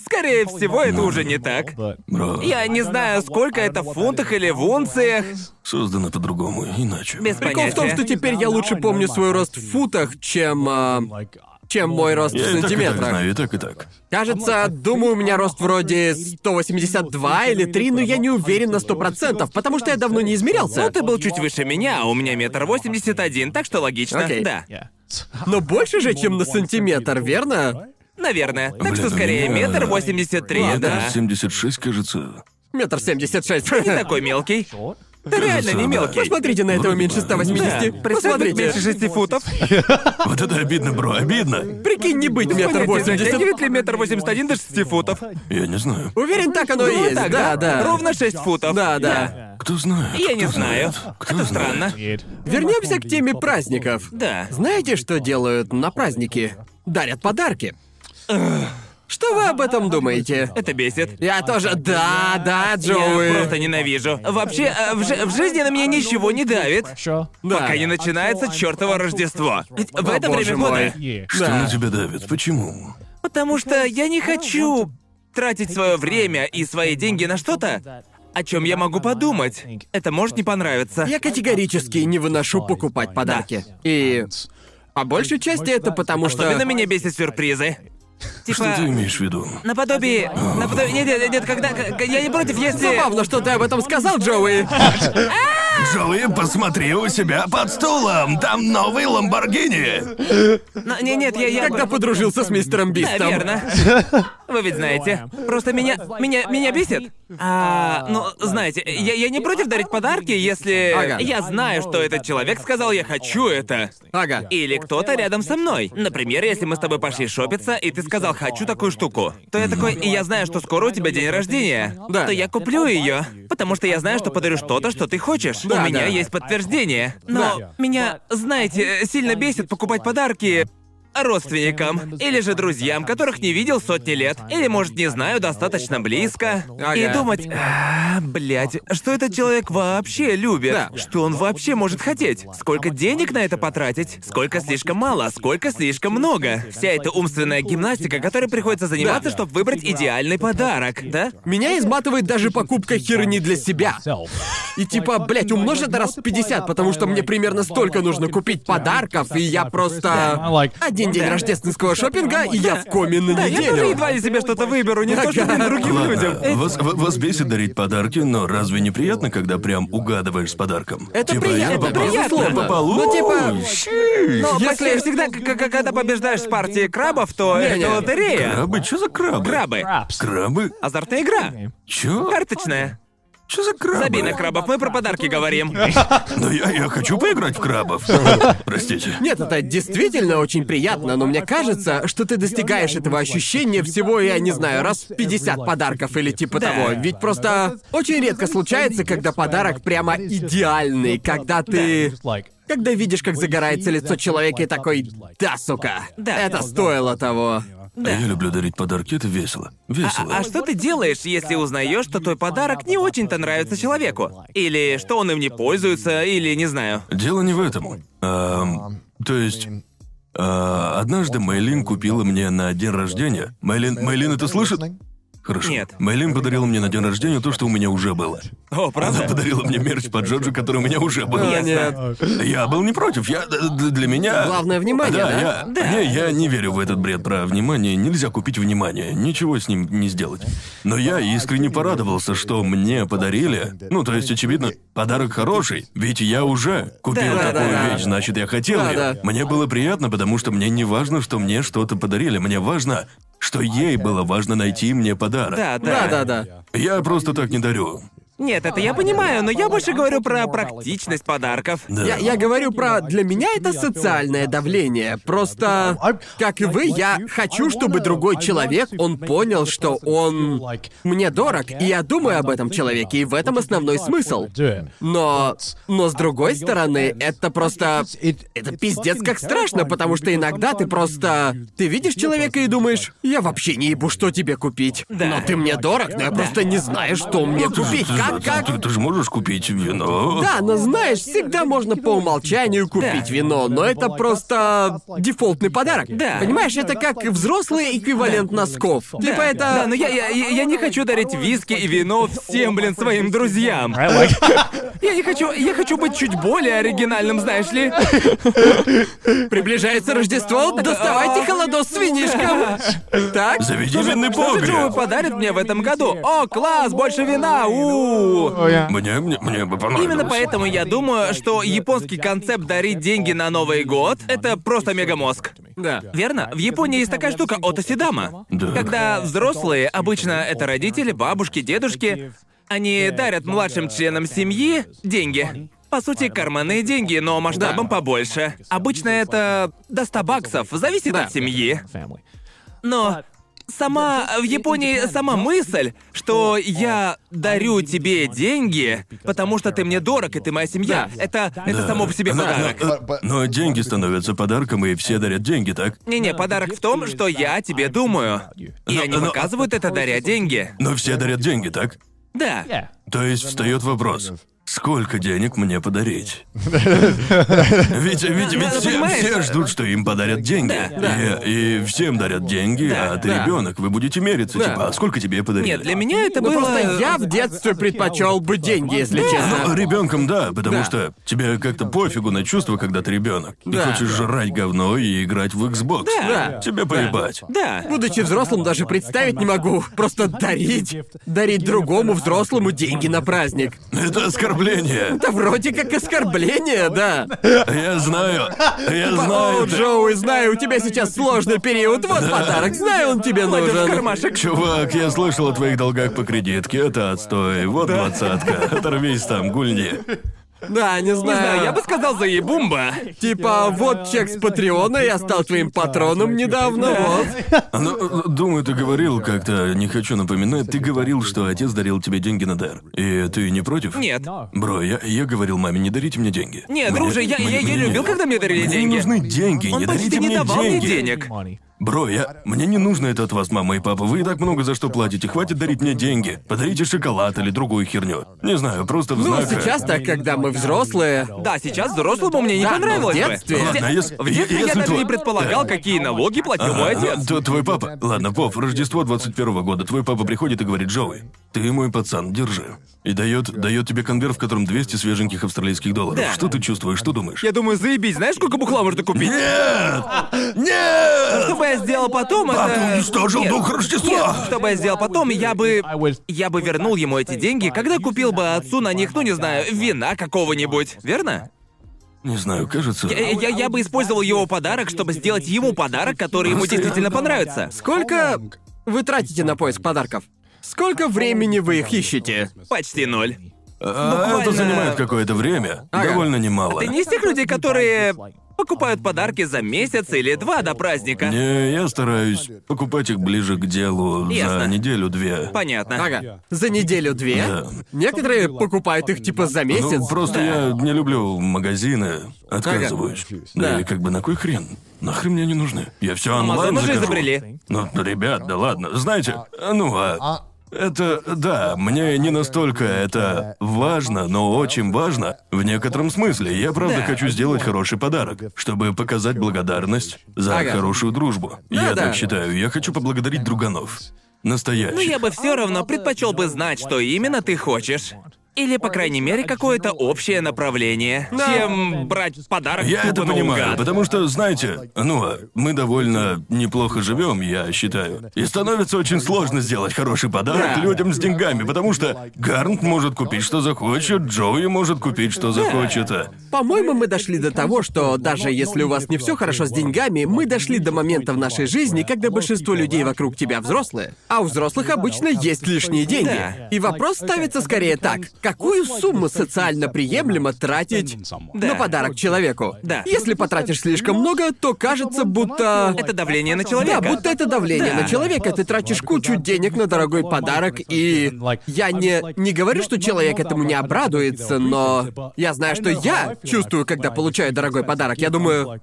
S3: Скорее всего, это уже не так.
S1: Бро,
S3: Я не знаю, сколько это в фунтах или в унциях.
S1: создано по-другому, иначе.
S3: Без
S2: Прикол в том, что
S3: понятия.
S2: теперь я лучше помню свой рост в футах, чем а, чем мой рост
S1: Я и так, и так
S2: сантиметрах.
S1: знаю, и так, и так.
S2: Кажется, думаю, у меня рост вроде 182 или 3, но я не уверен на 100%, потому что я давно не измерялся.
S5: Ну,
S3: Ты был чуть выше меня, а у меня метр восемьдесят один, так что логично.
S2: Окей.
S3: Да,
S2: Но больше же, чем на сантиметр, верно?
S3: наверное. Так
S1: Блин,
S3: что
S1: у
S3: скорее
S1: меня-
S3: метр восемьдесят три,
S1: Мне
S3: Ну, да.
S1: там 76, кажется.
S2: Метр семьдесят шесть.
S3: Не такой мелкий. Ты реально не
S1: да.
S3: мелкий.
S2: Посмотрите на этого
S1: Вроде
S2: меньше
S1: бы.
S2: 180.
S3: Да. Представь,
S2: Посмотрите.
S3: меньше шести футов.
S1: Вот это обидно, бро, обидно.
S2: Прикинь, не быть метр восемьдесят.
S3: Дотягивает ли метр восемьдесят один до шести футов?
S1: Я не знаю.
S2: Уверен, так оно и
S3: Думаю,
S2: есть.
S3: так,
S2: Да, да.
S3: Ровно шесть футов.
S2: Да, да.
S1: Кто знает?
S3: Я не
S1: кто
S3: знаю.
S1: знает, Кто
S3: Это
S1: знает?
S3: странно.
S2: Вернемся к теме праздников.
S3: Да.
S2: Знаете, что делают на праздники? Дарят подарки. Что вы об этом думаете?
S3: Это бесит.
S2: А, Я тоже. Да, да,
S3: Я
S2: Джоуи.
S3: просто ненавижу. Вообще, э, в, жи- в жизни на меня ничего не давит,
S2: Да.
S3: пока не начинается чертово Рождество. Ведь в
S2: О,
S3: это
S2: боже
S3: время года.
S2: мой.
S1: Что
S2: Да.
S1: на тебя давит? Почему?
S3: Потому что я не хочу тратить свое время и свои деньги на что-то, о чем я могу подумать. Это может не понравиться.
S2: Я категорически не выношу покупать подарки. И по большей части это потому, что...
S3: Особенно меня бесит сюрпризы.
S1: Что
S3: Типа,
S1: ты имеешь в виду?
S3: наподобие... наподобие... Нет, нет, нет, когда... к- Я не против, если...
S2: Забавно, что ты об этом сказал, Джоуи.
S1: Джоуи, посмотри у себя под стулом, там новый Ламборгини.
S3: Но- не- нет, я... я...
S2: Когда подружился с мистером Бистом.
S3: Да, верно. Вы ведь знаете. Просто меня... Меня... Меня бесит. А, ну, знаете, я, я не против дарить подарки, если...
S2: Ага.
S3: Я знаю, что этот человек сказал «я хочу это».
S2: Ага.
S3: Или кто-то рядом со мной. Например, если мы с тобой пошли шопиться, и ты сказал «хочу такую штуку», то я такой «и я знаю, что скоро у тебя день рождения».
S2: Да.
S3: То я куплю ее, потому что я знаю, что подарю что-то, что ты хочешь.
S2: Да,
S3: у меня
S2: да.
S3: есть подтверждение. Но
S5: Да.
S3: меня, знаете, сильно бесит покупать подарки родственникам или же друзьям, которых не видел сотни лет, или, может, не знаю, достаточно близко, и
S2: Ага.
S3: думать, а, блядь, что этот человек вообще любит,
S2: Да.
S3: что он вообще может хотеть, сколько денег на это потратить, сколько слишком мало, сколько слишком много. Вся эта умственная гимнастика, которой приходится заниматься,
S5: Да.
S3: чтобы выбрать идеальный подарок, да?
S2: Меня изматывает даже покупка херни для себя. И типа, блядь,
S3: ну,
S2: умножь это раз в 50, потому что мне примерно столько нужно купить подарков, и я
S3: ну,
S2: просто... Один день
S3: Да.
S2: рождественского шопинга, и я в коме на
S3: Да, я тоже
S2: неделю.
S3: едва ли себе что-то выберу, не то что
S2: Ага.
S3: другим людям.
S1: Ладно, Э, вас, в- вас бесит дарить подарки, но разве не приятно, когда прям угадываешь с подарком?
S2: Это
S1: Типа, я
S2: приятно,
S1: попал-
S2: безусловно.
S1: я попал.
S2: Ну, типа,
S1: Ууу,
S3: Но
S2: Если-
S3: если всегда, к- к- когда побеждаешь в партии крабов, то
S2: Не-не.
S3: это лотерея.
S1: Крабы? Чё за крабы?
S3: Крабы.
S1: Крабы?
S3: Азартная игра.
S1: Чё?
S3: Карточная.
S1: Что за крабы?
S3: Забей на крабов, мы про подарки говорим.
S1: Но я, я хочу поиграть в крабов. Простите.
S2: Нет, это действительно очень приятно, но мне кажется, что ты достигаешь
S3: Ну,
S2: этого ощущения всего, я не знаю, раз в 50 подарков или типа
S3: Да. ну,
S2: того. Ведь просто очень редко случается, когда подарок прямо идеальный, когда ты... Когда видишь, как загорается лицо человека и такой «Да, сука,
S3: Да.
S2: это стоило того».
S1: А Я люблю дарить подарки, это весело. Весело.
S3: А, а что ты делаешь, если узнаешь, что твой подарок не очень-то нравится человеку? Или что он им не пользуется, или не знаю.
S1: Дело не в этом. Эм, то есть... э, однажды Мэйлин купила мне на день рождения. Мэйлин, Мэйлин это слышит? Хорошо.
S3: Нет.
S1: Мэйлин подарила мне на день рождения то, что у меня уже было.
S3: О,
S1: Она
S3: правда?
S1: подарила мне мерч по Джоджо, который у меня уже был.
S2: А, нет.
S3: uh,
S1: Я был не против, я д- д- для меня.
S2: Главное внимание, да?
S1: Я, Не, я не верю в этот бред про внимание. Нельзя купить внимание, ничего с ним не сделать. Но я искренне порадовался, что мне подарили. Ну, то есть, очевидно, подарок хороший, ведь я уже купил
S3: Да, да,
S1: такую
S2: да, да.
S1: вещь, значит, я хотел
S2: Да,
S1: ее.
S2: да.
S1: Мне было приятно, потому что мне не важно, что мне что-то подарили, мне важно, что ей было важно найти мне подарок.
S3: Да, да.
S2: Да-да-да.
S1: Я просто так не дарю.
S3: Нет, это я понимаю, но я больше говорю про практичность подарков.
S1: Да. Ну,
S2: Я, я говорю про... Для меня это социальное давление. Просто, как и вы, я хочу, чтобы другой человек, он понял, что он мне дорог, и я думаю об этом человеке, и в этом основной смысл. Но... Но с другой стороны, это просто... Это пиздец как страшно, потому что иногда ты просто... Ты видишь человека и думаешь, я вообще не ебу, что тебе купить. Но ты мне дорог, но я просто не знаю, что мне
S1: Ты же-
S2: купить.
S1: ты же-
S2: Как, как?
S1: Ты, ты же можешь купить вино.
S2: Да, ну, но знаешь, всегда можно по умолчанию купить
S3: Да.
S2: вино, но это просто дефолтный подарок.
S5: Да.
S2: Понимаешь, это как взрослый эквивалент носков. Типа это...
S3: Да, но ну, я, я, я я не хочу дарить виски и вино всем, блин, своим друзьям. Я не хочу, я хочу быть чуть более оригинальным, знаешь ли.
S2: Приближается Рождество, доставайте холодос с винишком. Так?
S1: Заведи винный
S3: Что же Джоуи
S1: погреб.
S3: подарит мне в этом году? О, класс, больше вина, у
S1: Мне, мне, мне бы понравилось.
S3: Именно поэтому я думаю, что японский концепт дарить деньги на Новый год — это просто мегамозг.
S2: Да.
S3: Верно? В Японии есть такая штука отосидама.
S1: Да.
S3: Когда взрослые, обычно это родители, бабушки, дедушки, они дарят младшим членам семьи деньги. По сути, карманные деньги, но масштабом побольше. Обычно это до 100 баксов, зависит от семьи. Но сама в Японии сама мысль, что я дарю тебе деньги, потому что ты мне дорог и ты моя семья, это это само по себе
S1: Но-
S3: подарок.
S1: Но, но деньги становятся подарком, и все дарят деньги, так?
S3: Не-не, подарок в том, что я о тебе думаю. И
S1: Но-
S3: они
S1: но-
S3: показывают это, даря деньги.
S1: Но все дарят деньги, так?
S3: Да.
S1: То есть встает вопрос. Сколько денег мне
S3: (laughs)
S1: подарить? Ведь, ведь, ведь
S3: да,
S1: все,
S3: понимаешь?
S1: все ждут, что им подарят деньги. И, и всем дарят деньги, а ты
S2: да.
S1: ребенок, вы будете мериться,
S2: Да.
S1: типа, а сколько тебе я подарил?
S3: Нет, для меня это
S2: Ну,
S3: было...
S2: просто я в детстве предпочел бы деньги, если
S1: Ну,
S2: честно.
S1: ребенком, да, потому
S2: Да.
S1: что тебе как-то пофигу на чувства, когда ты ребенок. Ты
S2: Да.
S1: хочешь жрать говно и играть в Xbox.
S3: Да.
S1: Тебе поебать.
S3: Да.
S2: Будучи взрослым, даже представить не могу. Просто дарить... Дарить другому взрослому деньги на праздник.
S1: Это оскорбление.
S2: Да вроде как оскорбление, да.
S1: Я знаю. Я
S2: О,
S1: знаю. ты-
S2: Джоуи, знаю, у тебя сейчас сложный период. Вот подарок, знаю, он тебе
S3: Кладёшь в
S2: нужен.
S3: кармашек.
S1: Чувак, я слышал о твоих долгах по кредитке. Это отстой. Вот двадцатка. Оторвись там, гульни.
S2: Да, не
S3: Не знаю,
S2: знаю,
S3: я бы сказал за ебумба.
S2: Типа, вот чек с Патреона, я стал твоим патроном недавно, вот.
S1: Ну, думаю, ты говорил как-то, не хочу напоминать, ты говорил, что отец дарил тебе деньги на дар. И ты не против?
S3: Нет.
S1: Бро, я, я говорил маме, не дарите мне деньги.
S3: Не,
S1: Мне-
S3: друже, я,
S1: мне-
S3: я, я
S1: мне-
S3: любил, когда мне дарили
S1: Мне
S3: деньги.
S1: не нужны деньги,
S3: Он
S1: не
S3: почти
S1: дарите
S3: не
S1: мне
S3: давал мне
S1: деньги.
S3: денег.
S1: Бро, я... мне не нужно это от вас, мама и папа. Вы и так много за что платите. Хватит дарить мне деньги. Подарите шоколад или другую херню. Не знаю, просто в
S2: Ну,
S1: знак-
S2: сейчас так, когда мы взрослые.
S3: Да, сейчас взрослому мне не
S2: Да, но в
S3: понравилось бы.
S2: детстве-
S3: В де-
S1: Ладно, если-
S3: В детстве я
S1: если
S3: даже
S1: твой-
S3: не предполагал, какие налоги платил мой
S1: Ага,
S3: отец.
S1: то твой папа. Ладно, Пов, Рождество 21 года. Твой папа приходит и говорит, Джоуи, ты мой пацан, держи. И дает, дает тебе конверт, в котором 200 свеженьких австралийских долларов.
S3: Да.
S1: Что ты чувствуешь, что думаешь?
S3: Я думаю, заебись, знаешь, сколько бухла можно купить?
S1: Нет! Нет!
S3: Что бы я сделал потом, это...
S1: Папа уничтожил
S3: Нет.
S1: дух
S3: Нет,
S1: Рождества!
S3: что бы я сделал потом, я бы... Я бы вернул ему эти деньги, когда купил бы отцу на них, ну не знаю, вина какого-нибудь, верно?
S1: Не знаю, кажется...
S3: Я, я, я бы использовал его подарок, чтобы сделать ему подарок, который ему действительно понравится.
S2: Сколько вы тратите на поиск подарков? Сколько времени вы их ищете?
S3: Почти ноль.
S1: А
S3: Буквально-
S1: это занимает какое-то время. Довольно немало.
S3: Ты не из тех людей, которые покупают подарки за месяц или два до праздника.
S1: Не, я стараюсь покупать их ближе к делу за
S3: Ясно.
S1: неделю-две.
S3: Понятно.
S2: Ага. За неделю-две?
S1: Да.
S2: Некоторые покупают их типа за
S1: Ну,
S2: месяц.
S1: просто я не люблю магазины, отказываюсь. Да,
S2: Да.
S1: и как бы на кой хрен? Нахрен мне не нужны. Я все онлайн
S3: Амазон уже
S1: закажу.
S3: изобрели.
S1: Ну, ребят, да ладно. Знаете, а ну а... Это, да, мне не настолько это важно, но очень важно. В некотором смысле. Я правда
S3: Да.
S1: хочу сделать хороший подарок, чтобы показать благодарность за
S2: Ага.
S1: хорошую дружбу. я
S2: да. Ну,
S1: так считаю. Я хочу поблагодарить друганов. Настоящих.
S3: Но Ну, я бы все равно предпочел бы знать, что именно ты хочешь. Или, по крайней мере, какое-то общее направление, чем брать подарок
S1: Я
S3: тупо
S1: это понимаю,
S3: наугад.
S1: потому что, знаете, ну, а мы довольно неплохо живем, я считаю. И становится очень сложно сделать хороший подарок
S2: Да.
S1: людям с деньгами, потому что Гарнт может купить, что захочет, Джоуи может купить, что захочет. а-
S2: По-моему, мы дошли до того, что даже если у вас не все хорошо с деньгами, мы дошли до момента в нашей жизни, когда большинство людей вокруг тебя взрослые, а у взрослых обычно есть лишние деньги.
S5: Да.
S2: И вопрос ставится скорее так: какую сумму социально приемлемо тратить на
S3: Да.
S2: подарок человеку?
S3: Да.
S2: Если потратишь слишком много, то кажется, будто
S3: Это давление на человека.
S2: Да, будто это давление
S3: Да.
S2: на человека. Ты тратишь кучу денег на дорогой подарок, и я не не говорю, что человек этому не обрадуется, но я знаю, что я чувствую, когда получаю дорогой подарок. Я думаю,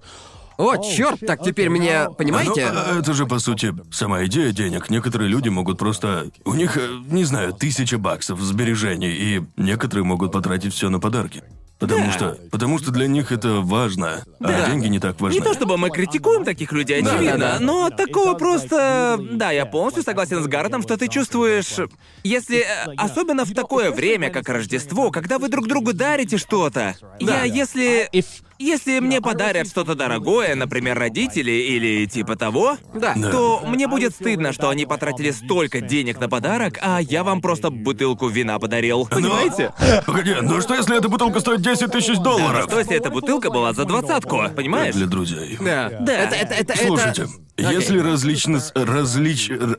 S2: о, черт, так теперь мне, понимаете?
S1: Ну, а это же, по сути, сама идея денег. Некоторые люди могут просто... У них, э, не знаю, тысяча баксов сбережений, и некоторые могут потратить все на подарки. Потому что... Потому что для них это важно, а
S3: Да.
S1: деньги не так важны.
S3: Не то чтобы мы критикуем таких людей,
S5: Да,
S3: очевидно,
S2: да, да.
S3: но от такого просто... Да, я полностью согласен с Гарретом, что ты чувствуешь... Если... э, Особенно в такое время, как Рождество, когда вы друг другу дарите что-то.
S5: Да.
S3: Я,
S5: А
S3: если... Если мне подарят что-то дорогое, например, родители или типа того,
S2: Да.
S3: то мне будет стыдно, что они потратили столько денег на подарок, а я вам просто бутылку вина подарил.
S1: Ну,
S3: Понимаете?
S1: Погоди, ну что если эта бутылка стоит 10 тысяч долларов?
S3: Что если эта бутылка была за двадцатку, понимаешь?
S1: а Для друзей.
S2: Да. Да. Это, это, это, это-
S1: Слушайте,
S2: Окей.
S1: если различно... с- различ... р-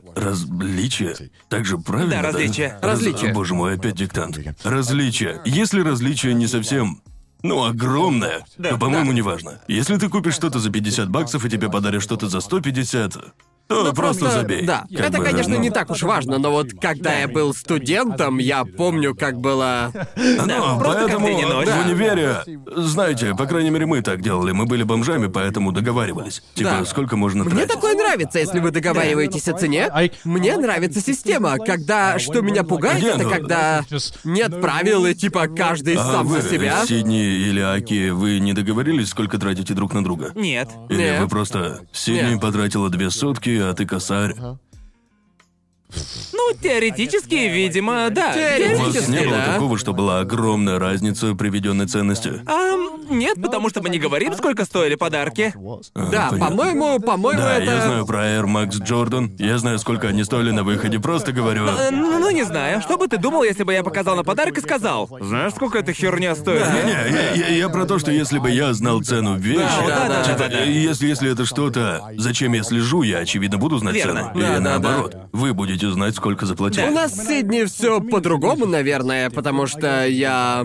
S1: различие... Так же правильно,
S3: Да, различие.
S1: Раз- а,
S2: Различие.
S1: Боже мой, опять диктант. Различие. Если различие не совсем... Ну, огромное. то, по-моему, неважно. Если ты купишь что-то за 50 баксов и тебе подарят что-то за 150, то просто, забей.
S2: Ну, Да.
S1: Как
S2: это,
S1: бы,
S2: конечно,
S1: ну,
S2: не так уж важно, но вот когда я был студентом, я помню, как было.
S1: Ну,
S3: просто
S1: поэтому
S3: каждый день и ночь.
S1: в универе, знаете, по крайней мере, мы так делали. Мы были бомжами, поэтому договаривались. Типа,
S2: Да.
S1: сколько можно
S2: Мне
S1: тратить.
S2: такое нравится, если вы договариваетесь о цене. Мне нравится система, когда что меня пугает,
S1: Не,
S2: это
S1: ну-
S2: когда нет правил и типа каждый
S1: А
S2: сам
S1: вы,
S2: за себя.
S1: Сидни или Аки, вы не договорились, сколько тратите друг на друга?
S3: Нет.
S1: Или
S2: Нет.
S1: вы просто... Сидни
S2: Нет.
S1: потратила две сотки, а ты косарь.
S3: Ну, теоретически, видимо,
S1: У
S3: да.
S1: вас
S2: Теоретически,
S1: не было
S2: да. А,
S1: такого, что была огромная разница приведенной ценности?
S3: Ам, А,
S2: Ну,
S3: нет, потому что мы не говорим, сколько стоили подарки.
S2: Да,
S1: понятно.
S2: по-моему, по-моему,
S1: Да,
S2: это.
S1: я знаю про Air Max Jordan. Я знаю, сколько они стоили на выходе. Просто говорю...
S3: Э, Ну, ну, не знаю. Что бы ты думал, если бы я показал на подарок и сказал? Знаешь, сколько эта херня стоит?
S1: Не, я, я- я про то, что если бы я знал цену вещи,
S2: да, да,
S1: типа,
S3: да, да.
S1: если если это что-то, зачем я слежу, я очевидно буду знать
S3: Верно.
S1: цену. Или
S2: Да, да,
S1: наоборот, вы будете знать, сколько заплатил.
S2: У нас с Сидни все по-другому, наверное, потому что я.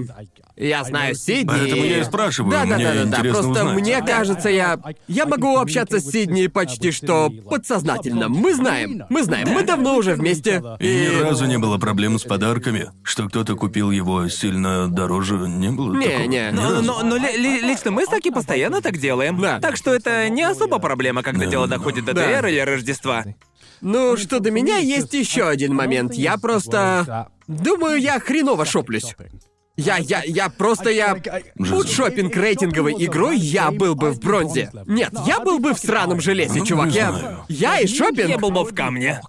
S2: Я знаю Сидни.
S1: Поэтому я и спрашиваю,
S2: Да, да,
S1: мне
S2: да, да, да.
S1: интересно
S2: Просто
S1: узнать.
S2: мне кажется, я. Я могу общаться с Сидни почти что подсознательно. Мы знаем. Мы знаем. Мы давно уже вместе.
S1: И
S2: Э,
S1: ни разу не было проблем с подарками, что кто-то купил его сильно дороже, не было
S2: Не,
S1: такого? Ни
S2: не. Ну,
S3: Но,
S1: разу.
S3: но- но ну, ли- ли- лично мы с Аки постоянно так делаем.
S2: Да.
S3: Так что это не особо проблема, когда
S1: Да,
S3: дело
S1: да.
S3: доходит до
S2: Да.
S3: ДР или Рождества.
S2: Ну, что до меня есть еще один момент. Я просто. Думаю, я хреново шоплюсь. Я, я, я просто я. Будь шопинг рейтинговой игрой, я был бы в бронзе. Нет, я был бы в сраном железе,
S1: Ну,
S2: чувак.
S1: не
S2: Я,
S1: знаю.
S2: я и
S3: Я
S2: шопинг.
S3: был бы
S2: (laughs)
S3: в камне.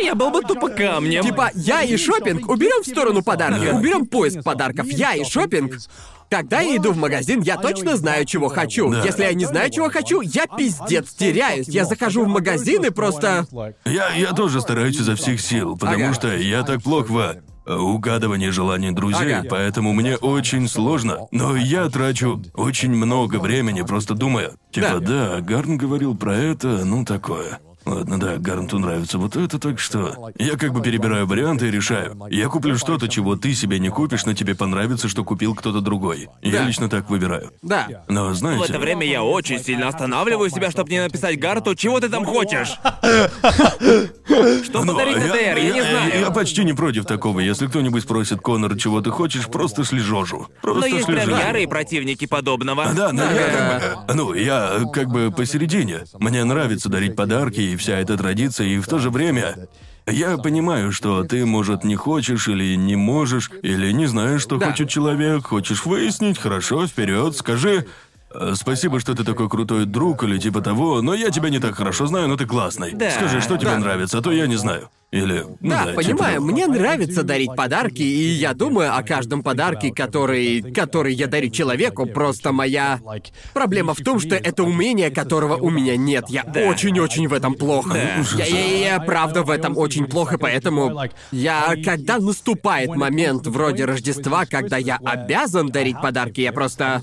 S3: Я был бы тупо камнем.
S2: Типа, я и шопинг уберем в сторону подарки,
S5: Да.
S2: уберем поиск подарков, я и шопинг. Когда я иду в магазин, я точно знаю, чего хочу.
S1: Да.
S2: Если я не знаю, чего хочу, я пиздец теряюсь. Я захожу в магазин и просто...
S1: Я, я тоже стараюсь изо всех сил, потому
S2: Ага.
S1: что я так плох в э, угадывании желаний друзей,
S2: Ага.
S1: поэтому мне очень сложно. Но я трачу очень много времени, просто думая. Типа, да, Гарн говорил про это, ну такое. Ладно, да, Гарнту нравится вот это, так что... Я как бы перебираю варианты и решаю. Я куплю что-то, чего ты себе не купишь, но тебе понравится, что купил кто-то другой. Я
S2: Да.
S1: лично так выбираю.
S2: Да.
S1: Но
S3: В
S1: знаете...
S3: это время я очень сильно останавливаю себя, чтобы не написать Гарту, чего ты там хочешь. Что
S1: Ну,
S3: подарить на ТР, я не
S1: я- я
S3: знаю.
S1: почти не против такого. Если кто-нибудь спросит, Конор, чего ты хочешь, просто слежожу.
S3: Но
S1: Просто
S3: есть прям
S1: слежожу.
S3: ярые противники подобного.
S1: Да, но я как бы... Ну, я э, как бы посередине. Мне нравится дарить подарки и вся эта традиция, и в то же время... Я понимаю, что ты, может, не хочешь или не можешь, или не знаешь, что
S2: Да.
S1: хочет человек, хочешь выяснить, хорошо, вперед, скажи... «Э, Спасибо, что ты такой крутой друг или типа того, но я тебя не так хорошо знаю, но ты классный.
S3: Да,
S1: Скажи, что тебе
S2: да.
S1: нравится, а то я не знаю. Или... ну
S2: Да,
S1: типа
S2: понимаю,
S1: того.
S2: мне нравится дарить подарки, и я думаю о каждом подарке, который, который я дарю человеку, просто моя... Проблема в том, что это умение, которого у меня нет. Я очень-очень в этом плохо. Я, я- я правда в этом очень плохо, поэтому я, когда наступает момент вроде Рождества, когда я обязан дарить подарки, я просто...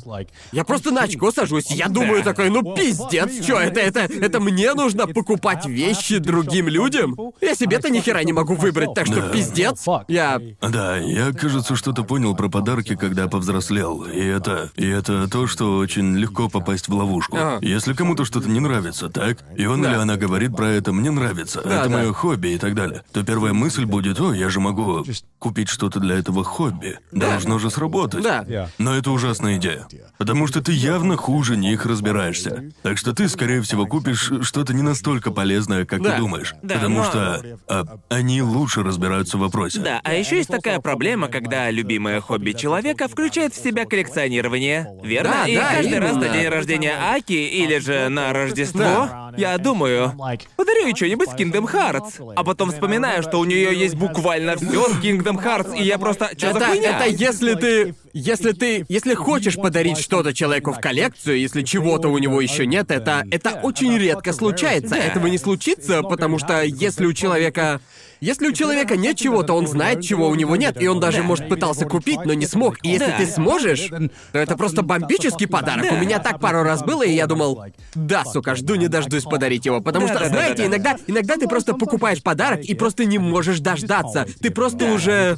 S2: Я просто на очко сажусь, я думаю такой, ну пиздец, чё это, это, это мне нужно покупать вещи другим людям? Я себе-то нихера не могу выбрать, так что
S1: Да.
S2: пиздец. Я...
S1: Да, я, кажется, что-то понял про подарки, когда повзрослел. И это... И это то, что очень легко попасть в ловушку.
S2: Ага.
S1: Если кому-то что-то не нравится, так? И он или она говорит про это «мне нравится»,
S2: Да,
S1: «это
S2: да.
S1: мое хобби» и так далее, то первая мысль будет «О, я же могу купить что-то для этого хобби». Должно же сработать.
S2: Да.
S1: Но это ужасная идея. Потому что ты явно хуже них разбираешься. Так что ты, скорее всего, купишь что-то не настолько полезное, как
S2: Да.
S1: ты думаешь.
S3: Да,
S1: потому
S3: но-
S1: что а, они лучше разбираются в вопросе.
S3: Да, а еще есть такая проблема, когда любимое хобби человека включает в себя коллекционирование, верно?
S2: Да,
S3: и
S2: да,
S3: каждый раз на
S2: именно.
S3: день рождения Аки или же на Рождество,
S5: Да.
S3: я думаю, подарю ей что-нибудь с Kingdom Hearts, а потом вспоминаю, что у нее есть буквально все с Kingdom Hearts, и я просто что за
S2: Это,
S3: хуйня?
S2: это если ты... Если ты... Если хочешь подарить что-то человеку в коллекцию, если чего-то у него еще нет, это... Это очень редко случается. Этого не случится, потому что если у человека... Если у человека нет чего-то, он знает, чего у него нет, и он даже,
S5: Да.
S2: может, пытался купить, но не смог. И если
S3: Да.
S2: ты сможешь, то это просто бомбический подарок.
S3: Да.
S2: У меня так пару раз было, и я думал, да, сука, жду, не дождусь подарить его. Потому
S3: Да,
S2: что,
S3: да, да,
S2: знаете,
S3: да, да.
S2: иногда, иногда ты просто покупаешь подарок и просто не можешь дождаться. Ты просто уже...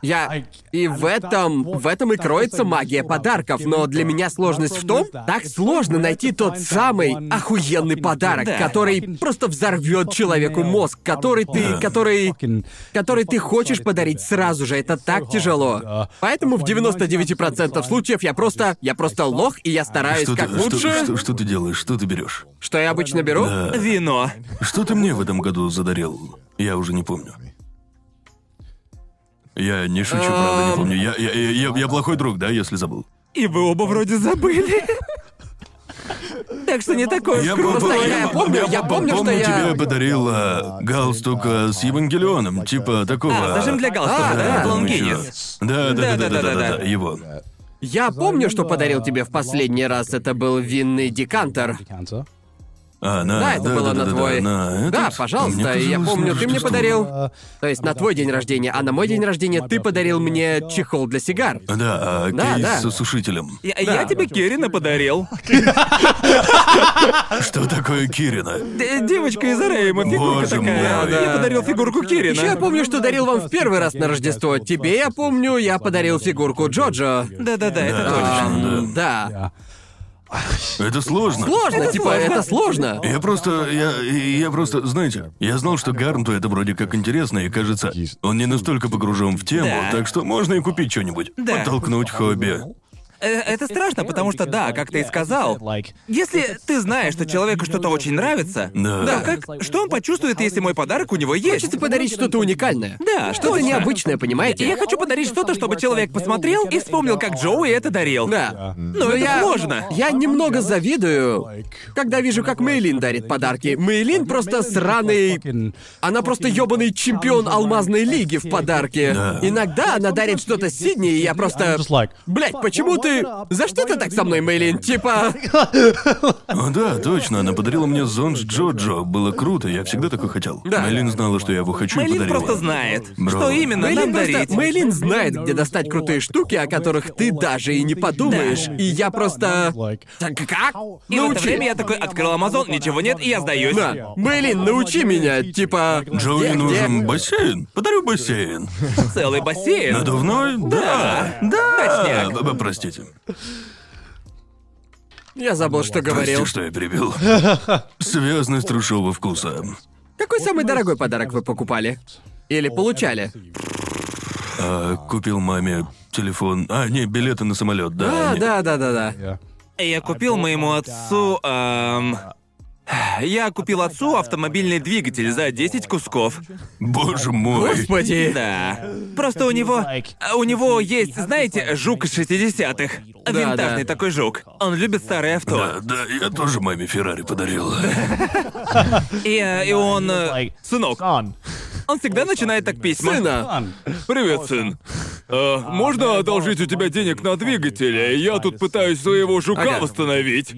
S2: Я... И в этом... В этом и кроется магия подарков, но для меня сложность в том, так сложно найти тот самый охуенный подарок,
S3: Да.
S2: который просто взорвет человеку мозг, который ты...
S5: Да.
S2: который... который ты хочешь подарить сразу же. Это так
S5: uh,
S2: тяжело. Поэтому в 99% случаев я просто... я просто лох, и я стараюсь
S1: Что ты,
S2: как
S1: что-
S2: лучше...
S1: что- что ты делаешь? Что ты берешь?
S2: Что я обычно беру?
S1: Да.
S3: Вино.
S1: Что ты мне в этом году задарил? Я уже не помню. Я не шучу, правда, не помню. Я, я, я- я- я плохой друг, да, если забыл.
S3: И вы оба вроде забыли. Так что не такое уж
S1: Я
S3: круто.
S2: просто-
S1: пом-
S2: я помню, я помню, что я-
S1: тебе подарил а, галстук а, с Евангелионом, типа такого.
S3: А, зажим для галстука,
S2: А,
S3: да?
S2: да.
S1: там
S3: Лонгинис.
S1: ещё. Да, да, да, да, да, да, да,
S3: Да-да-да-да-да.
S1: его.
S2: Я помню, что подарил тебе в последний раз. Это был винный декантер.
S1: А, на,
S2: Да, это было на
S1: да,
S2: твой-
S1: на этот?
S2: Да,
S1: Мне
S2: пожалуйста, я
S1: казалось, на
S2: помню, ты мне
S1: Рождество.
S2: подарил. То есть на твой день рождения, а на мой день рождения ты подарил мне чехол для сигар.
S1: Да, а,
S2: Да,
S1: кейс
S2: да.
S1: с осушителем.
S3: Я, я тебе Керина подарил.
S1: Что такое Кирина?
S3: Д- девочка из Рейма, фигурка
S1: Боже
S3: такая.
S1: мой.
S3: Я подарил фигурку Кирина.
S2: Еще я помню, что дарил вам в первый раз на Рождество. Тебе я помню, я подарил фигурку Джоджо.
S3: Да-да-да, это
S1: Да.
S3: точно.
S2: Ам, Да.
S1: Это сложно.
S2: Сложно, типа, это сложно.
S1: Я просто, я, я просто, знаете, я знал, что Гарнту это вроде как интересно, и кажется, он не настолько погружен в тему,
S3: Да.
S1: так что можно и купить что-нибудь.
S3: Да.
S1: Подтолкнуть хобби.
S3: Э, Это страшно, потому что,
S2: А
S3: да, как ты и сказал, если ты знаешь, что человеку что-то очень нравится,
S1: Да.
S3: то как, что он почувствует, если мой подарок у него есть?
S2: Хочется подарить что-то уникальное.
S3: Да,
S2: Что-то
S3: точно.
S2: необычное,
S3: И Я
S2: понимаете?
S3: хочу подарить что-то, чтобы человек посмотрел и вспомнил, как Джоуи это дарил.
S2: Да.
S3: Но, это
S2: я-
S3: сложно.
S2: Я немного завидую, когда вижу, как Мейлин дарит подарки. Мейлин просто сраный... Она просто ёбаный чемпион алмазной лиги в подарке.
S1: Да.
S2: Иногда она дарит что-то Сидни, и я просто... Блять, почему ты ты... За что ты так со мной, Мэйлин? Типа...
S1: О, да, точно, она подарила мне зонт с Джоджо. Было круто, я всегда такой хотел.
S2: Да.
S1: Мэйлин знала, что я его хочу и
S3: Мэйлин
S1: подарила.
S3: просто знает,
S1: Бро.
S3: что именно
S2: Мэйлин
S3: нам
S2: просто...
S3: дарить.
S2: Мэйлин знает, где достать крутые штуки, о которых ты даже и не подумаешь. И я просто... Так как?
S3: И в это
S2: Научи.
S3: время я такой открыл Амазон, ничего нет, и я сдаюсь.
S2: Ну, Да. Мэйлин, научи меня, типа...
S1: Джоуи
S2: где-
S1: нужен
S2: где-
S1: бассейн? Подарю бассейн.
S3: Целый бассейн.
S1: Надувной? Да. Да.
S3: Точняк.
S1: Б- Простите.
S2: Я забыл, что говорил.
S1: Прости, что я перебил. Связность трушевого вкуса.
S2: Какой самый дорогой подарок вы покупали? Или получали?
S1: А, купил маме телефон. А, не, билеты на самолет, да.
S2: А,
S1: не-
S2: да, да, да, да.
S3: Я купил моему отцу... эм, Я купил отцу автомобильный двигатель за 10 кусков.
S1: Боже мой.
S2: Господи.
S3: Да. Просто у него... а У него есть, знаете, жук из 60-х.
S5: Да,
S3: Винтажный
S2: да.
S3: такой жук. Он любит старые авто.
S1: Да, да, я тоже маме Феррари
S2: (laughs)
S1: подарил.
S3: И, э, и он... э, Сынок,
S5: Сон.
S3: он всегда начинает так письма.
S2: Сына.
S3: Привет, сын. Э, можно одолжить у тебя денег на двигатель? Я тут пытаюсь своего жука
S2: Ага.
S3: восстановить.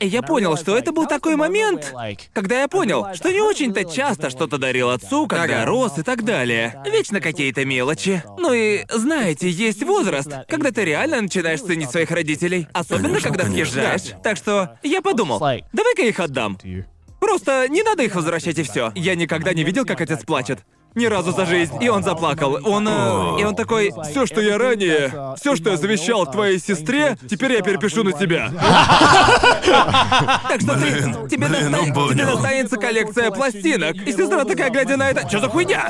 S3: И я понял, что это был такой момент, когда я понял, что не очень-то часто что-то дарил отцу, когда
S2: Ага.
S3: рос и так далее. Вечно какие-то мелочи. Ну и, знаете, есть возраст, когда ты реально начинаешь ценить своих родителей. Особенно,
S1: Конечно,
S3: когда
S1: конечно.
S3: съезжаешь. Так что я подумал, давай-ка их отдам. Просто не надо их возвращать и все. Я никогда не видел, как отец плачет. Ни разу за жизнь, и он заплакал. Он. э, и он такой. Все, что я ранее, все, что я завещал твоей сестре, теперь я перепишу на тебя. Так что ты, тебе,
S1: блин,
S3: доста-
S1: он понял.
S3: тебе достанется коллекция пластинок. И сестра такая, глядя на это, что за хуйня?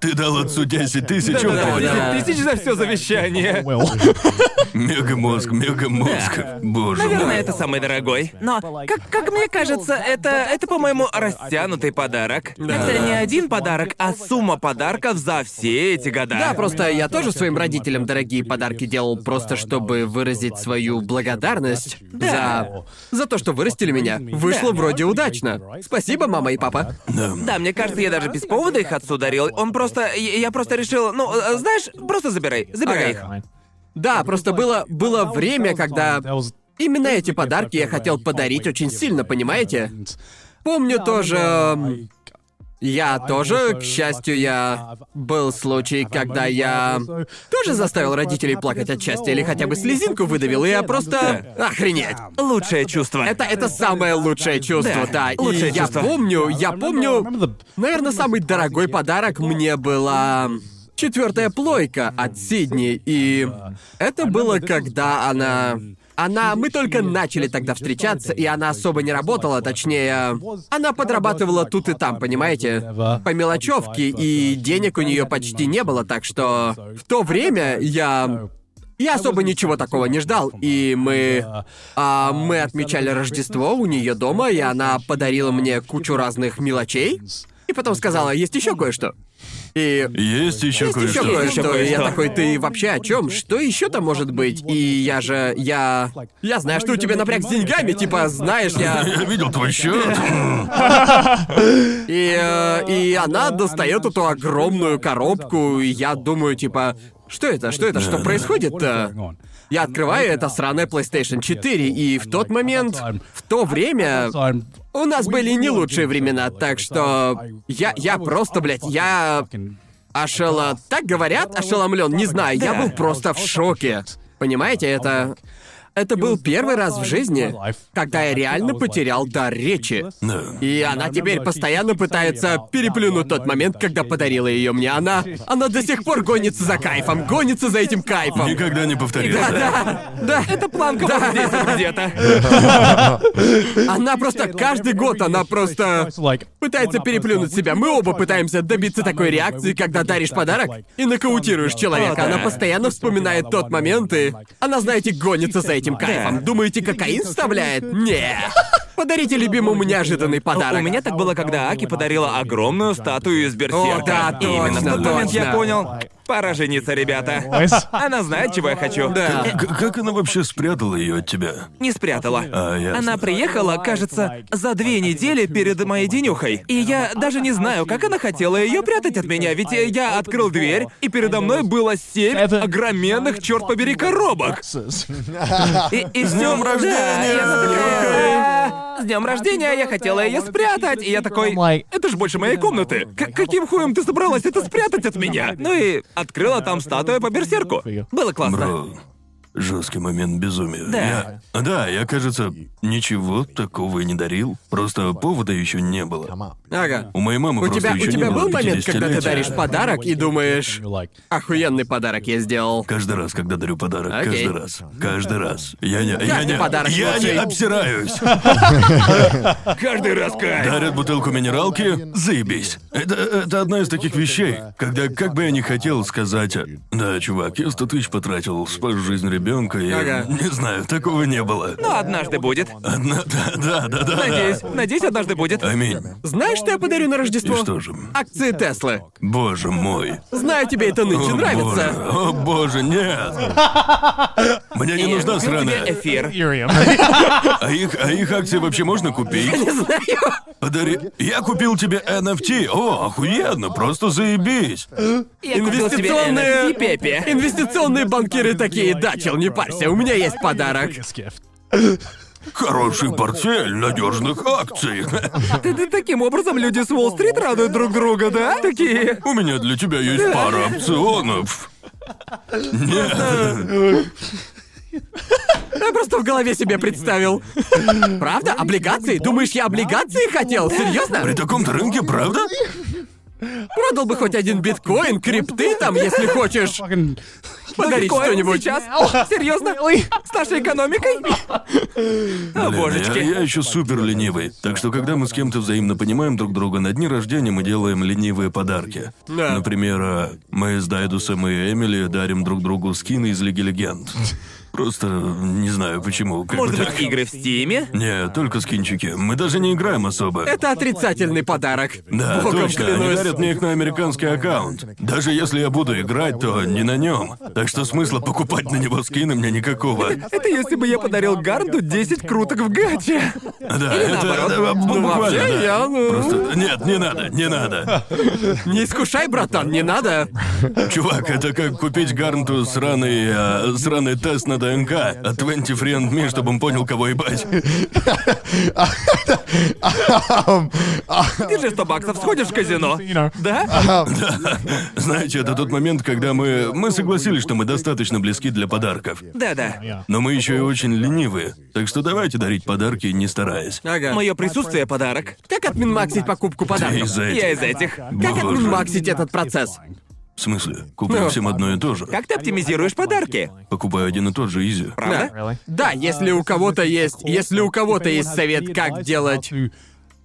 S1: Ты дал отцу 10 тысяч, он
S2: Да-да-да.
S1: понял.
S2: Да.
S3: 10 тысяч за все завещание.
S5: (laughs)
S1: Мегамозг, мегамозг. Боже
S3: Наверное,
S1: мой.
S3: это самый дорогой. Но, как, как мне кажется, это, это, по-моему, растянутый подарок. Это не один подарок, а сумма подарков за все эти года.
S2: Да, просто я тоже своим родителям дорогие подарки делал, просто чтобы выразить свою благодарность
S5: Да.
S2: за... за то, что вырастили меня. Вышло
S5: Да.
S2: вроде удачно. Спасибо, мама и папа.
S3: Да, мне кажется, я даже без повода их отцу дарил. Он просто... Я я просто решил... Ну, э, знаешь, просто забирай. Забирай их.
S2: (laughs)
S5: Ага.
S2: Да, просто было... было время, когда... Именно эти подарки я хотел подарить очень сильно, понимаете? Помню тоже... м, Я тоже, к счастью, я... Был случай, когда я...
S3: uh,
S2: Тоже заставил родителей плакать от счастья или хотя бы слезинку выдавил, и я просто... (laughs) Охренеть!
S3: Лучшее чувство.
S2: Это, это самое лучшее чувство, да.
S3: Да,
S2: И
S3: лучшее
S2: я
S3: чувство.
S2: помню, я помню... Наверное, самый дорогой подарок мне была... Четвертая плойка от Сидни, и это было, когда она... Она... Мы только начали тогда встречаться, и она особо не работала, точнее... Она подрабатывала тут и там, понимаете? По мелочевке, и денег у нее почти не было, так что... В то время я... Я особо ничего такого не ждал, и мы... А
S5: uh,
S2: мы отмечали Рождество у нее дома, и она подарила мне кучу разных мелочей. И потом сказала, есть еще кое-что. И
S1: Есть еще
S2: есть
S1: кое-что.
S2: еще кое-что.
S3: Ещё
S2: И я
S3: кое-что.
S2: такой, ты вообще о чем? Что еще там может быть? И я же, я... Я знаю, что у тебя напряг с деньгами, типа, знаешь, я...
S1: Я видел твой счет.
S2: И, э, и она достает эту огромную коробку, и я думаю, типа, что это, что это, что происходит-то? Я открываю это сраное PlayStation 4, и в тот момент, в то время, У нас были не лучшие времена, так что я я просто, блядь, я ошела. Так говорят, ошеломлен, не знаю. Я
S5: Да.
S2: был просто в шоке. Понимаете, это это был первый раз в жизни, когда я реально потерял дар речи.
S1: Да.
S2: И она теперь постоянно пытается переплюнуть тот момент, когда подарила ее мне. Она, она до сих пор гонится за кайфом, гонится за этим кайфом.
S1: Никогда не
S2: Да,
S1: повторится.
S2: да, да. Это планка
S3: Вот здесь вот где-то.
S2: Она просто каждый год, она просто пытается переплюнуть себя. Мы оба пытаемся добиться такой реакции, когда даришь подарок и нокаутируешь человека.
S3: О, да.
S2: Она постоянно вспоминает тот момент, и она, знаете, гонится за этим
S5: Да.
S2: кайфом. Думаете, кокаин вставляет? Не. Подарите любимому неожиданный подарок.
S3: У меня так было, когда Аки подарила огромную статую из берсерка.
S2: да,
S3: И Именно в
S2: точно,
S3: тот момент я
S2: точно.
S3: понял, Пора жениться, ребята.
S7: Уэс.
S3: Она знает, чего я хочу. Да.
S1: К- как она вообще спрятала ее от тебя?
S3: Не спрятала.
S1: А, ясно.
S3: Она приехала, кажется, за две недели перед моей денюхой. И я даже не знаю, как она хотела ее прятать от меня, ведь я открыл дверь, и передо мной было семь
S7: Это-
S3: огроменных, черт побери, коробок. И, и с днем
S1: рождения!
S3: С днем рождения я хотела ее спрятать, и я такой.
S7: Like-
S3: Это же больше моей комнаты. К- каким хуем ты собралась это спрятать от меня? Ну и открыла там статую по берсерку. Было классно.
S1: Бро, жесткий момент безумия.
S3: Да.
S1: Я- да, я, кажется, ничего такого и не дарил. Просто повода еще не было.
S2: Ага.
S1: У моей мамы
S2: У
S1: просто
S2: тебя, у
S1: еще не
S2: тебя
S1: было
S2: был момент, когда ты
S1: 50-летия.
S2: даришь подарок и думаешь, охуенный подарок я сделал.
S1: Каждый раз, когда дарю подарок,
S2: Окей.
S1: каждый раз. Каждый раз. Я не, я
S2: Каждый
S1: не,
S2: подарок
S1: я не
S2: лучший.
S1: обсираюсь.
S3: Каждый раз кайф.
S1: Дарят бутылку минералки, заебись. Это, это одна из таких вещей, когда как бы я не хотел сказать, да, чувак, я 100 тысяч потратил, спас жизнь ребенка, и
S2: Ага. а
S1: не знаю, такого не было.
S3: Ну, однажды будет.
S1: Одна, (laughs) да, да, да, да.
S3: Надеюсь, надеюсь, однажды будет.
S1: Аминь.
S2: Знаешь, что я подарю на
S1: И
S2: Рождество?
S1: что же?
S2: Акции Теслы.
S1: Боже мой.
S2: Знаю, тебе это нынче
S1: О,
S2: нравится.
S1: Боже. О, боже, нет. Мне не
S2: ну,
S1: нужна
S3: Куплю тебе
S1: сраная.
S3: эфир.
S7: Юрием.
S1: А их, а их акции вообще можно купить?
S2: Не знаю.
S1: Подари... Я купил тебе NFT. О, охуенно, просто заебись.
S3: Я купил тебе
S2: Инвестиционные-
S3: NFT, Пепе.
S2: Инвестиционные банкиры такие, да, чел, не парься, у меня есть подарок.
S1: Хороший портфель надежных акций.
S3: Ты, ты таким образом люди с Уолл-стрит радуют друг друга, да? Такие.
S1: У меня для тебя есть пара опционов. Нет.
S2: Я просто в голове себе
S3: (laughs)
S2: представил. Правда? Облигации? Думаешь, я облигации хотел?
S1: При
S2: Серьезно?
S1: таком рынке, правда?
S2: Продал бы хоть один биткоин, крипты там, если хочешь. Подарить
S3: Биткоин
S2: что-нибудь.
S3: сейчас? Серьезно? С нашей экономикой? О,
S1: Блин, Я, я
S3: божечки.
S1: еще супер ленивый. Так что, когда мы с кем-то взаимно понимаем друг друга, на дни рождения мы делаем ленивые подарки.
S2: Да.
S1: Например, э, мы с Дайдусом и Эмили дарим друг другу скины из Лиги Легенд. Просто не знаю почему. как
S3: Может
S1: бы
S3: быть,
S1: так.
S3: игры в Стиме?
S1: Не, только скинчики. Мы даже не играем особо.
S2: Это отрицательный подарок.
S1: Да,
S2: Богом
S1: точно, они
S2: клянусь.
S1: дарят мне их на американский аккаунт. Даже если я буду играть, то не на нем. Так что смысла покупать на него скины мне никакого.
S3: Это если бы я подарил Гарду 10 круток в гаче.
S1: Да, это
S3: наоборот.
S1: да, бу-
S2: Ну,
S1: буквально.
S2: вообще,
S1: да.
S2: я, ну,
S1: Просто нет, не надо, не надо.
S2: Не искушай, братан, не надо.
S1: Чувак, это как купить Гарнту сраный, э, сраный тест на ДНК от 20 Friend Me, чтобы он понял, кого ебать.
S3: Ты же 100 баксов сходишь в казино. Да?
S1: Знаете, это тот момент, когда мы мы согласились, что мы достаточно близки для подарков.
S3: Да-да.
S1: Но мы еще и очень ленивые, так что давайте дарить подарки, не стараясь.
S2: Ага.
S3: Мое присутствие — подарок.
S2: Как отминмаксить покупку подарков?
S1: Из-за этих.
S3: Я из этих.
S2: Как
S1: Боже.
S2: отминмаксить этот процесс?
S1: В смысле? Куплю всем одно и то же.
S3: Как ты оптимизируешь подарки?
S1: Покупаю один и тот же изи.
S3: Правда?
S7: Really?
S2: Да, если у кого-то есть, если у кого-то есть совет, как делать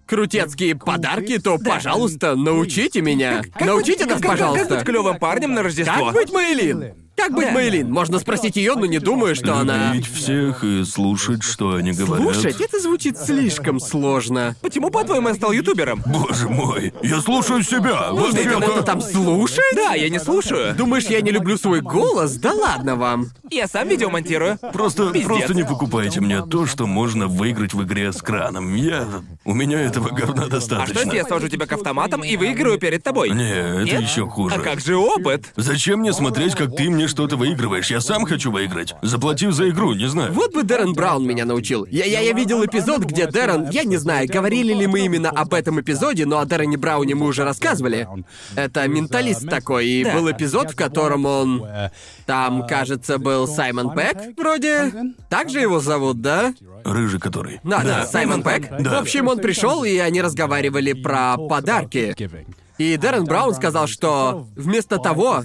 S2: крутецкие подарки, то, пожалуйста, научите меня. Научите нас,
S3: Как- Как,
S2: пожалуйста.
S3: быть клевым парнем на Рождество?
S2: Как быть Мэйлин? Как быть
S3: Да.
S2: Мэйлин? Можно спросить ее, но не думаю, что она.
S1: Любить всех и слушать, что они говорят.
S2: Слушать, это звучит слишком сложно.
S3: Почему, по-твоему, я стал ютубером?
S1: Боже мой, я слушаю себя. Вот
S2: Ты
S1: это-
S2: кого-то там слушаешь?
S3: Да, я не слушаю.
S2: Думаешь, я не люблю свой голос? Да ладно вам.
S3: Я сам А видео монтирую.
S1: Просто,
S3: Пиздец.
S1: просто не покупайте мне то, что можно выиграть в игре с краном. Я... У меня этого говна
S3: А
S1: достаточно.
S3: что, если я сажу тебя к автоматам и выиграю перед тобой?
S1: Не, это
S3: Нет?
S1: еще хуже.
S3: А как же опыт?
S1: Зачем мне смотреть, как ты мне что-то выигрываешь? Я сам хочу выиграть. Заплатив за игру, не знаю.
S2: Вот бы Дэрон Браун меня научил. Я, я, я видел эпизод, где Дэрон... Я не знаю, говорили ли мы именно об этом эпизоде, но о Дэроне Брауне мы уже рассказывали. Это менталист такой, и
S3: Да.
S2: был эпизод, в котором он... Там, кажется, был Саймон Пэк, вроде. Так же его зовут, да?
S1: Рыжий который.
S2: Да, да, Саймон Пэк.
S1: Да.
S2: В общем, он пришел, и они разговаривали про подарки. И Дэрон Браун сказал, что вместо того,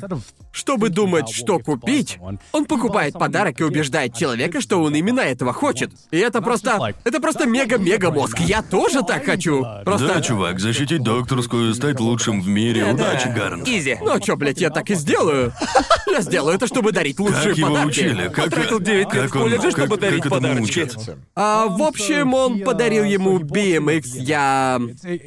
S2: чтобы думать, что купить, он покупает подарок и убеждает человека, что он именно этого хочет. И это просто... Это просто мега-мега мозг. Я тоже так хочу.
S1: Да,
S2: Просто...
S1: чувак, защитить докторскую, стать лучшим в мире. Удачи, Гарн.
S3: Изи.
S2: Ну чё, блядь, я так и сделаю. (laughs) Я сделаю это, чтобы дарить лучшие
S1: Как его
S2: подарки.
S1: учили? Как,
S3: Ну, Потратил 9 лет
S1: как
S3: в колледже,
S1: он-
S3: чтобы
S1: как-
S3: дарить
S1: как этому
S3: подарочки.
S1: учат?
S2: А, в общем, он подарил ему BMX. Я...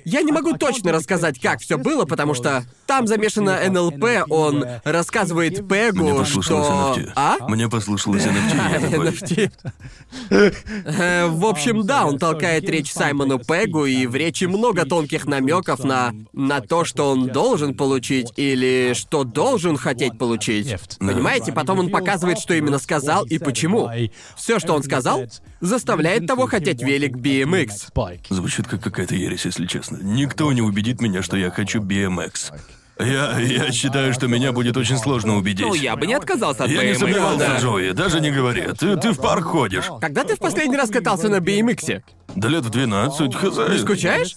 S2: Я не могу точно рассказать, как все было, потому что там замешано НЛП, он рассказывает
S1: Мне
S2: Пегу,
S1: послушалось
S2: что...
S1: NFT.
S2: А?
S1: Мне послушалось (laughs) NFT.
S3: (laughs)
S1: я такой,
S2: NFT. Э, В общем, да, он толкает речь Саймону Пегу, и в речи много тонких намеков на, на то, что он должен получить или что должен хотеть получить.
S1: Да.
S2: Понимаете, потом он показывает, что именно сказал и почему. Все, что он сказал, заставляет того хотеть велик BMX.
S1: Звучит как какая-то ересь, если честно. Никто не убедит меня, что я хочу BMX. Я, я считаю, что меня будет очень сложно убедить.
S3: Ну, я бы не отказался от
S1: Я не
S3: BMX.
S1: сомневался,
S3: Да.
S1: Джои, даже не говори. Ты, ты в парк ходишь.
S2: Когда ты в последний раз катался на BMX?
S1: Да лет в 12, хз.
S2: Ты скучаешь?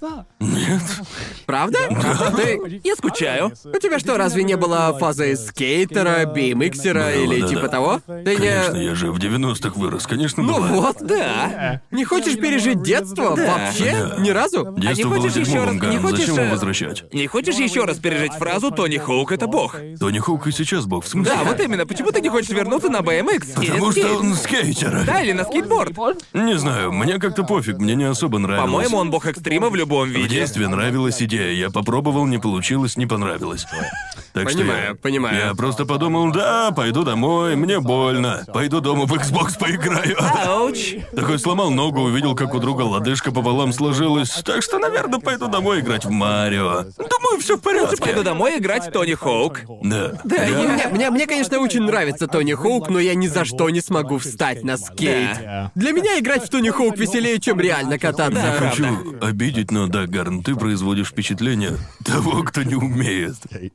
S2: Правда? Правда? Ты...
S3: Я скучаю.
S2: У тебя что, разве не было фазы скейтера, BMX-ера
S1: Было,
S2: или
S1: да,
S2: типа
S1: да.
S2: того? Ты
S1: Конечно,
S2: не...
S1: я же в 90-х вырос, конечно,
S2: Ну
S1: бывает.
S2: вот, да. Не хочешь пережить детство
S3: Да.
S2: вообще?
S1: Да.
S2: Ни разу?
S1: Детство
S3: А не
S1: было
S3: хочешь еще раз-
S1: дерьмовым,
S3: не
S1: Гарн,
S3: хочешь,
S1: зачем его
S3: э,
S1: возвращать?
S3: Не хочешь еще раз пережить фразу «Тони Хоук — это бог»?
S1: Тони Хоук и сейчас бог, в смысле?
S3: Да, вот именно. Почему ты не хочешь вернуться на BMX? или
S1: Потому
S3: скейт?
S1: что он скейтер.
S3: Да, или на скейтборд.
S1: Не знаю, мне как-то пофиг, мне не особо нравилось.
S3: По-моему, он бог экстрима в любом
S1: В
S3: виде.
S1: детстве нравилась идея. Я попробовал, не получилось, не понравилось. Так что
S2: Понимаю,
S1: я-
S2: понимаю.
S1: Я просто подумал, да, пойду домой, мне больно. Пойду дома в Xbox
S3: (laughs)
S1: поиграю.
S3: Ауч.
S1: Такой сломал ногу, увидел, как у друга лодыжка пополам сложилась. Так что, наверное, пойду домой играть в Марио. Думаю, все в
S3: Лучше пойду
S1: порядке.
S3: домой играть в Тони Хоук.
S1: Да.
S3: Да,
S2: Мне,
S3: я...
S2: мне- (laughs) мне- мне, конечно, очень нравится Тони Хоук, но я ни за что не смогу встать на скейт.
S5: Да.
S2: Для меня играть в Тони Хоук веселее, чем реально
S1: Не
S2: кататься.
S1: хочу обидеть, но да, Гарн, ты производишь впечатление того, кто не умеет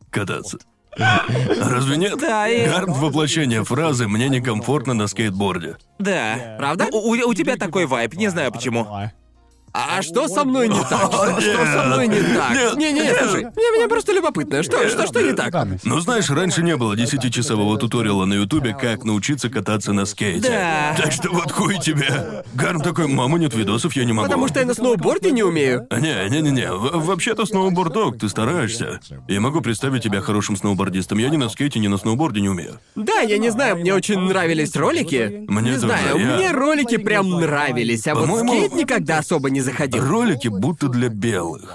S1: кататься. Разве нет?
S3: Да, и-
S1: Гарн воплощение фразы «мне некомфортно на скейтборде».
S3: Да.
S2: Правда?
S3: У, у- у тебя такой вайб, не знаю почему.
S2: А что со мной не так? Что, что со мной не так?
S1: Нет.
S2: Не-не, слушай, мне, мне просто любопытно. Что, что, что не так?
S1: Ну, знаешь, раньше не было 10-часового туториала на Ютубе, как научиться кататься на скейте.
S3: Да.
S1: Так что вот хуй тебе. Гарн такой, мама, нет видосов, я не могу. А,
S2: Потому что я на сноуборде не умею.
S1: Не, не, не, не. Вообще-то сноубордок, ты стараешься. Я могу представить тебя хорошим сноубордистом. Я ни на скейте, ни на сноуборде не умею.
S2: Да, я не знаю, мне очень нравились ролики.
S1: Мне
S2: не
S1: тоже,
S2: знаю,
S1: я-
S2: мне ролики прям нравились, а вот
S1: По-моему,
S2: скейт никогда особо не заходил.
S1: Ролики будто для белых.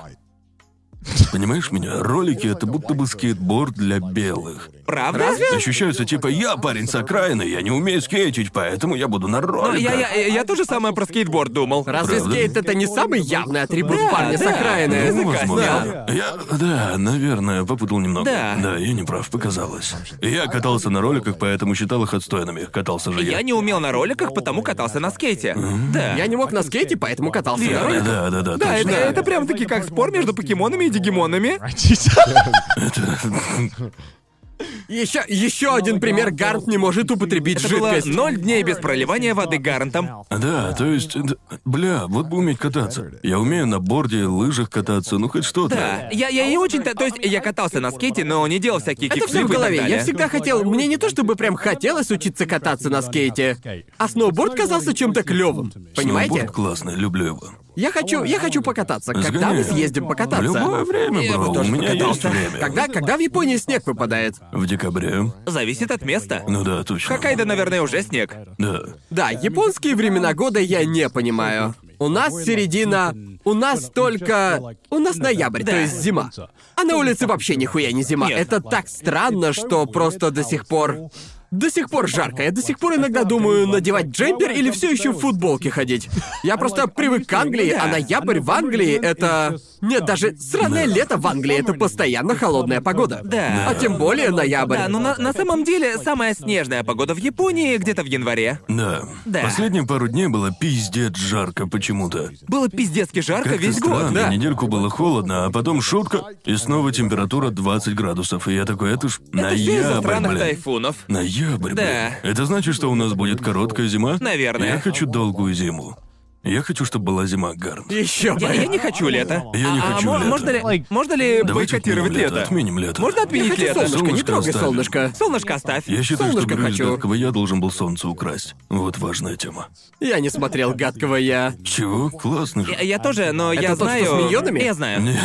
S1: Понимаешь меня? Ролики это будто бы скейтборд для белых.
S3: Правда?
S1: Ощущаются типа я парень с окраины, я не умею скейтить, поэтому я буду на
S3: Ну,
S1: роликах.
S3: я, я, я, я тоже самое про скейтборд думал.
S2: Разве
S1: Правда?
S2: скейт это не самый явный атрибут
S3: Да,
S2: парня с
S3: да.
S2: окраины?
S3: Ну,
S1: Ну,
S3: языка
S1: возможно. Я, да, наверное, попутал немного.
S3: Да.
S1: Да, я не прав, показалось. Я катался на роликах, поэтому считал их отстойными. Катался же я.
S3: Я не умел на роликах, потому катался на скейте. Да.
S2: Я не мог на скейте, поэтому катался на
S3: Верно.
S2: роликах.
S1: Да, да, да,
S3: Да, это,
S1: точно.
S3: это прям таки как спор между покемонами и дигимонами.
S2: Еще, еще один пример Гарнт не может употребить
S3: Это было
S2: жидкость.
S3: ноль дней без проливания воды гарантом.
S1: Да, то есть, д- бля, вот бы уметь кататься. Я умею на борде, лыжах кататься, ну хоть что-то.
S3: Да. Я, я не очень... То есть я катался на скейте, но не делал всякие
S2: Это все в
S3: кикфлипы и так
S2: голове.
S3: далее.
S2: Я всегда хотел. Мне не то чтобы прям хотелось учиться кататься на скейте, а сноуборд казался чем-то клевым. Понимаете?
S1: Сноуборд классный, люблю его.
S2: Я хочу, я хочу покататься. Когда мы
S1: Сгоняй.
S2: съездим
S1: В любое
S2: покататься? Э,
S1: время,
S3: Я
S1: бро,
S3: бы
S1: у
S3: тоже
S1: меня
S2: (laughs)
S3: покатался.
S1: есть время.
S2: Когда, когда в Японии снег выпадает?
S1: В декабре.
S3: Зависит от места.
S1: Ну да, точно.
S3: Хоккайдо, наверное, уже снег.
S1: Да.
S2: Да, японские времена года я не понимаю. У нас середина... У нас только... У нас ноябрь, то есть зима. А на улице вообще нихуя не зима.
S3: Нет.
S2: Это так странно, что просто до сих
S3: ну.
S2: пор... До сих пор жарко. Я до сих пор иногда думаю, надевать джемпер или все еще в футболке ходить. Я просто привык к Англии, а ноябрь в Англии это... Нет, даже сраное лето в Англии это постоянно холодная погода.
S3: Да.
S2: А тем более ноябрь.
S3: Да, но на, на самом деле самая снежная погода в Японии где-то в январе.
S1: Да.
S3: Да.
S1: Последние пару дней было пиздец жарко почему-то.
S3: Было пиздецки жарко
S1: Как-то
S3: весь год.
S1: странно,
S3: Да.
S1: недельку было холодно, а потом шутка, и снова температура 20 градусов. И я такой, это ж
S3: Это всё из-за
S1: ноябрь,
S3: странных
S1: блин.
S3: тайфунов.
S1: Ноябрь,
S3: Да.
S1: блин. Это значит, что у нас будет короткая зима?
S3: Наверное.
S1: Я хочу долгую зиму. Я хочу, чтобы была зима, Гарн.
S2: Еще бы.
S3: Я, я не хочу лето.
S1: Я не
S3: А- а
S1: хочу
S3: мо-
S1: лето.
S3: Можно ли, можно ли
S1: Давайте отменим
S3: бойкотировать
S1: лето.
S3: лето?
S1: Отменим лето.
S3: Можно
S2: Я
S3: отменить
S2: хочу
S3: лето?
S2: солнышко, не
S1: Солнышко
S2: трогай
S1: оставим.
S2: солнышко.
S3: Солнышко оставь.
S1: Я считаю, что
S2: солнышко
S1: Грюсь
S2: хочу.
S1: гадкого я должен был солнце украсть. Вот важная тема.
S2: Я не смотрел гадкого я.
S1: Чего? Классно же.
S3: Я, я тоже, но
S2: тот,
S3: я
S2: что
S3: знаю.
S2: с миньонами?
S3: Я знаю.
S1: Нет.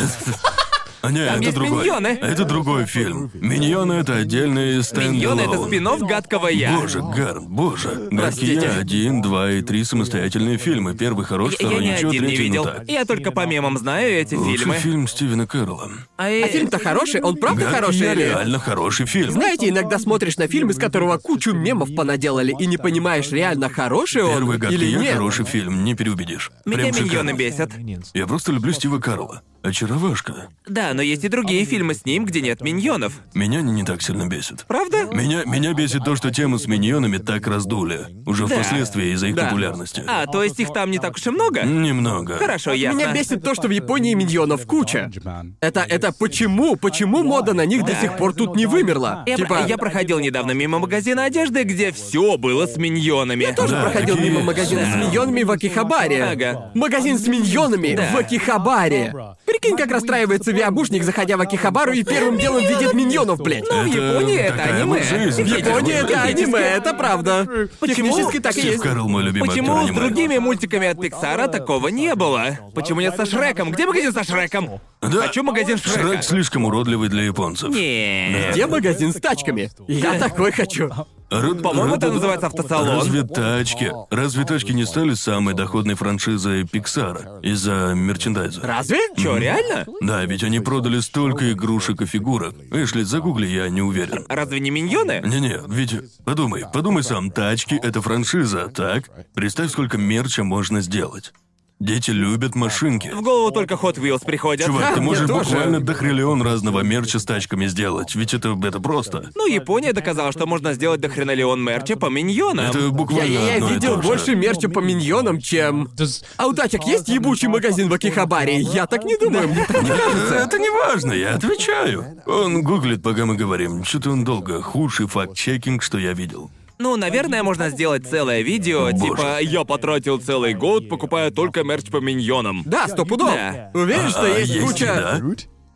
S1: А, не,
S3: Там
S1: это
S3: есть
S1: другой.
S3: миньоны.
S1: Это другой фильм. Миньоны это отдельный стендалон.
S3: Миньон это спин гадкого я.
S1: Ну, Боже, Гарн, боже. Гадкий
S3: Простите.
S1: я один, два и три самостоятельные фильмы. Первый хорош,
S3: Я, я
S1: второй
S3: ни
S1: ничего,
S3: один не
S1: третий
S3: видел.
S1: ну так.
S3: Я только по мемам знаю эти фильмы.
S1: Лучший фильм Стивена Кэрролла.
S3: А,
S2: А
S3: э,
S2: фильм-то хороший, он правда
S1: «Гадкий
S2: хороший
S1: я»
S2: или...
S1: реально хороший фильм.
S2: Знаете, иногда смотришь на фильм, из которого кучу мемов понаделали, и не понимаешь, реально хороший он
S1: Первый гадкий
S2: или
S1: я
S2: нет.
S1: хороший фильм, не переубедишь.
S3: Меня
S1: Прям шикарно.
S3: миньоны бесят.
S1: Я просто люблю Стива Карла. Очаровашка.
S3: Да, но есть и другие фильмы с ним, где нет миньонов.
S1: Меня они не так сильно бесят.
S3: Правда?
S1: Меня, меня бесит то, что тему с миньонами так раздули. Уже впоследствии из-за их
S3: Да.
S1: популярности.
S3: А, то есть их там не так уж и много?
S1: Немного.
S3: Хорошо, ясно.
S2: Меня бесит то, что в Японии миньонов куча. Это, это почему, почему мода на них до сих пор тут не вымерла?
S3: Я, про-
S2: типа,
S3: я проходил недавно мимо магазина одежды, где все было с миньонами.
S2: Я тоже
S1: Да,
S2: проходил
S1: такие
S2: мимо
S1: есть.
S2: магазина
S1: Да.
S2: с миньонами в Акихабаре.
S3: Ага.
S2: Магазин с миньонами
S3: Да.
S2: в Акихабаре. Прикинь, как расстраивается виабушник, заходя в Акихабару и первым делом видит миньонов, блядь.
S3: Ну, в
S1: Это
S3: Японии это
S1: такая
S3: аниме.
S1: вот жизнь.
S3: В
S2: Япония
S1: Япония
S2: это аниме, это правда.
S3: Почему?
S2: Технически так и
S1: Стив
S2: есть.
S1: Карл мой любимый актер
S3: Почему с
S1: аниме.
S3: другими мультиками от Пиксара такого не было? Почему нет со Шреком? Где магазин со Шреком?
S1: Да.
S3: Хочу А магазин Шрека.
S1: Шрек слишком уродливый для японцев.
S3: Нет.
S2: Где магазин с тачками? Я такой хочу.
S1: Род-
S3: По-моему, это
S1: род-
S3: называется автосалон.
S1: Разве тачки? Разве тачки не стали самой доходной франшизой Пиксара из-за мерчендайза?
S2: Разве?
S3: Чё, реально?
S1: Да, ведь они продали столько игрушек и фигурок. Эшли, загугли, я не уверен.
S3: Разве не миньоны?
S1: Не-не, ведь подумай, подумай сам, тачки — это франшиза, так? Представь, сколько мерча можно сделать. Дети любят машинки.
S3: В голову только Hot Wheels приходят.
S1: Чувак, ты
S2: мне
S1: можешь
S2: тоже.
S1: буквально дохриллион разного мерча с тачками сделать, ведь это, это просто.
S3: Ну, Япония доказала, что можно сделать до хренолеон мерча по миньонам.
S1: Это
S2: Я,
S1: буквально
S2: я- я
S1: одно и
S2: видел
S1: то же.
S2: больше мерча по миньонам, чем... А у тачек есть ебучий магазин в Акихабаре? Я так не думаю, мне так не кажется.
S1: Это не важно, я отвечаю. Он гуглит, пока мы говорим. Что-то он долго. Худший факт-чекинг, что я видел.
S3: Ну, наверное, можно сделать целое видео,
S1: Боже.
S3: типа «Я потратил целый год, покупая только мерч по миньонам».
S2: Да, стопудов.
S3: Да.
S2: Уверен, что
S1: А,
S2: есть,
S1: есть,
S2: куча...
S1: да?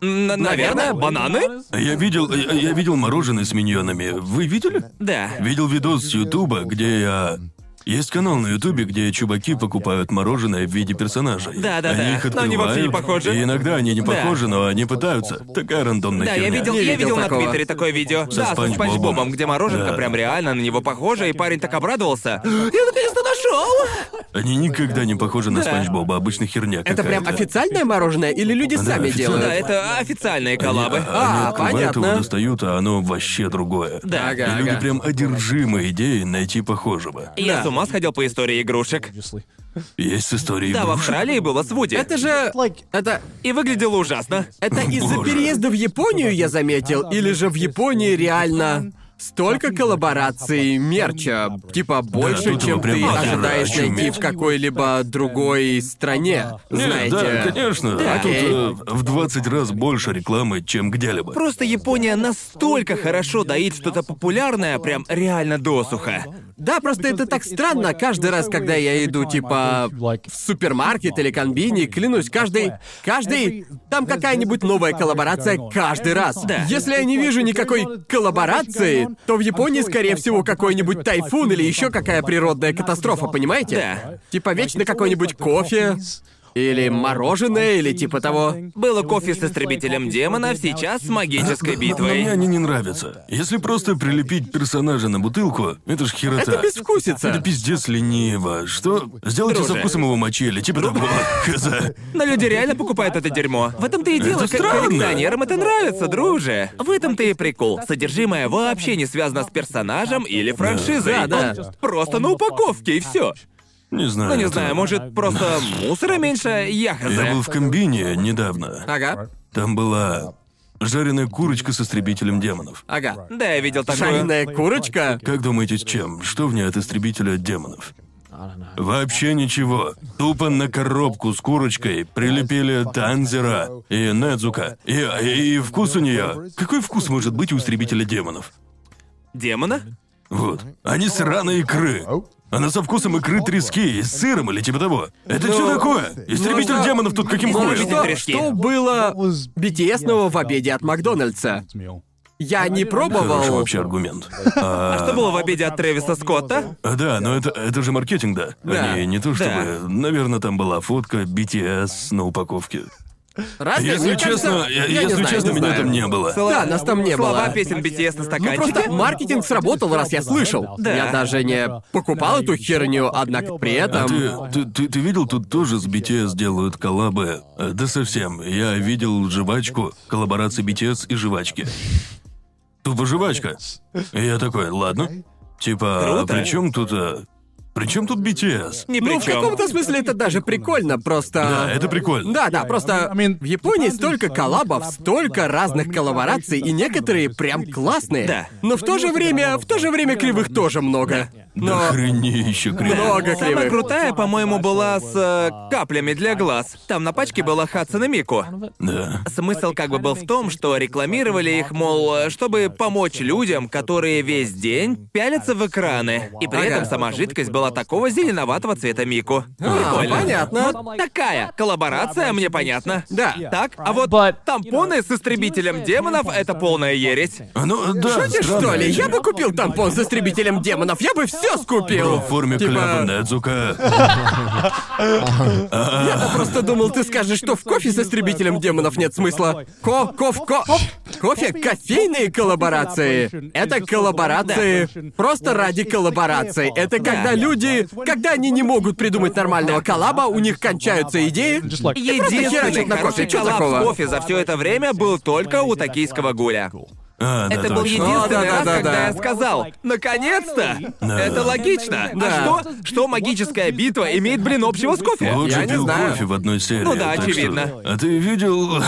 S3: Н- наверное,
S2: Наверное.
S3: бананы?
S1: Я видел, я, я видел мороженое с миньонами. Вы видели?
S3: Да.
S1: Видел видос с Ютуба, где я... Есть канал на Ютубе, где чуваки покупают мороженое в виде персонажей.
S3: Да-да-да.
S1: Они их
S3: Но они вообще не
S1: открывают,
S3: похожи.
S1: И иногда они не
S3: Да.
S1: похожи, но они пытаются. Такая рандомная
S3: Да, я
S1: херня.
S3: видел,
S2: Не
S3: я
S2: видел
S3: видел на
S2: такого.
S3: Твиттере такое видео.
S1: Со
S3: да,
S1: Спанч
S3: со Спанч
S1: Бобом.
S3: Бобом, где мороженка
S1: Да.
S3: прям реально на него похоже, и парень
S1: (gasps)
S3: так обрадовался. Я наконец-то нашел!
S1: Они никогда не похожи на Спанч Боба, обычно херня
S2: Это прям
S1: какая-то.
S2: официальное мороженое или люди
S1: Да,
S2: сами
S1: официальное.
S3: Ну Да,
S2: делают?
S3: это официальные коллабы.
S1: Они
S2: А,
S1: открывают его,
S2: понятно.
S1: достают, а оно вообще другое.
S3: А, Да.
S1: И
S2: Ага,
S1: люди
S2: ага.
S1: прям одержимы идеей найти похожего.
S3: Я с ума сходил по истории игрушек.
S1: Есть истории
S3: Да, в
S1: игрушек.
S3: Австралии было с Вуди.
S2: Это же... Это...
S3: И выглядело ужасно.
S2: Это из-за
S1: Боже.
S2: переезда в Японию я заметил? Или же в Японии реально столько коллабораций мерча? Типа больше,
S1: тут
S2: чем
S1: его прям
S2: ты
S1: похера,
S2: ожидаешь
S1: о чём
S2: найти
S1: я.
S2: в какой-либо другой стране,
S1: Не,
S2: знаете?
S1: Да, конечно.
S2: Да.
S1: А тут
S2: Окей.
S1: э, в 20 раз больше рекламы, чем где-либо.
S3: Просто Япония настолько хорошо доит что-то популярное, прям реально досуха.
S2: Да, просто это так странно. Каждый раз, когда я иду, типа, в супермаркет или комбини, клянусь, каждый... Каждый... Там какая-нибудь новая коллаборация каждый раз.
S5: Да.
S2: Если я не вижу никакой коллаборации, то в Японии, скорее всего, какой-нибудь тайфун или еще какая природная катастрофа, понимаете?
S5: Да.
S2: Типа вечно какой-нибудь кофе, или мороженое, или типа того.
S3: Было кофе с истребителем демонов, сейчас с магической
S1: Но мне
S3: битвой.
S1: они не нравятся. Если просто прилепить персонажа на бутылку, это ж херота.
S2: Это безвкусица.
S1: Это пиздец лениво. Что? Сделайте со
S3: Друже.
S1: вкусом его мочи или типа
S3: (laughs)
S1: того. Хз.
S3: Но люди реально покупают это дерьмо. В этом-то и дело,
S1: Это
S3: как
S1: странно.
S3: коллекционерам это нравится, друже. В этом-то и прикол. Содержимое вообще не связано с персонажем или франшизой.
S2: Да, да.
S3: Он Просто на упаковке и все.
S1: Не знаю.
S3: Ну не
S1: это-
S3: знаю, может, просто мусора меньше, я хз.
S1: Я был в комбине недавно.
S2: Ага,
S1: Там была жареная курочка с истребителем демонов.
S3: А
S2: ага.
S3: Да, я видел такое.
S2: Жареная курочка?
S1: Как думаете, с чем? Что в ней от истребителя демонов? Вообще ничего. Тупо на коробку с курочкой прилепили Танзера и Недзука. И, и- и вкус у нее. Какой вкус может быть у истребителя демонов?
S3: Демона?
S1: Вот. Они сраные икры. Она со вкусом икры трески и с сыром или типа того. Это что такое? Истребитель
S2: ну,
S1: демонов тут каким
S2: Ну,
S3: Ну, Истребитель
S1: хуем?
S2: Что,
S3: трески.
S2: что было BTS-ного в обеде от Макдональдса? Я
S1: Хороший
S2: не пробовал.
S1: вообще аргумент.
S3: Что было в обеде от Трэвиса Скотта?
S1: А, Да, но это, это же маркетинг, да. А
S2: Да,
S1: Они не то чтобы.
S3: да.
S1: Наверное, там была фотка BTS на упаковке.
S2: Разве?
S1: Если
S2: Мне кажется-
S1: честно, я-
S2: не
S1: если
S2: знаю,
S1: честно, меня
S2: знаю.
S1: там не было.
S2: Да, нас там не
S3: Слова
S2: было.
S3: песен BTS на
S2: Ну
S3: стаканчике.
S2: просто маркетинг сработал, раз я слышал.
S5: Да.
S2: Я даже не покупал эту херню, однако при
S1: А
S2: этом...
S1: ты, ты, ты, ты видел, тут тоже с BTS делают коллабы? Э, Да совсем. Я видел жвачку, коллаборации BTS и жвачки. Тупо жвачка. И я такой, ладно. Типа, а
S3: Круто.
S1: при чем тут... э, При чем тут BTS?
S3: Ни при
S2: Ну, в
S3: чём.
S2: каком-то смысле это даже прикольно, просто...
S1: Да, это прикольно.
S2: Да, да, просто в Японии столько коллабов, столько разных коллабораций, и некоторые прям классные.
S3: Да.
S2: Но в то же время, в то же время кривых тоже много.
S1: Да
S2: Но
S1: хренища криво.
S2: Много.
S3: Самая
S2: кривых.
S3: крутая, по-моему, была с э, каплями для глаз. Там на пачке была Хатсона Мику.
S1: Да.
S3: Смысл как бы был в том, что рекламировали их, мол, э, чтобы помочь людям, которые весь день пялятся в экраны. И при
S2: Ага.
S3: этом сама жидкость была такого зеленоватого цвета Мику. Прикольно.
S2: понятно.
S3: Вот такая коллаборация, мне понятно.
S2: Да.
S3: Так, а вот тампоны с истребителем демонов — это полная ересь.
S1: А Ну, да,
S2: Шутишь,
S1: странно,
S2: что ли?
S1: эти-
S2: Я бы купил тампон с истребителем демонов, я бы все скупил.
S1: Бро в форме
S2: Типа-
S1: кляпа Недзука.
S2: Я просто думал, ты скажешь, что в кофе с истребителем демонов нет смысла. Ко, ко, ко. Кофе, кофейные коллаборации. Это коллаборации просто ради коллаборации. Это когда люди, когда они не могут придумать нормального коллаба, у них кончаются идеи.
S5: Е-
S3: Единственный
S2: херачат на кофе,
S3: хороший
S2: чё
S3: коллапс
S2: такого?
S3: кофе за все это время был только у токийского гуля.
S1: А, да,
S3: Это был
S1: точно.
S3: единственный
S2: О, да,
S3: раз,
S2: да, да,
S3: когда
S2: да.
S3: я сказал, наконец-то!
S1: Да.
S3: Это логично.
S2: Да.
S3: А что, что магическая битва имеет, блин, общего с кофе?
S1: Вот
S2: Я
S1: же
S2: не
S1: пил
S2: знаю.
S1: кофе в одной серии.
S3: Ну да,
S1: так
S3: очевидно.
S1: что- А ты видел...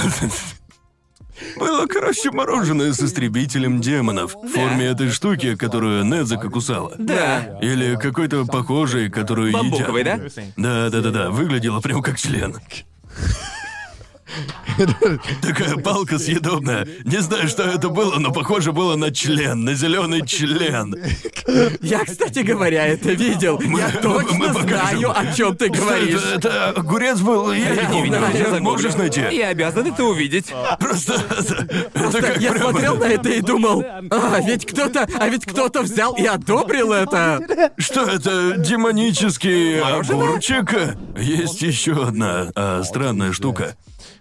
S1: Было, короче, мороженое с истребителем демонов в форме этой штуки, которую Недзака кусала.
S3: Да.
S1: Или какой-то похожей, которую
S3: Бамбуковый, да?
S1: едят. Да, да, да, да. Выглядело прям как член. Такая палка съедобная. Не знаю, что это было, но похоже было на член, на зеленый член.
S2: Я, кстати говоря, это видел.
S3: (laughs)
S2: Я
S1: мы
S2: точно
S1: покажем.
S2: знаю, о чем ты говоришь.
S1: Это, это огурец был, я
S2: Я
S1: не
S2: не знаю, я
S1: видел.
S2: загуглил.
S1: Можешь найти?
S3: Я обязан это увидеть.
S1: Просто... это- это как
S2: Я
S1: (laughs) прямо-
S2: смотрел (laughs) на это и думал, а ведь кто-то, а ведь кто-то взял и одобрил это.
S1: Что это, демонический огурчик? Есть еще одна а, странная штука.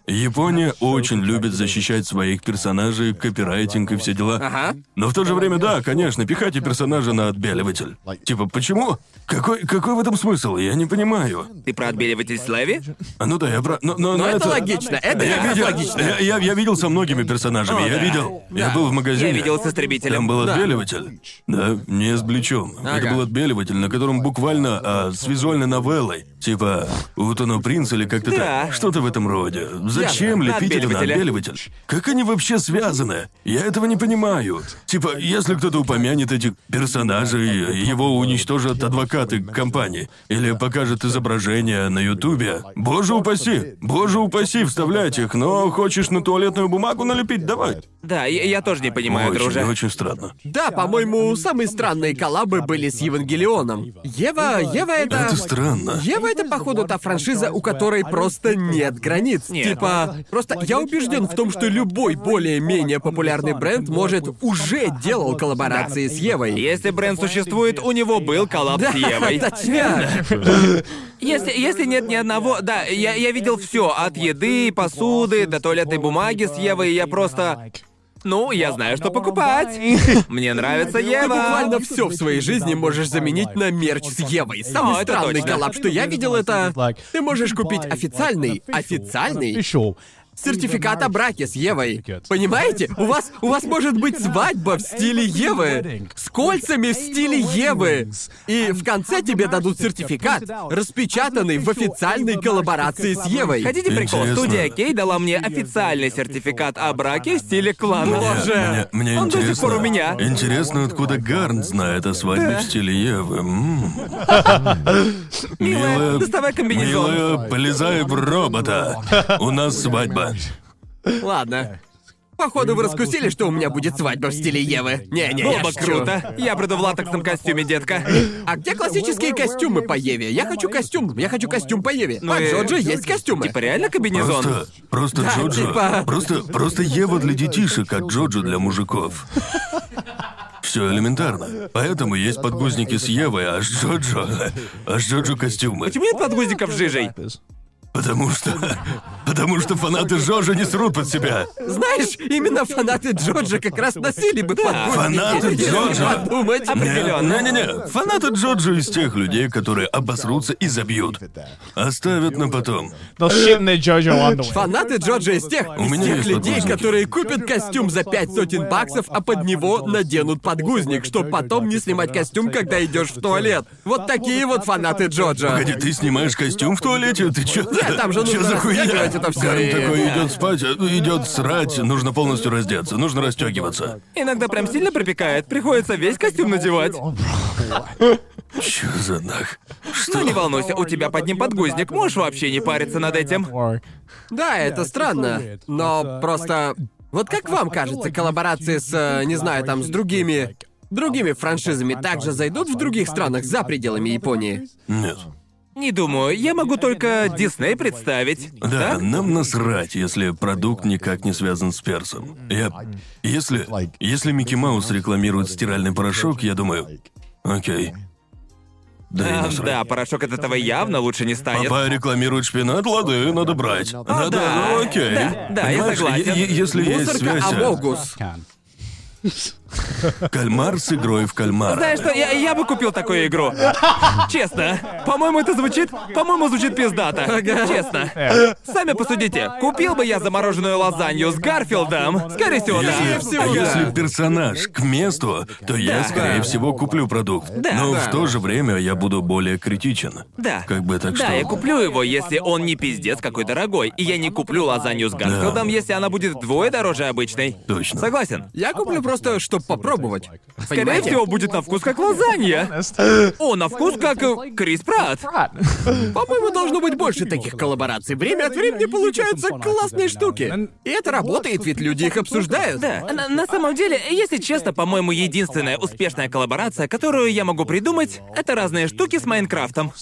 S1: Япония очень любит защищать своих персонажей, копирайтинг и все дела.
S2: Ага.
S1: Но в то же время, да, конечно, пихайте персонажа на отбеливатель. Типа, почему? Какой, какой в этом смысл? Я не понимаю.
S3: Ты про отбеливатель Слэви?
S1: А, Ну да, я про... Но, но- но
S2: Но это
S1: это...
S2: логично, это
S1: Я
S2: как
S1: видел,
S2: логично.
S1: я, я- я видел со многими персонажами,
S3: О,
S1: я
S3: да.
S1: видел. Я
S2: Да.
S1: был в магазине.
S3: Я видел с истребителем.
S1: Там был
S2: Да.
S1: отбеливатель. Да, не с Бличом. Это
S2: Ага.
S1: был отбеливатель, на котором буквально а, с визуальной новеллой. Типа «Утону принц» или как-то
S3: Да.
S1: так. Что-то в этом роде. Зачем
S3: Ясно.
S1: лепить это на
S3: Отбеливателя.
S1: отбеливатель? Как они вообще связаны? Я этого не понимаю. Типа, если кто-то упомянет этих персонажей, его уничтожат адвокаты компании. Или покажет изображение на Ютубе. Боже упаси! Боже упаси, вставлять их, но хочешь на туалетную бумагу налепить? Давай.
S3: Да, я, я тоже не понимаю,
S1: очень,
S3: друже.
S1: очень странно.
S2: Да, по-моему, самые странные коллабы были с Евангелионом. Ева, Ева это...
S1: Это странно.
S2: Ева это, походу, та франшиза, у которой просто нет границ.
S3: Нет.
S2: Типа, просто я убежден в том, что любой более-менее популярный бренд, может, уже делал коллаборации с Евой.
S3: Если бренд существует, у него был коллапс с Евой.
S2: точняк.
S3: Если, если нет ни одного... Да, я, я видел все от еды, посуды, до туалетной бумаги с Евой, и я просто... Ну, я знаю, что покупать. Мне нравится Ева.
S2: Ты буквально все в своей жизни можешь заменить на мерч с Евой. Самый
S3: О, это
S2: странный
S3: точно.
S2: коллаб, что я видел, это ты можешь купить официальный, официальный сертификат о браке с Евой. Понимаете? У вас, у вас может быть свадьба в стиле Евы. С кольцами в стиле Евы. И в конце тебе дадут сертификат, распечатанный в официальной коллаборации с Евой.
S3: Хотите прикол?
S1: Интересно.
S3: Студия Кей дала мне официальный сертификат о браке в стиле клана.
S1: Мне, мне
S3: Он до
S1: интересно.
S3: сих пор у меня.
S1: Интересно, откуда Гарн знает о свадьбе в стиле Евы.
S3: (laughs)
S1: М.
S3: Милая,
S1: Милая,
S3: доставай комбинезон.
S1: милая, полезай в робота. У нас свадьба.
S2: Ладно. Походу, вы раскусили, что у меня будет свадьба в стиле Евы. Не-не, я
S3: Оба
S2: шучу.
S3: круто. Я приду в латексном костюме, детка.
S2: А где классические костюмы по Еве? Я хочу костюм, я хочу костюм по Еве.
S3: Ну
S2: а
S3: и-
S2: Джорджи есть костюмы.
S3: Типа реально комбинезон?
S1: Просто, просто
S2: Да,
S1: Джоджо.
S2: типа-
S1: Просто, просто Ева для детишек, как Джоджо для мужиков. Все элементарно. Поэтому есть подгузники с Евой, а с Джоджо... А с Джоджо костюмы.
S3: Почему нет подгузников с жижей?
S1: Потому что... Потому что фанаты Жожа не срут под себя.
S2: Знаешь, именно фанаты Джорджа как раз носили бы подгузники.
S1: Фанаты
S2: Если
S1: Джорджа.
S2: подумать.
S3: Определенно.
S1: Не-не-не, фанаты Джорджа из тех людей, которые обосрутся и забьют. Оставят на потом.
S7: They'll shit in their JoJo underwear.
S2: Фанаты Джорджа из тех,
S1: У меня
S2: из тех
S1: есть
S2: людей,
S1: подгузники.
S2: которые купят костюм за пять сотен баксов, а под него наденут подгузник, чтобы потом не снимать костюм, когда идешь в туалет. Вот такие вот фанаты Джорджа.
S1: Погоди, ты снимаешь костюм в туалете? Ты чё?
S2: Нет, там же
S1: Чё
S2: нужно
S1: за хуйня?
S2: расстёгивать это всё
S1: Гарн
S2: и-
S1: такой идет спать, идет срать, нужно полностью раздеться, нужно расстегиваться.
S3: Иногда прям сильно пропекает, приходится весь костюм надевать.
S1: Чё за нах?
S3: Ну не волнуйся, у тебя под ним подгузник, можешь вообще не париться над этим.
S7: Or-
S2: Да, это
S5: it's so
S2: странно,
S5: weird. It's,
S2: но
S5: uh,
S2: просто...
S5: like-
S2: Вот как
S5: I- I
S2: вам
S5: feel
S2: кажется,
S5: like
S2: коллаборации
S5: you-
S2: с,
S5: you
S2: э, не знаю, там, с
S5: collaborations
S2: другими...
S5: with, like,
S2: Другими франшизами также зайдут в других странах за пределами Японии?
S1: Нет.
S3: Не думаю, я могу только Дисней представить.
S1: Да,
S3: так?
S1: нам насрать, если продукт никак не связан с перцем. Я... Если... Если Микки Маус рекламирует стиральный порошок, я думаю... Окей. Да и
S3: А,
S1: насрать.
S3: да, а порошок от этого явно лучше не станет.
S1: Папа рекламирует шпинат, лады, надо брать. надо,
S3: да.
S1: ну, окей.
S3: Да, да, я
S1: Понимаешь,
S3: согласен.
S1: е- е- если есть
S2: Мусорка
S1: связь, а,
S2: Амогус.
S1: кальмар с игрой в кальмара.
S3: Знаешь что, я, я бы купил такую игру. Честно. По-моему, это звучит... По-моему, звучит пиздато.
S1: Э.
S3: Честно. Сами посудите. Купил бы я замороженную лазанью с Гарфилдом? Скорее всего, да.
S1: Если,
S2: всего,
S1: а
S2: да.
S1: если персонаж к месту, то я,
S3: Да.
S1: скорее всего, куплю продукт.
S3: Да.
S1: Но
S3: Да.
S1: в то же время я буду более критичен.
S3: Да.
S1: Как бы так
S3: Да,
S1: что.
S3: я куплю его, если он не пиздец какой дорогой. И я не куплю лазанью с Гарфилдом, если она будет вдвое дороже обычной.
S1: Точно.
S3: Согласен.
S2: Я куплю просто, чтобы попробовать.
S3: Скорее
S2: Понимаете?
S3: всего, будет на вкус как лазанья. О, на вкус как э, Крис Пратт.
S2: По-моему, должно быть больше таких коллабораций. Время от времени получаются классные штуки. И это работает, ведь люди их обсуждают.
S3: Да, на, на самом деле, если честно, по-моему, единственная успешная коллаборация, которую я могу придумать, это разные штуки с Майнкрафтом.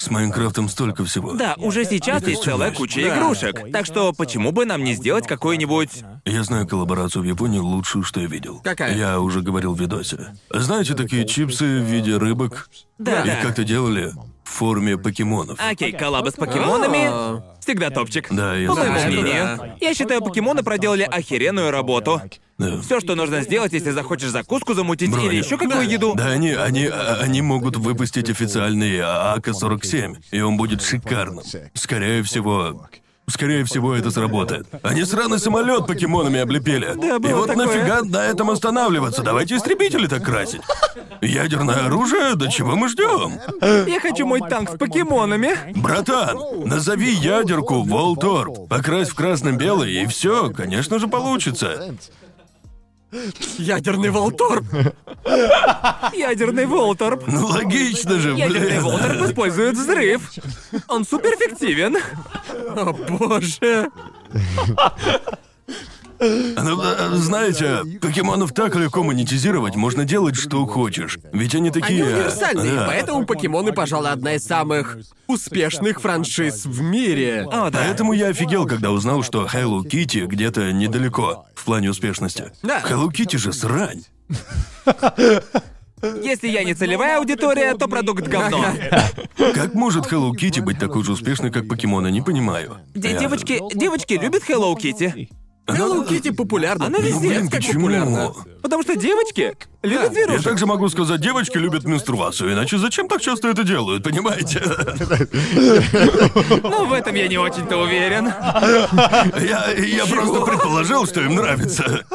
S1: С Майнкрафтом столько всего.
S3: Да, уже сейчас есть целая куча
S2: Да.
S3: игрушек. Так что почему бы нам не сделать какой-нибудь...
S1: Я знаю коллаборацию в Японии лучшую, что я видел.
S2: Какая?
S1: Я уже говорил в видосе. Знаете, такие чипсы в виде рыбок?
S3: Да,
S1: Их
S3: А, да.
S1: как-то делали в форме покемонов.
S3: Окей, коллабы с покемонами
S2: А.
S3: всегда топчик.
S1: Да, я
S3: По моему
S1: согласен.
S3: мнению. Я считаю, покемоны проделали охеренную работу.
S1: Да.
S3: Все, что нужно сделать, если захочешь закуску замутить
S1: Бро,
S3: или
S1: я-
S3: еще какую еду.
S1: Да, они, они, а- они могут выпустить официальный А АК-47, и он будет шикарным. Скорее всего, Скорее всего, это сработает. Они сраный самолет покемонами облепили. и
S3: было
S1: вот
S3: такое.
S1: нафига на этом останавливаться? Давайте истребители так красить. Ядерное оружие? До чего мы ждем?
S3: Я хочу мой танк с покемонами.
S1: Братан, назови ядерку Волторп, покрась в красно-белый, и все, конечно же, получится.
S2: Ядерный Волторп.
S3: Ядерный Волторп.
S1: Ну логично же,
S3: Ядерный
S1: блин.
S3: Волторп использует взрыв. Он суперэффективен.
S2: О боже.
S1: Ну, э, знаете, покемонов так легко монетизировать, можно делать что хочешь. Ведь они
S2: Они
S1: такие...
S2: универсальные,
S1: да.
S2: поэтому покемоны, пожалуй, одна из самых успешных франшиз в мире.
S3: О, да.
S1: Поэтому я офигел, когда узнал, что Hello Kitty где-то недалеко в плане успешности.
S2: Да.
S1: Hello Kitty же срань.
S3: Если я не целевая аудитория, то продукт говно.
S1: Как может Hello Kitty быть такой же успешной, как покемоны, не понимаю. Э,
S3: Де-
S1: Я-
S3: девочки, девочки любят Hello Kitty.
S2: (laughs) Hello Kitty популярна.
S3: Она
S1: Ну,
S3: везде,
S1: блин,
S2: как
S1: почему?
S2: популярна.
S3: Потому что девочки любят
S1: Я
S3: зверушек.
S1: также могу сказать, девочки любят менструацию, иначе зачем так часто это делают, понимаете?
S3: Но в этом я не очень-то уверен.
S1: Я, я просто предположил, что им нравится.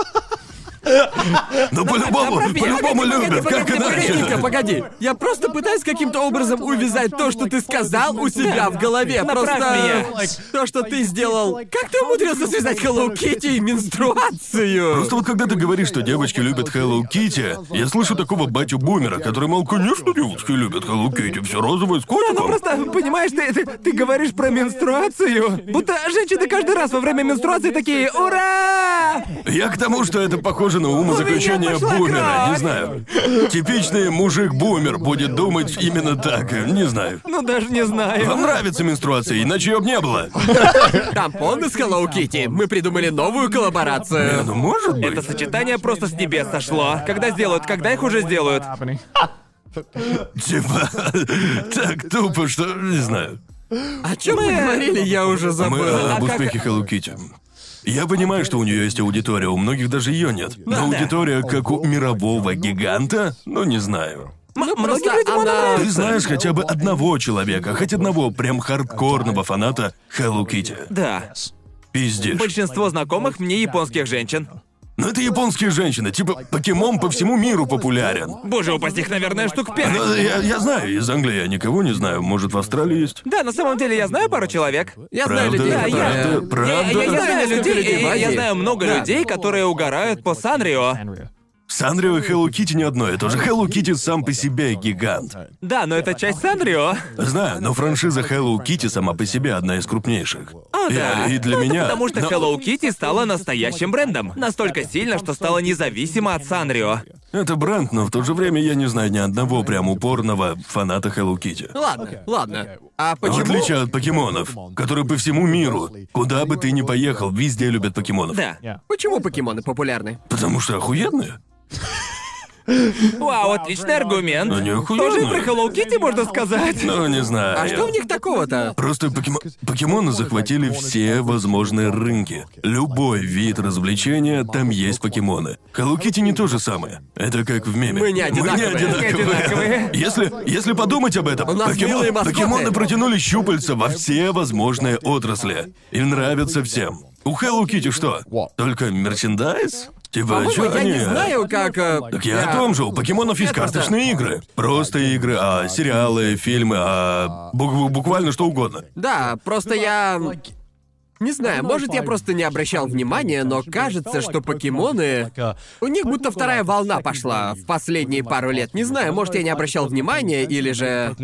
S1: Ну, по-любому, по-любому любят, как
S2: Погоди-ка,
S1: иначе.
S2: погоди. Я просто пытаюсь каким-то образом увязать то, что ты сказал у себя в голове.
S3: Направь
S2: Просто
S3: меня.
S2: то, что ты сделал. Как ты умудрился связать Hello Kitty и менструацию?
S1: Просто вот когда ты говоришь, что девочки любят Hello Kitty, я слышу такого батю бумера, который, мол, конечно, девочки любят Hello Kitty, все розовое с
S3: Ну
S1: котиком.
S3: просто, понимаешь, ты, ты, ты говоришь про менструацию. Будто женщины каждый раз во время менструации такие «Ура!»
S1: Я к тому, что это похоже на умозаключение
S3: У меня Ну, пошла
S1: бумера, не
S3: кровь.
S1: знаю. Типичный мужик-бумер будет думать именно так, не знаю.
S3: Ну даже не знаю.
S1: Вам нравится менструация, иначе ее бы не было.
S2: Тампоны с Hello Kitty. Мы придумали новую
S1: Э,
S2: коллаборацию.
S1: Ну, может быть.
S3: Это сочетание просто с небес сошло. Когда сделают, когда их уже сделают.
S7: Happening.
S1: (laughs) Типа, так тупо, что, не знаю.
S2: О чем мы говорили, я уже
S1: Мы
S2: забыл.
S1: э,
S3: А
S1: об
S3: как-
S1: успехе Hello Kitty. Я понимаю, что у нее есть аудитория, у многих даже ее нет. Но
S3: да.
S1: аудитория как у мирового гиганта, ну не знаю.
S3: М-
S2: просто
S3: Многим людям
S2: она-
S3: она
S1: Ты
S3: нравится.
S1: знаешь хотя бы одного человека, хоть одного прям хардкорного фаната Hello Kitty.
S3: Да.
S1: Пиздишь.
S3: Большинство знакомых мне японских женщин.
S1: Но это японские женщины, типа покемон по всему миру популярен.
S3: Боже, упасть их, наверное, штук пять.
S1: Ну, я, я знаю, из Англии я никого не знаю, может в Австралии есть.
S3: Да, на самом деле я знаю пару человек.
S2: Я знаю
S1: Правда,
S2: людей,
S3: да, я-
S2: которые...
S1: правда,
S3: Я,
S1: правда.
S3: я- я
S2: Да,
S3: знаю
S2: несколько
S3: людей,
S2: людей в
S3: я- я
S2: Азии.
S3: знаю много
S2: Да.
S3: людей, которые угорают по Санрио.
S1: Санрио и Hello Kitty не одно и то же. Hello Kitty сам по себе гигант.
S3: Да, но это часть Санрио.
S1: Знаю, но франшиза Hello Kitty сама по себе одна из крупнейших.
S3: О,
S1: И-
S3: да.
S1: И, для
S3: Ну, это
S1: меня.
S3: Потому что
S1: но-
S3: Hello Kitty стала настоящим брендом. Настолько сильно, что стала независима от Санрио.
S1: Это бренд, но в то же время я не знаю ни одного прям упорного фаната Hello
S3: Ну,
S1: Kitty.
S2: Ладно, ладно. А
S1: В
S2: почему...
S1: отличие от покемонов, которые по всему миру, куда бы ты ни поехал, везде любят покемонов.
S3: Да.
S2: Почему покемоны популярны?
S1: Потому что охуенные.
S3: Вау, отличный аргумент.
S1: Они охуенные.
S3: Тоже и про Hello Kitty можно сказать.
S1: Ну, не знаю.
S2: А что в них такого-то?
S1: Просто покемо- покемоны захватили все возможные рынки. Любой вид развлечения, там есть покемоны. Hello Kitty не то же самое. Это как в меме.
S2: Мы не одинаковые.
S1: Мы не одинаковые.
S3: Мы одинаковые.
S1: (laughs) Если, если подумать об этом,
S2: У нас
S1: покемо-
S2: милые маскоты.
S1: покемоны протянули щупальца во все возможные отрасли. И нравятся всем. У Hello Kitty что? Только мерчендайз? Типа, чё
S2: По-моему, Ну, я не
S1: они?
S2: знаю, как... э,
S1: Так я о том же, у покемонов есть
S2: Это
S1: карточные игры. Просто игры, а сериалы, фильмы, а бу- буквально что угодно.
S2: Да, просто я... Не знаю, может, я просто не обращал внимания, но кажется, что покемоны... У них будто вторая волна пошла в последние пару лет. Не знаю, может, я не обращал внимания, или же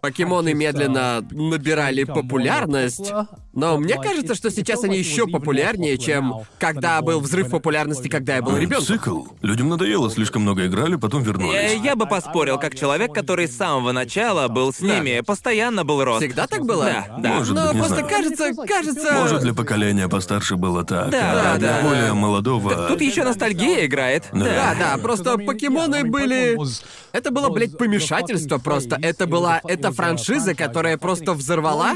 S2: покемоны медленно набирали популярность. Но мне кажется, что сейчас они еще популярнее, чем когда был взрыв популярности, когда я был ребенком.
S1: Э, Цикл. Людям надоело, слишком много играли, потом
S3: Э,
S1: вернулись.
S3: Я бы поспорил, как человек, который с самого начала был с ними, постоянно был рост.
S2: Всегда так было?
S3: Да, да.
S1: Может
S2: Но
S1: быть, не
S2: просто
S1: знаю.
S2: кажется, кажется...
S1: Может, для поколения постарше было так,
S3: Да,
S1: а
S3: да,
S1: для
S3: да.
S1: более молодого...
S3: Тут еще ностальгия играет.
S2: Да,
S1: Да.
S2: да, просто покемоны были... Это было, блядь, помешательство просто. Это была... Это франшиза, которая просто взорвала,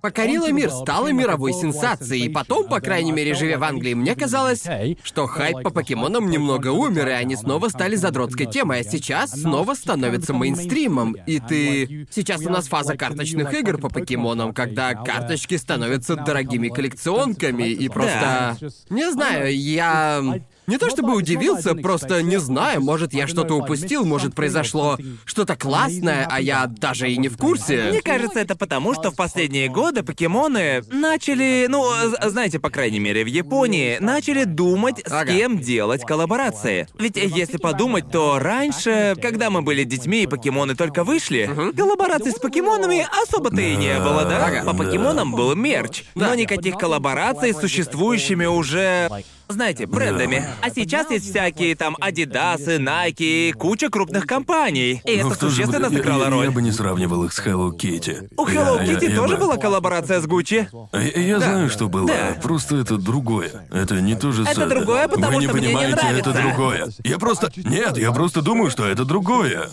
S2: покорила мир, стала мировой сенсацией. И потом, по крайней мере, живя в Англии, мне казалось, что хайп по покемонам немного умер, и они снова стали задротской темой, а сейчас снова становится мейнстримом. И ты... Сейчас у нас фаза карточных игр по покемонам, когда карточки становятся дорогими коллекционками, и просто... Не знаю, я... Не то чтобы удивился, просто не знаю, может, я что-то упустил, может, произошло что-то классное, а я даже и не в
S3: Мне
S2: курсе.
S3: кажется, это потому, что в последние годы покемоны начали, ну, з- знаете, по крайней мере, в Японии, начали думать, с
S2: Ага.
S3: кем делать коллаборации. Ведь э, если подумать, то раньше, когда мы были детьми и покемоны только вышли, коллабораций с покемонами особо-то и не
S1: Да,
S3: было, да?
S1: ага.
S3: По покемонам
S1: Да.
S3: был мерч, но никаких коллабораций с существующими уже знаете, брендами. А сейчас есть всякие там Адидасы, Nike, куча крупных компаний. И
S1: Но
S3: это
S1: в то Ну, же
S3: существенно
S1: время
S3: сыграло
S1: я,
S3: роль.
S1: Я бы не сравнивал их с Hello Kitty.
S3: У Hello
S1: Я- я-
S3: Kitty
S1: я
S3: тоже
S1: бы-
S3: была коллаборация с Гуччи.
S1: Я, я знаю, что было. Просто это другое. Это не то же
S3: Это
S1: самое.
S3: другое, потому
S1: Вы не
S3: что мне не
S1: понимаете, это
S3: нравится.
S1: другое. Я просто... Нет, я просто думаю, что это другое.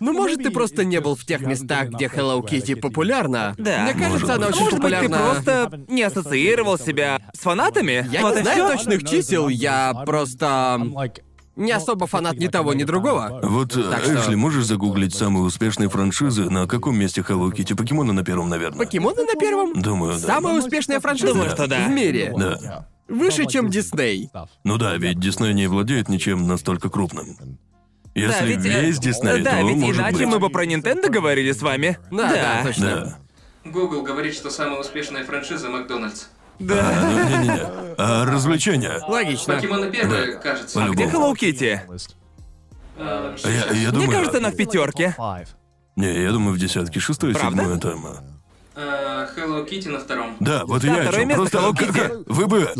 S2: Ну, может, ты просто не был в тех местах, где Hello Kitty популярна.
S3: Да.
S2: Мне
S1: Может
S2: кажется, она
S1: быть.
S2: очень
S3: Может быть, ты
S2: популярна.
S3: просто не ассоциировал себя с фанатами?
S2: Я
S3: Вот и
S2: не знаю
S3: всё.
S2: точных чисел, я просто не особо фанат ни того, ни другого.
S1: Вот, э,
S2: Так что-
S1: Эшли, можешь загуглить самые успешные франшизы? На каком месте Hello Kitty? Покемоны на первом, наверное.
S2: Покемоны на первом?
S1: Думаю, да.
S2: Самая успешная франшиза
S3: Думаю, что да.
S2: в мире.
S1: Да.
S2: Выше, чем Дисней.
S1: Ну да, ведь Дисней не владеет ничем настолько крупным. Если
S3: Да, ведь, э,
S1: весь Дисней,
S3: Да,
S1: то
S3: ведь
S1: может
S3: иначе
S1: быть.
S3: мы бы про Nintendo говорили с вами.
S2: Да, да, точно.
S1: Да.
S4: Google говорит, что самая успешная франшиза Макдональдс.
S1: А, ну, не-не-не. А развлечения?
S2: Логично.
S4: Покемоны первые, кажется.
S1: А
S3: Где
S1: Любого.
S3: Hello Kitty?
S4: Э,
S1: А Я, я
S3: Мне
S1: думаю...
S3: кажется, она в пятерке.
S1: Не, я думаю, в десятке. Шестое,
S3: Правда?
S1: седьмое там. а.
S4: э, Hello Kitty на втором.
S1: Да, вот и
S3: Да,
S1: я о
S3: второе
S1: чём.
S3: место
S1: Просто
S3: Hello
S1: к-
S3: Kitty.
S1: к- вы бы...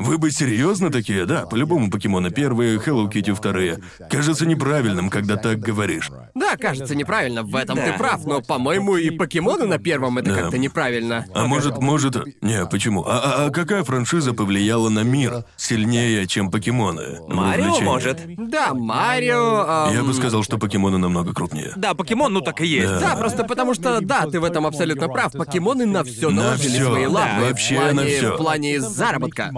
S1: Вы бы серьезно такие, да? По-любому покемоны первые, Hello Kitty вторые. Кажется неправильным, когда так говоришь.
S2: Да, кажется, неправильно. В этом
S3: Да.
S2: ты прав, но, по-моему, и покемоны на первом это
S1: Да.
S2: как-то неправильно.
S1: А может, может... Не, почему? А, а- а какая франшиза повлияла на мир сильнее, чем покемоны? В
S3: Марио
S1: развлечении?
S3: может.
S2: Да, Марио. ам,
S1: Я бы сказал, что покемоны намного крупнее.
S3: Да, покемон, ну так и есть.
S2: Да, просто потому что, да, ты в этом абсолютно прав. Покемоны на все
S1: На
S2: наложили
S1: всё,
S2: свои лапы.
S1: да, вообще
S2: в плане,
S1: на всё.
S2: В плане заработка.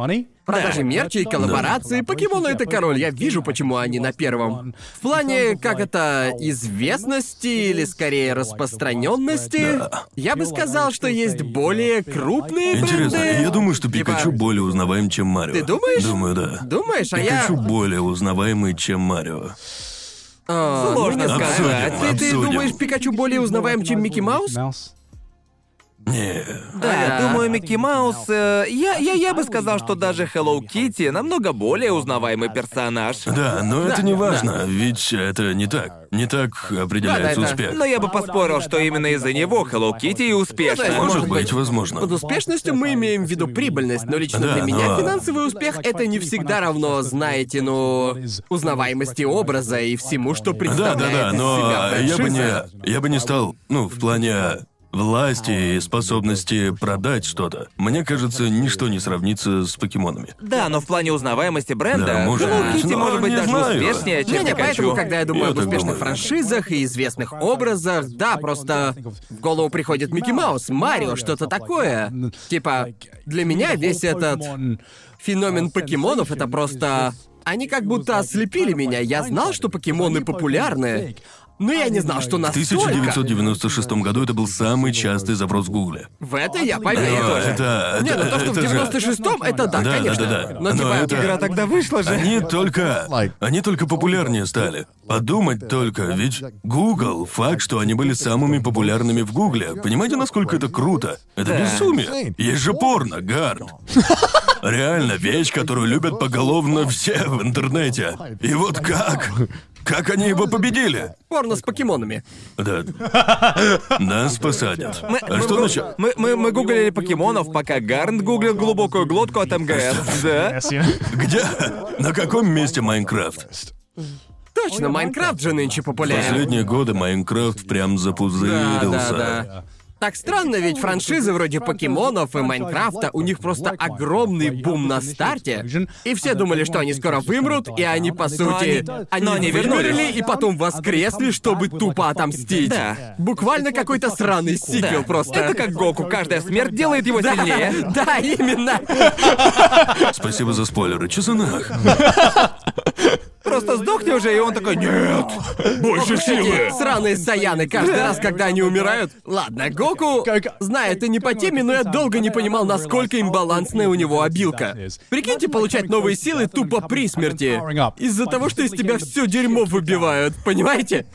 S2: Продажи
S5: Даже
S2: мерча и коллаборации. Покемоны — это король. Я вижу, почему они на первом. В плане, как это, известности или скорее распространенности, я бы сказал, что есть более крупные
S1: Интересно,
S2: бренды.
S1: я думаю, что
S2: Типа,
S1: Пикачу более узнаваем, чем Марио.
S2: Ты думаешь?
S1: Думаю, да.
S2: Думаешь, а я...
S1: Пикачу более узнаваемый, чем Марио.
S2: А, ну,
S3: Сложно
S2: не знаю.
S3: сказать.
S2: Ты, ты
S1: Обсудим.
S2: думаешь, Пикачу более узнаваем, чем Микки Маус?
S1: Не,
S3: Да,
S2: Да.
S3: думаю, Микки Маус. э, я, я, я бы сказал, что даже Hello Kitty намного более узнаваемый персонаж.
S1: Да, но это не
S2: да.
S1: важно, ведь это не так. Не так определяется
S2: Да, Ну, да, да.
S1: успех.
S3: Но я бы поспорил, что именно из-за него Hello Kitty и
S2: Ну да,
S3: успешна.
S1: Может
S2: может
S1: быть,
S2: быть.
S1: возможно.
S2: Под успешностью мы имеем в виду прибыльность, но лично
S1: Да,
S2: для меня
S1: но-
S2: финансовый успех это не всегда равно, знаете, ну, узнаваемости образа и всему,
S1: Да,
S2: что
S1: да,
S2: представляет
S1: да,
S2: из
S1: но
S2: себя
S1: я бы
S2: франшиза.
S1: не. Я бы не стал, ну, в плане власти и способности продать что-то. Мне кажется, ничто не сравнится с покемонами.
S3: Да, но в плане узнаваемости бренда
S1: Да, может
S3: Hello
S1: быть,
S3: Kitty
S1: но
S3: может быть
S1: не
S3: даже
S1: знаю.
S3: успешнее, чем
S2: Не-не,
S3: Пикачу.
S2: поэтому, когда я думаю
S1: Я
S2: об
S1: так
S2: успешных
S1: думаю.
S2: франшизах и известных образах, да, просто в голову приходит Микки Маус, Марио, что-то такое. Типа, для меня весь этот феномен покемонов это просто... Они как будто ослепили меня. Я знал, что покемоны популярны, но я не знал, что
S1: В
S2: настолько...
S1: 1996 году это был самый частый запрос в Гугле.
S2: В это я
S1: Но
S2: поверил.
S1: это.
S2: Не, ну
S1: это-
S2: то, что в
S1: это же-
S2: 96-м, это да,
S1: Да, да,
S2: конечно.
S1: да, да.
S2: Но,
S1: Но
S2: типа,
S1: это-
S2: игра так-
S3: тогда вышла же.
S1: Они только... Они только популярнее стали. Подумать только, ведь Google, факт, что они были самыми популярными в Гугле. Понимаете, насколько это круто? Это безумие. Есть же порно, Гард. Реально, вещь, которую любят поголовно все в интернете. И вот как? Как они его победили?
S2: порно с покемонами.
S1: Да. Нас посадят.
S3: Мы,
S1: А
S3: мы
S1: что
S3: гу-
S1: насчет...
S3: мы, мы, мы гуглили покемонов, пока Гарнт гуглил глубокую глотку от МГС. Да.
S1: Где? На каком месте Майнкрафт?
S2: Точно, Майнкрафт же нынче популярен.
S1: Последние годы Майнкрафт прям
S2: Да,
S1: запузырился.
S2: да, да. Так странно, ведь франшизы вроде покемонов и Майнкрафта, у них просто огромный бум на старте. И все думали, что они скоро вымрут, и они, по
S5: Но
S2: сути,
S5: они-
S2: они,
S3: но они
S2: вымерли
S3: вернулись.
S2: и потом воскресли, чтобы тупо отомстить.
S3: Да.
S2: Буквально какой-то сраный сиквел
S3: Да.
S2: просто.
S3: Это как Гоку, каждая смерть делает его сильнее.
S2: Да, именно.
S1: Спасибо за спойлеры. Чесанах.
S3: Просто сдохни уже, и он такой, нет, больше
S2: Эти сраные саяны каждый раз, когда они умирают. Ладно, Гоку,
S5: Как-
S2: знаю, это не по теме, но я долго не понимал, насколько имбалансная у него обилка. Прикиньте, получать новые силы тупо при смерти. Из-за того, что из тебя все дерьмо выбивают, понимаете?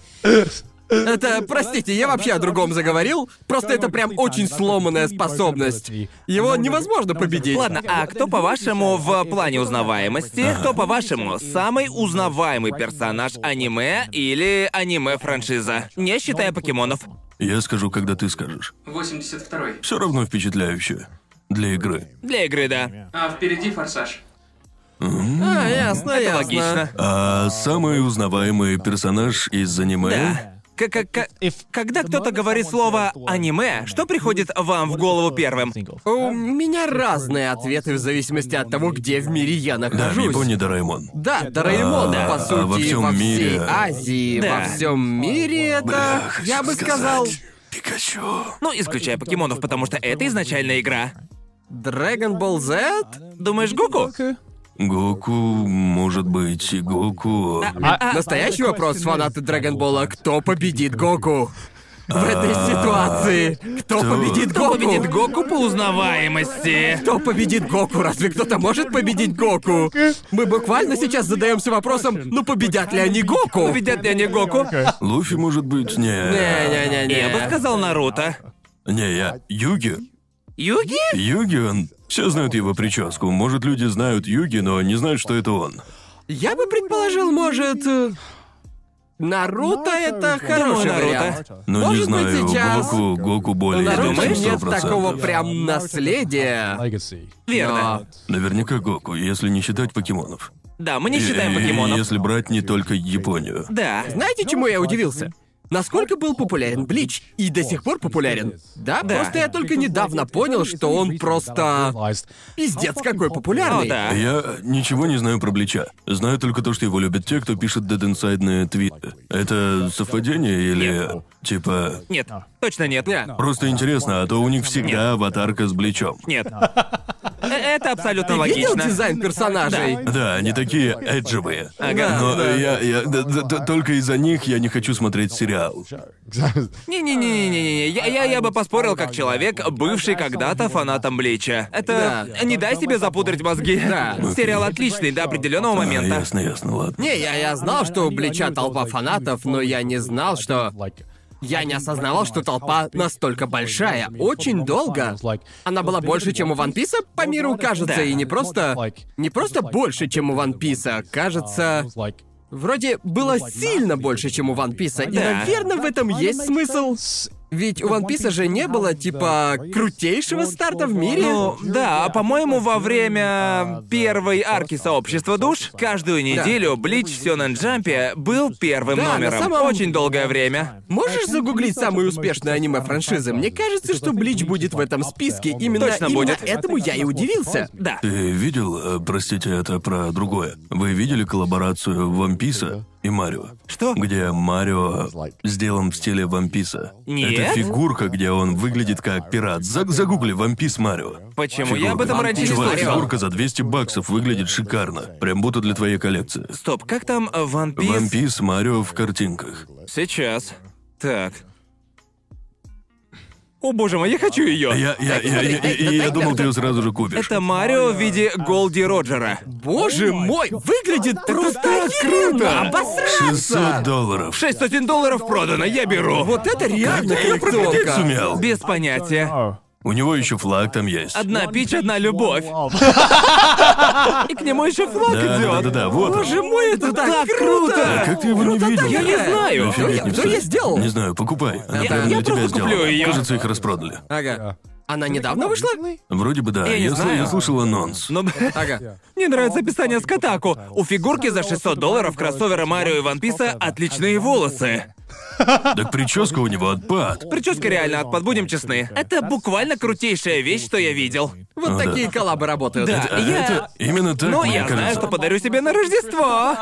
S2: Это, простите, я вообще о другом заговорил. Просто это прям очень сломанная способность. Его невозможно победить.
S3: Ладно, а кто, по-вашему, в плане узнаваемости, кто, по-вашему, самый узнаваемый персонаж аниме или аниме-франшиза? Не считая покемонов.
S1: Я скажу, когда ты скажешь.
S4: 82-й.
S1: Все равно впечатляюще. Для игры.
S3: Для игры, да.
S4: А впереди форсаж.
S2: А,
S1: Ну,
S2: ясно, ясно.
S3: Логично.
S1: А самый узнаваемый персонаж из аниме?
S3: Да. К- к- к- Когда кто-то говорит слово «аниме», что приходит вам в голову первым?
S2: У меня разные ответы в зависимости от того, где в мире я
S1: Да, в
S2: нахожусь.
S1: Японии Дораймон.
S2: Да, Дораэмон,
S1: А,
S2: по
S1: а
S2: сути,
S1: во всем
S2: всей
S1: мире.
S2: Азии,
S3: Да.
S2: во всем мире это, я бы сказал,
S1: Пикачу.
S3: Ну, исключая покемонов, потому что это изначальная игра.
S2: Dragon Ball Z?
S3: Думаешь, Гуку?
S1: Гоку, может быть, и Гоку.
S3: А,
S2: А, Настоящий вопрос фанаты Dragon Ball, кто победит Гоку? В этой ситуации кто победит
S3: Кто
S2: Гоку?
S3: победит Гоку по узнаваемости?
S2: Кто победит Гоку? Разве кто-то может победить Гоку? Мы буквально сейчас задаемся вопросом, ну победят ли они Гоку?
S3: Победят ли они Гоку?
S1: Луфи, может быть, не.
S2: Не-не-не-не.
S3: Я бы сказал Наруто.
S1: Не, я. Юги.
S3: Юги?
S1: Юги, он. Все знают его прическу. Может, люди знают Юги, но не знают, что это он.
S2: Я бы предположил, может... э, Наруто это
S5: Думаю,
S2: хороший
S3: Наруто.
S2: вариант.
S1: Ну,
S2: Может
S1: не
S2: быть,
S1: знаю,
S2: сейчас-
S1: Гоку, Гоку более
S2: Наруто
S1: идет, чем
S2: нет
S1: 100%.
S2: такого прям наследия.
S3: Верно.
S1: Наверняка Гоку, если не считать покемонов.
S3: Да, мы не
S1: И-
S3: считаем
S1: и-
S3: покемонов.
S1: Если брать не только Японию.
S3: Да.
S2: Знаете, чему я удивился? Насколько был популярен Блич и до сих пор популярен. Да,
S5: Да.
S2: просто я только недавно понял, что он просто пиздец какой популярный.
S3: О, да.
S1: Я ничего не знаю про Блича. Знаю только то, что его любят те, кто пишет Dead Inside твиты. Это совпадение или... Типа...
S3: Нет, точно нет.
S2: Не.
S1: Просто интересно, а то у них всегда аватарка с Бличом.
S3: Нет. Э, Это абсолютно
S2: Видел
S3: логично.
S2: дизайн персонажей?
S1: Да, они такие эджевые.
S3: Ага.
S1: Но
S2: Да.
S1: я, я- д- д- д- только из-за них я не хочу смотреть сериал.
S3: Не-не-не-не-не-не. Я, я, я бы поспорил, как человек, бывший когда-то фанатом Блича. Это
S2: Да.
S3: не дай себе запудрить мозги. Да. Сериал отличный до определенного
S1: А,
S3: момента.
S1: ясно, ясно, ладно.
S2: Не, я, я знал, что у Блича толпа фанатов, но я не знал, что... Я не осознавал, что толпа настолько большая. Очень долго. Она была больше, чем у Ван Писа, по миру, кажется,
S3: Да.
S2: и не просто... Не просто больше, чем у Ван Писа, кажется... Вроде было сильно больше, чем у Ван Писа, и,
S3: Да.
S2: наверное, в этом есть смысл. Ведь у Ван Писа же не было, типа, крутейшего старта в мире.
S3: Ну, да, а по-моему, во время первой арки сообщества душ каждую неделю Блич в Сёнэн Джампе был первым
S2: Да, на
S3: номером.
S2: самом-
S3: Очень долгое время.
S2: Можешь загуглить самые успешные аниме франшизы? Мне кажется, что Блич будет в этом списке. Именно,
S3: Точно
S2: именно
S3: будет.
S2: этому я и удивился.
S3: Да.
S1: Ты видел, э, простите, это про другое. Вы видели коллаборацию Вамписа и Марио?
S3: Что?
S1: Где Марио сделан в стиле Вамписа. Это
S3: Нет.
S1: фигурка, где он выглядит как пират. За- загугли Вампис Марио.
S3: Почему я об этом раньше не
S1: Чувак,
S3: слышал?
S1: фигурка за 200 баксов выглядит шикарно. Прям будто для твоей коллекции.
S3: Стоп, как там э, Ван Пис?
S1: Вампис Марио в картинках.
S3: Сейчас. Так. О боже мой, я хочу ее.
S1: Я, я, я, я, я- я- я думал, ты ее сразу же купишь.
S3: Это Марио в виде Голди Роджера.
S2: Боже мой, выглядит просто круто! Обосраться!
S1: 600 долларов.
S3: 6 сотен долларов продано, я беру.
S2: Вот это реально
S1: Ты
S2: коллекционка!
S1: сумел.
S3: Без понятия.
S1: У него еще флаг там есть.
S3: Одна пич, одна любовь. И к нему еще флаг
S1: Да,
S3: идет.
S1: да, да, да, вот. он.
S2: Боже мой, это так
S1: А
S2: круто!
S1: как ты его не видел?
S3: Ну, Я не знаю.
S2: Что
S1: Офигеть,
S2: я-
S1: не
S2: что
S1: встать.
S2: я сделал?
S1: Не знаю, покупай. Она
S2: Я-
S1: прямо
S2: я
S1: для тебя
S3: просто куплю
S1: сделана.
S3: её.
S1: Кажется, их распродали.
S2: Ага. Она недавно вышла?
S1: Вроде бы да.
S3: Я не
S1: сл-
S3: знаю.
S1: я слышал анонс.
S3: Но
S2: Ага.
S3: мне нравится описание с Катаку. У фигурки за 600 долларов кроссовера Марио и Ван Писа отличные волосы.
S1: Так прическа у него отпад.
S3: Прическа реально отпад, будем честны. Это буквально крутейшая вещь, что я видел.
S2: Вот
S1: Ну да.
S2: такие коллабы работают.
S3: Да.
S1: А
S3: Я-
S1: это именно так,
S3: Но
S1: мне
S3: я знаю,
S1: кажется.
S3: что подарю себе на Рождество.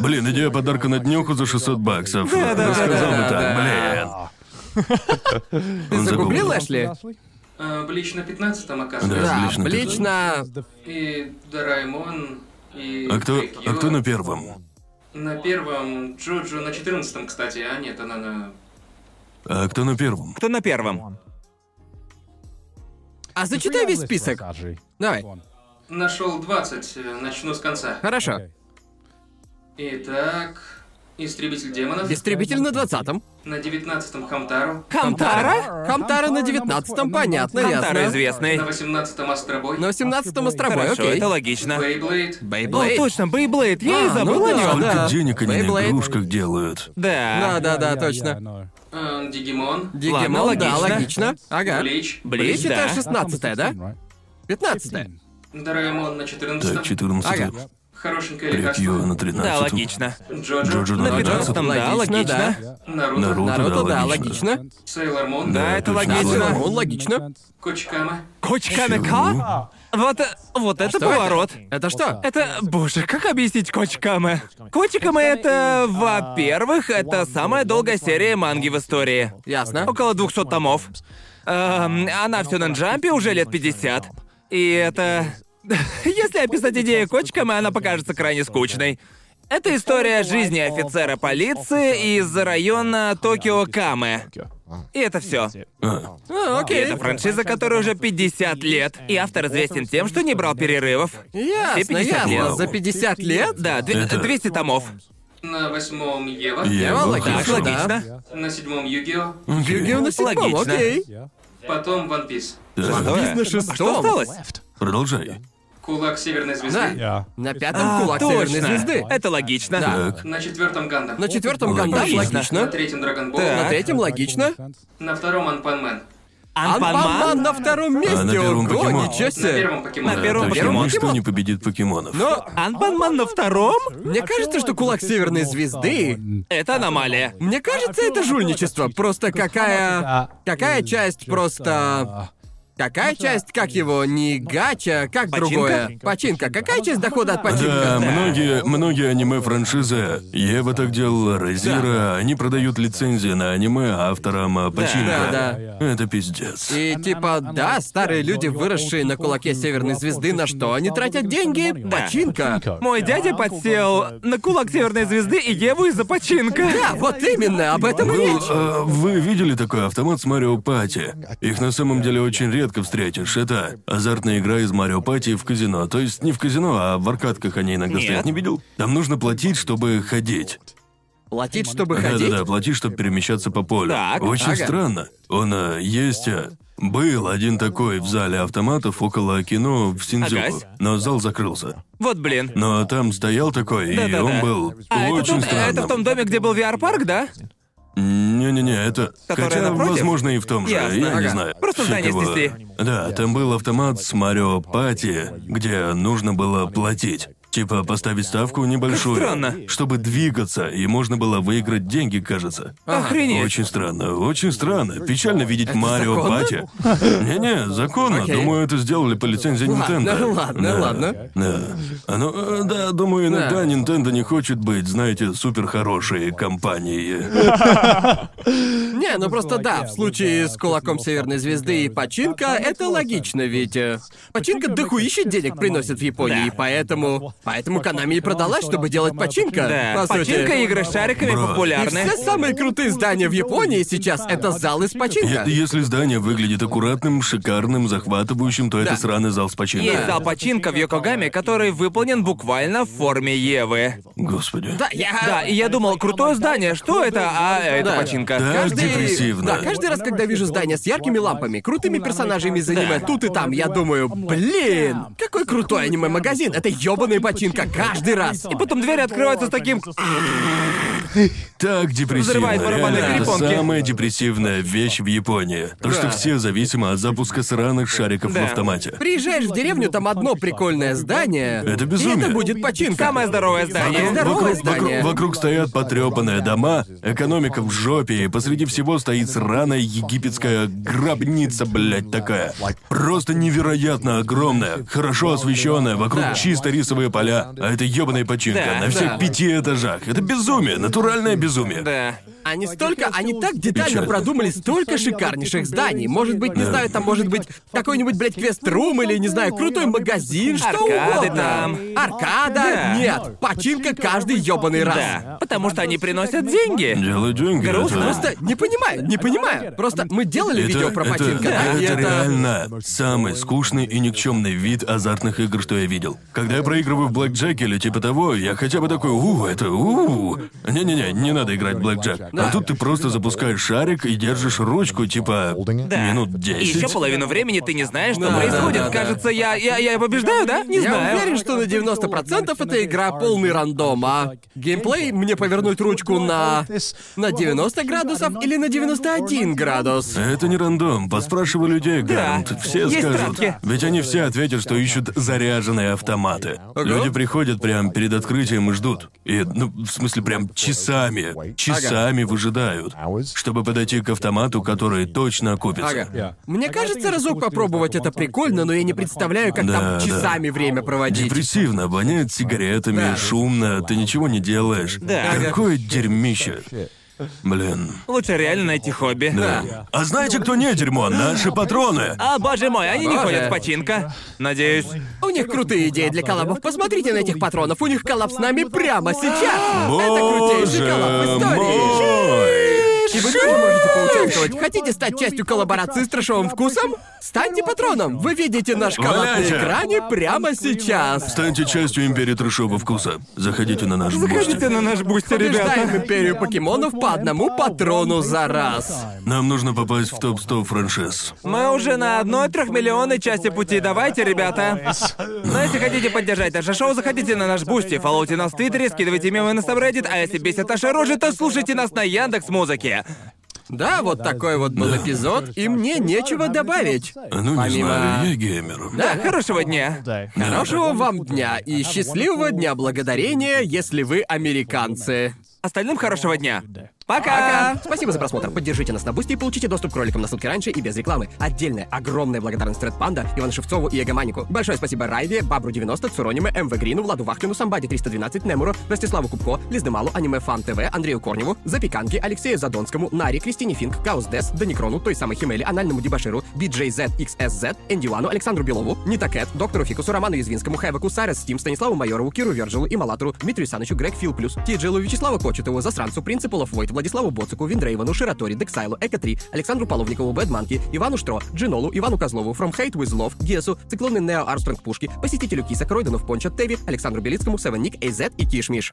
S1: Блин, идея подарка на днюху за 600 баксов.
S3: Да, да,
S1: Рассказал
S2: да,
S1: бы так,
S3: (laughs)
S1: блин.
S2: Ты
S1: Он
S2: загуглил,
S3: а,
S1: загуглил.
S2: Эшли?
S4: Э, Блич на 15-м,
S1: Да.
S4: оказывается.
S2: Да,
S1: Блич на
S2: Блич на...
S4: И Дораймон, и...
S1: А кто,
S4: Рикью.
S1: а кто на первом?
S4: На первом, Джоджо на 14 кстати, а нет, она на...
S1: А кто на первом?
S3: Кто на первом?
S2: А зачитай весь список. Давай.
S4: Нашел 20, э, начну с конца.
S2: Хорошо.
S4: Итак, Истребитель демонов.
S2: Истребитель на 20-м.
S4: На 19-м Хамтару.
S3: Камтара?
S2: Хамтара на 19-м, понятно,
S3: Камтара
S2: Ну, ясно.
S3: Ну, известный.
S4: На 18-м Астробой.
S2: На 18-м островой,
S3: Хорошо,
S2: окей.
S3: это логично.
S4: Бейблейд.
S3: О,
S2: Бейблейд.
S3: точно, Бейблейд, я и
S2: А,
S3: забыл
S2: ну
S3: о
S2: да,
S3: нем.
S1: Сколько
S2: да.
S1: денег они на
S2: Beyblade.
S1: игрушках делают?
S2: Да,
S3: Да.
S2: да, да, точно.
S4: э, Дигимон.
S2: Дигимон,
S3: Ладно, ну,
S2: да,
S3: логично.
S2: логично. Ага.
S4: Блич.
S3: Блич,
S2: Блич это
S3: да.
S2: 16-е, Ну, а да? Ну, 15-е.
S4: Дораймон на 14
S1: Так, 14
S2: Ага.
S4: Хорошенькое
S1: Рикью
S4: лекарство.
S1: на 13
S3: Да, логично.
S4: Джоджо.
S1: Джоджо
S3: На
S1: на
S3: 15
S1: 15
S3: да,
S2: Логично, да.
S3: логично.
S4: Наруто.
S1: Наруто.
S2: Наруто, да,
S1: да,
S2: логично.
S4: Сейлор Мун.
S3: Да, это
S1: точно.
S3: логично.
S2: Он логично.
S4: Кочкама.
S3: Кочкамека? Вот, э- вот это
S2: Что
S3: поворот.
S2: Это? это что?
S3: Это, боже, как объяснить Кочкаме? Кочкаме это, во-первых, это самая долгая серия манги в истории.
S2: Ясно.
S3: Около 200 томов. Эм, она все на джампе уже лет 50. И это... (laughs) Если описать идею Кочкаме, она покажется крайне скучной. Это история жизни офицера полиции из района Токио-Каме. И это все.
S1: А,
S2: А,
S3: И
S2: окей.
S3: это франшиза, которой уже 50 лет. И автор известен тем, что не брал перерывов. Все
S2: Ясно,
S3: 50 лет.
S2: ясно. За 50 лет?
S3: Да, две-
S1: Это-
S3: 200 томов.
S4: На восьмом Ева.
S1: я
S2: Ева,
S1: был
S2: логично,
S3: Так,
S1: хорошо.
S3: логично.
S4: На седьмом Югио.
S1: Окей.
S2: Югио на седьмом,
S3: Логично.
S2: окей.
S4: Потом Ван Пис.
S1: Так,
S3: Что
S2: Бизнес
S3: Что
S2: шестом.
S3: осталось?
S1: Продолжай.
S4: Кулак Северной Звезды.
S7: Да.
S2: На пятом
S3: А,
S2: кулак
S3: точно.
S2: Северной Звезды.
S3: Это логично.
S2: Да.
S1: Так.
S4: На четвертом Гандам.
S2: На четвертом Гандам
S1: Логично.
S4: На
S2: логично.
S4: третьем Драгонбол.
S2: На
S3: Так.
S2: третьем логично.
S4: На втором Анпанмен.
S2: Анпанман
S3: Анпанман?
S2: на втором месте,
S1: первом
S2: ого,
S1: покемон.
S2: ничего
S4: На
S2: себе.
S4: первом Покемоне.
S3: На первом
S2: Ну,
S1: Точно,
S3: покемон.
S1: Ничто не победит покемонов.
S2: Но
S3: Анбанман на втором?
S5: Мне кажется, что кулак Северной Звезды...
S3: Это аномалия.
S2: мне кажется, это жульничество. Просто какая... Какая часть просто... Какая часть, как его, не гача, как
S3: Починка?
S2: другое? Починка. Какая часть дохода от
S1: Да,
S2: починка?
S1: многие, многие аниме-франшизы, Ева так делала, Резира, они продают лицензии на аниме авторам а, починка.
S2: Да,
S1: Это пиздец.
S2: И типа, да, старые люди, выросшие на кулаке Северной Звезды, на что они тратят деньги?
S5: Да.
S2: Починка.
S3: Мой дядя подсел на кулак Северной Звезды и Еву из-за починка.
S2: Да, вот именно, об этом и
S1: Был,
S2: речь.
S1: а, вы видели такой автомат с Марио Пати? Их на самом деле очень редко встретишь. Это азартная игра из Марио Пати в казино. То есть не в казино, а в аркадках они иногда
S3: Нет.
S1: стоят. Не видел? Там нужно платить, чтобы ходить.
S2: Платить, чтобы ходить?
S1: Да-да-да, платить, чтобы перемещаться по полю.
S3: Так,
S1: очень
S2: ага.
S1: странно. Он э, есть... э, Был один такой в зале автоматов около кино в Синдзюку,
S3: Агась.
S1: но зал закрылся.
S3: Вот блин.
S1: Но там стоял такой, и
S3: Да-да-да.
S1: он был
S3: А это,
S1: очень
S3: тот-
S1: странным.
S3: это в том доме, где был VR-парк, да?
S1: Не-не-не, это...
S3: Которая
S1: Хотя,
S3: напротив?
S1: возможно, и в том же,
S3: Ясно.
S1: я не
S2: Ага.
S1: знаю.
S3: Просто
S1: Фиг
S3: здание
S1: его.
S3: снесли.
S1: Да, там был автомат с Марио Пати, где нужно было платить. Типа поставить ставку небольшую,
S3: Как странно.
S1: чтобы двигаться, и можно было выиграть деньги, кажется.
S3: Охренеть.
S1: Очень странно, очень странно. Печально видеть Марио
S2: законно?
S1: Пати. Не-не, законно.
S2: Окей.
S1: Думаю, это сделали по лицензии
S2: Ладно,
S1: Nintendo.
S2: ладно,
S1: Да,
S2: ладно.
S1: Да. А ну, э, да, думаю, иногда
S2: Да.
S1: Nintendo не хочет быть, знаете, супер хорошей компанией.
S2: Не, ну просто да, в случае с кулаком Северной Звезды и починка, это логично, ведь э, починка дохуище денег приносит в Японии,
S5: Да.
S2: и поэтому... Поэтому Канами и продалась, чтобы делать починка,
S3: Да.
S2: по сути.
S3: Починка и игры с шариками
S1: Бро.
S2: И
S3: популярны.
S2: все самые крутые здания в Японии сейчас — это зал из починка.
S1: Е- Если здание выглядит аккуратным, шикарным, захватывающим, то
S2: Да.
S1: это сраный зал с починой.
S3: Есть зал починка в Йокогаме, который выполнен буквально в форме Евы.
S1: Господи.
S2: Да, я...
S3: Да, и я думал, крутое здание, что это? А это
S2: Да.
S3: починка.
S1: Да.
S3: Кажд-
S2: Каждый...
S1: депрессивно.
S2: Да, каждый раз, когда вижу здание с яркими лампами, крутыми персонажами из аниме
S5: Да.
S2: тут и там, я думаю, блин, какой крутой аниме-магазин, это ёбаная починка каждый раз.
S3: И потом двери открываются с таким...
S1: Так депрессивно.
S3: Взрывает барабанные
S1: реально. это
S3: перепонки.
S1: самая депрессивная вещь в Японии. То, что все зависимо от запуска сраных шариков в
S3: Да.
S1: автомате.
S2: Приезжаешь в деревню, там одно прикольное здание.
S1: Это безумие.
S2: И это будет починка.
S3: Самое здоровое здание.
S2: Самое здоровое
S1: Вокруг,
S2: здание.
S1: вокруг- вокруг стоят потрепанные дома, экономика в жопе, и посреди всего стоит сраная египетская гробница, блядь, такая. Просто невероятно огромная, хорошо освещенная, вокруг
S2: Да.
S1: чисто рисовые поля, а это ебаная починка
S3: Да,
S1: на всех
S2: да.
S1: пяти этажах. Это безумие, натуральное безумие.
S3: Да.
S2: Они А столько, они так детально
S1: Печально.
S2: продумали столько шикарнейших зданий. Может быть, не знаю, там может быть какой-нибудь, блядь, квест-рум или, не знаю, крутой магазин, что
S3: Аркады
S2: угодно.
S3: там.
S2: Аркада?
S3: Да.
S2: Нет, починка каждый ёбаный раз.
S3: Да. Потому что они приносят деньги.
S1: Дело деньги.
S3: Грустно.
S1: это-
S2: Просто не понимаю, не понимаю. Просто мы делали
S1: Это,
S2: видео про
S1: это-
S2: починка, да,
S1: это
S2: и это...
S1: реально самый скучный и никчемный вид азартных игр, что я видел. Когда я проигрываю в Блэк Джек или типа того, я хотя бы такой, у, это у. Не-не-не, не надо играть в Блэк Джек. А тут ты просто запускаешь шарик и держишь ручку, типа,
S3: Да.
S1: минут
S3: И еще
S1: 10.
S3: половину времени ты не знаешь, что
S2: Да,
S3: происходит.
S2: да, да.
S3: Кажется, я, я, я побеждаю, да? Не
S2: я
S3: знаю.
S2: уверен, что на 90% это игра полный рандом, а геймплей мне повернуть ручку на... на 90 градусов или на 91 градус.
S1: Это не рандом. Поспрашивай людей,
S3: Да.
S1: Гарнт. Все
S3: Есть
S1: скажут.
S3: травки.
S1: Ведь они все ответят, что ищут заряженные автоматы.
S2: Ага.
S1: Люди приходят прямо перед открытием и ждут. И, ну, в смысле, прям часами, часами выжидают, чтобы подойти к автомату, который точно окупится.
S2: Ага. Мне кажется, разок попробовать это прикольно, но я не представляю, как
S1: Да, да.
S2: там часами время проводить.
S1: Депрессивно, воняет сигаретами,
S2: Да.
S1: шумно, ты ничего не делаешь.
S3: Да.
S1: Какое дерьмище. Блин.
S3: Лучше реально найти хобби.
S1: Да. А знаете, кто не дерьмо? Наши патроны.
S3: А, боже мой, они не
S2: Боже.
S3: ходят в починка. Надеюсь.
S2: У них крутые идеи для коллабов. Посмотрите на этих патронов. У них коллаб с нами прямо сейчас. это крутейший коллаб в истории.
S1: Боже мой!
S2: И вы тоже можете поучаствовать. Хотите стать частью коллаборации с трэшовым вкусом? Станьте патроном. Вы видите наш канал на
S1: Валяйте.
S2: экране прямо сейчас.
S1: Станьте частью империи трешового вкуса. Заходите на наш
S3: Заходите
S1: бустер.
S3: на наш бустер,
S2: Побеждаем
S3: ребята.
S2: империю покемонов по одному патрону за раз.
S1: Нам нужно попасть в топ-100 франшиз.
S3: Мы уже на одной трехмиллионной части пути. Давайте, ребята. Но если хотите поддержать наше шоу, заходите на наш бусти, фоллоуте нас в Твиттере, скидывайте мемы на Subreddit, а если бесит наши рожи, то слушайте нас на Яндекс Музыке.
S2: Да, вот такой вот был эпизод, и мне нечего добавить.
S1: А Ну, не
S2: Помимо-
S1: знаю, я геймер.
S3: Да, хорошего дня.
S2: Хорошего вам дня и счастливого дня благодарения, если вы американцы.
S3: Остальным хорошего дня. Пока.
S2: Пока! А, Спасибо за просмотр. Поддержите нас на Бусти и получите доступ к роликам на сутки раньше и без рекламы. Отдельная огромная благодарность Ред Панда, Ивану Шевцову и Эгоманику. Большое спасибо Райве, Бабру 90, Цурониме, МВ Грину, Владу Вахтину, Самбаде 312, Немуру, Ростиславу Кубко, Лиздемалу, Аниме Фан ТВ, Андрею Корневу, Запеканке, Алексею Задонскому, Наре, Кристине Финк, Каус Дес, Даникрону, той самой Химели, Анальному Дебаширу, BJZXSZ, Эндивану, Александру Белову, Нитакет, Доктору Фикусу, Роману Язвинскому, Хайваку, Сарес, Стим, Станиславу Майорову, Киру Вержилу и Малатору, Дмитрию Санычу, Грег Фил Плюс, Тиджилу, Вячеславу Кочетову, Засранцу, Принципу Лофвойт, Владиславу Боцику, Виндрейвану, Ширатори, Дексайлу, Эко-3, Александру Половникову, Бэдманки, Ивану Штро, Джинолу, Ивану Козлову, From Hate With Love, Гесу, Циклоны Нео Армстронг Пушки, посетителю Киса, Кройдену в Понча, Теви, Александру Белицкому, Севен Ник, Эйзет и Кишмиш.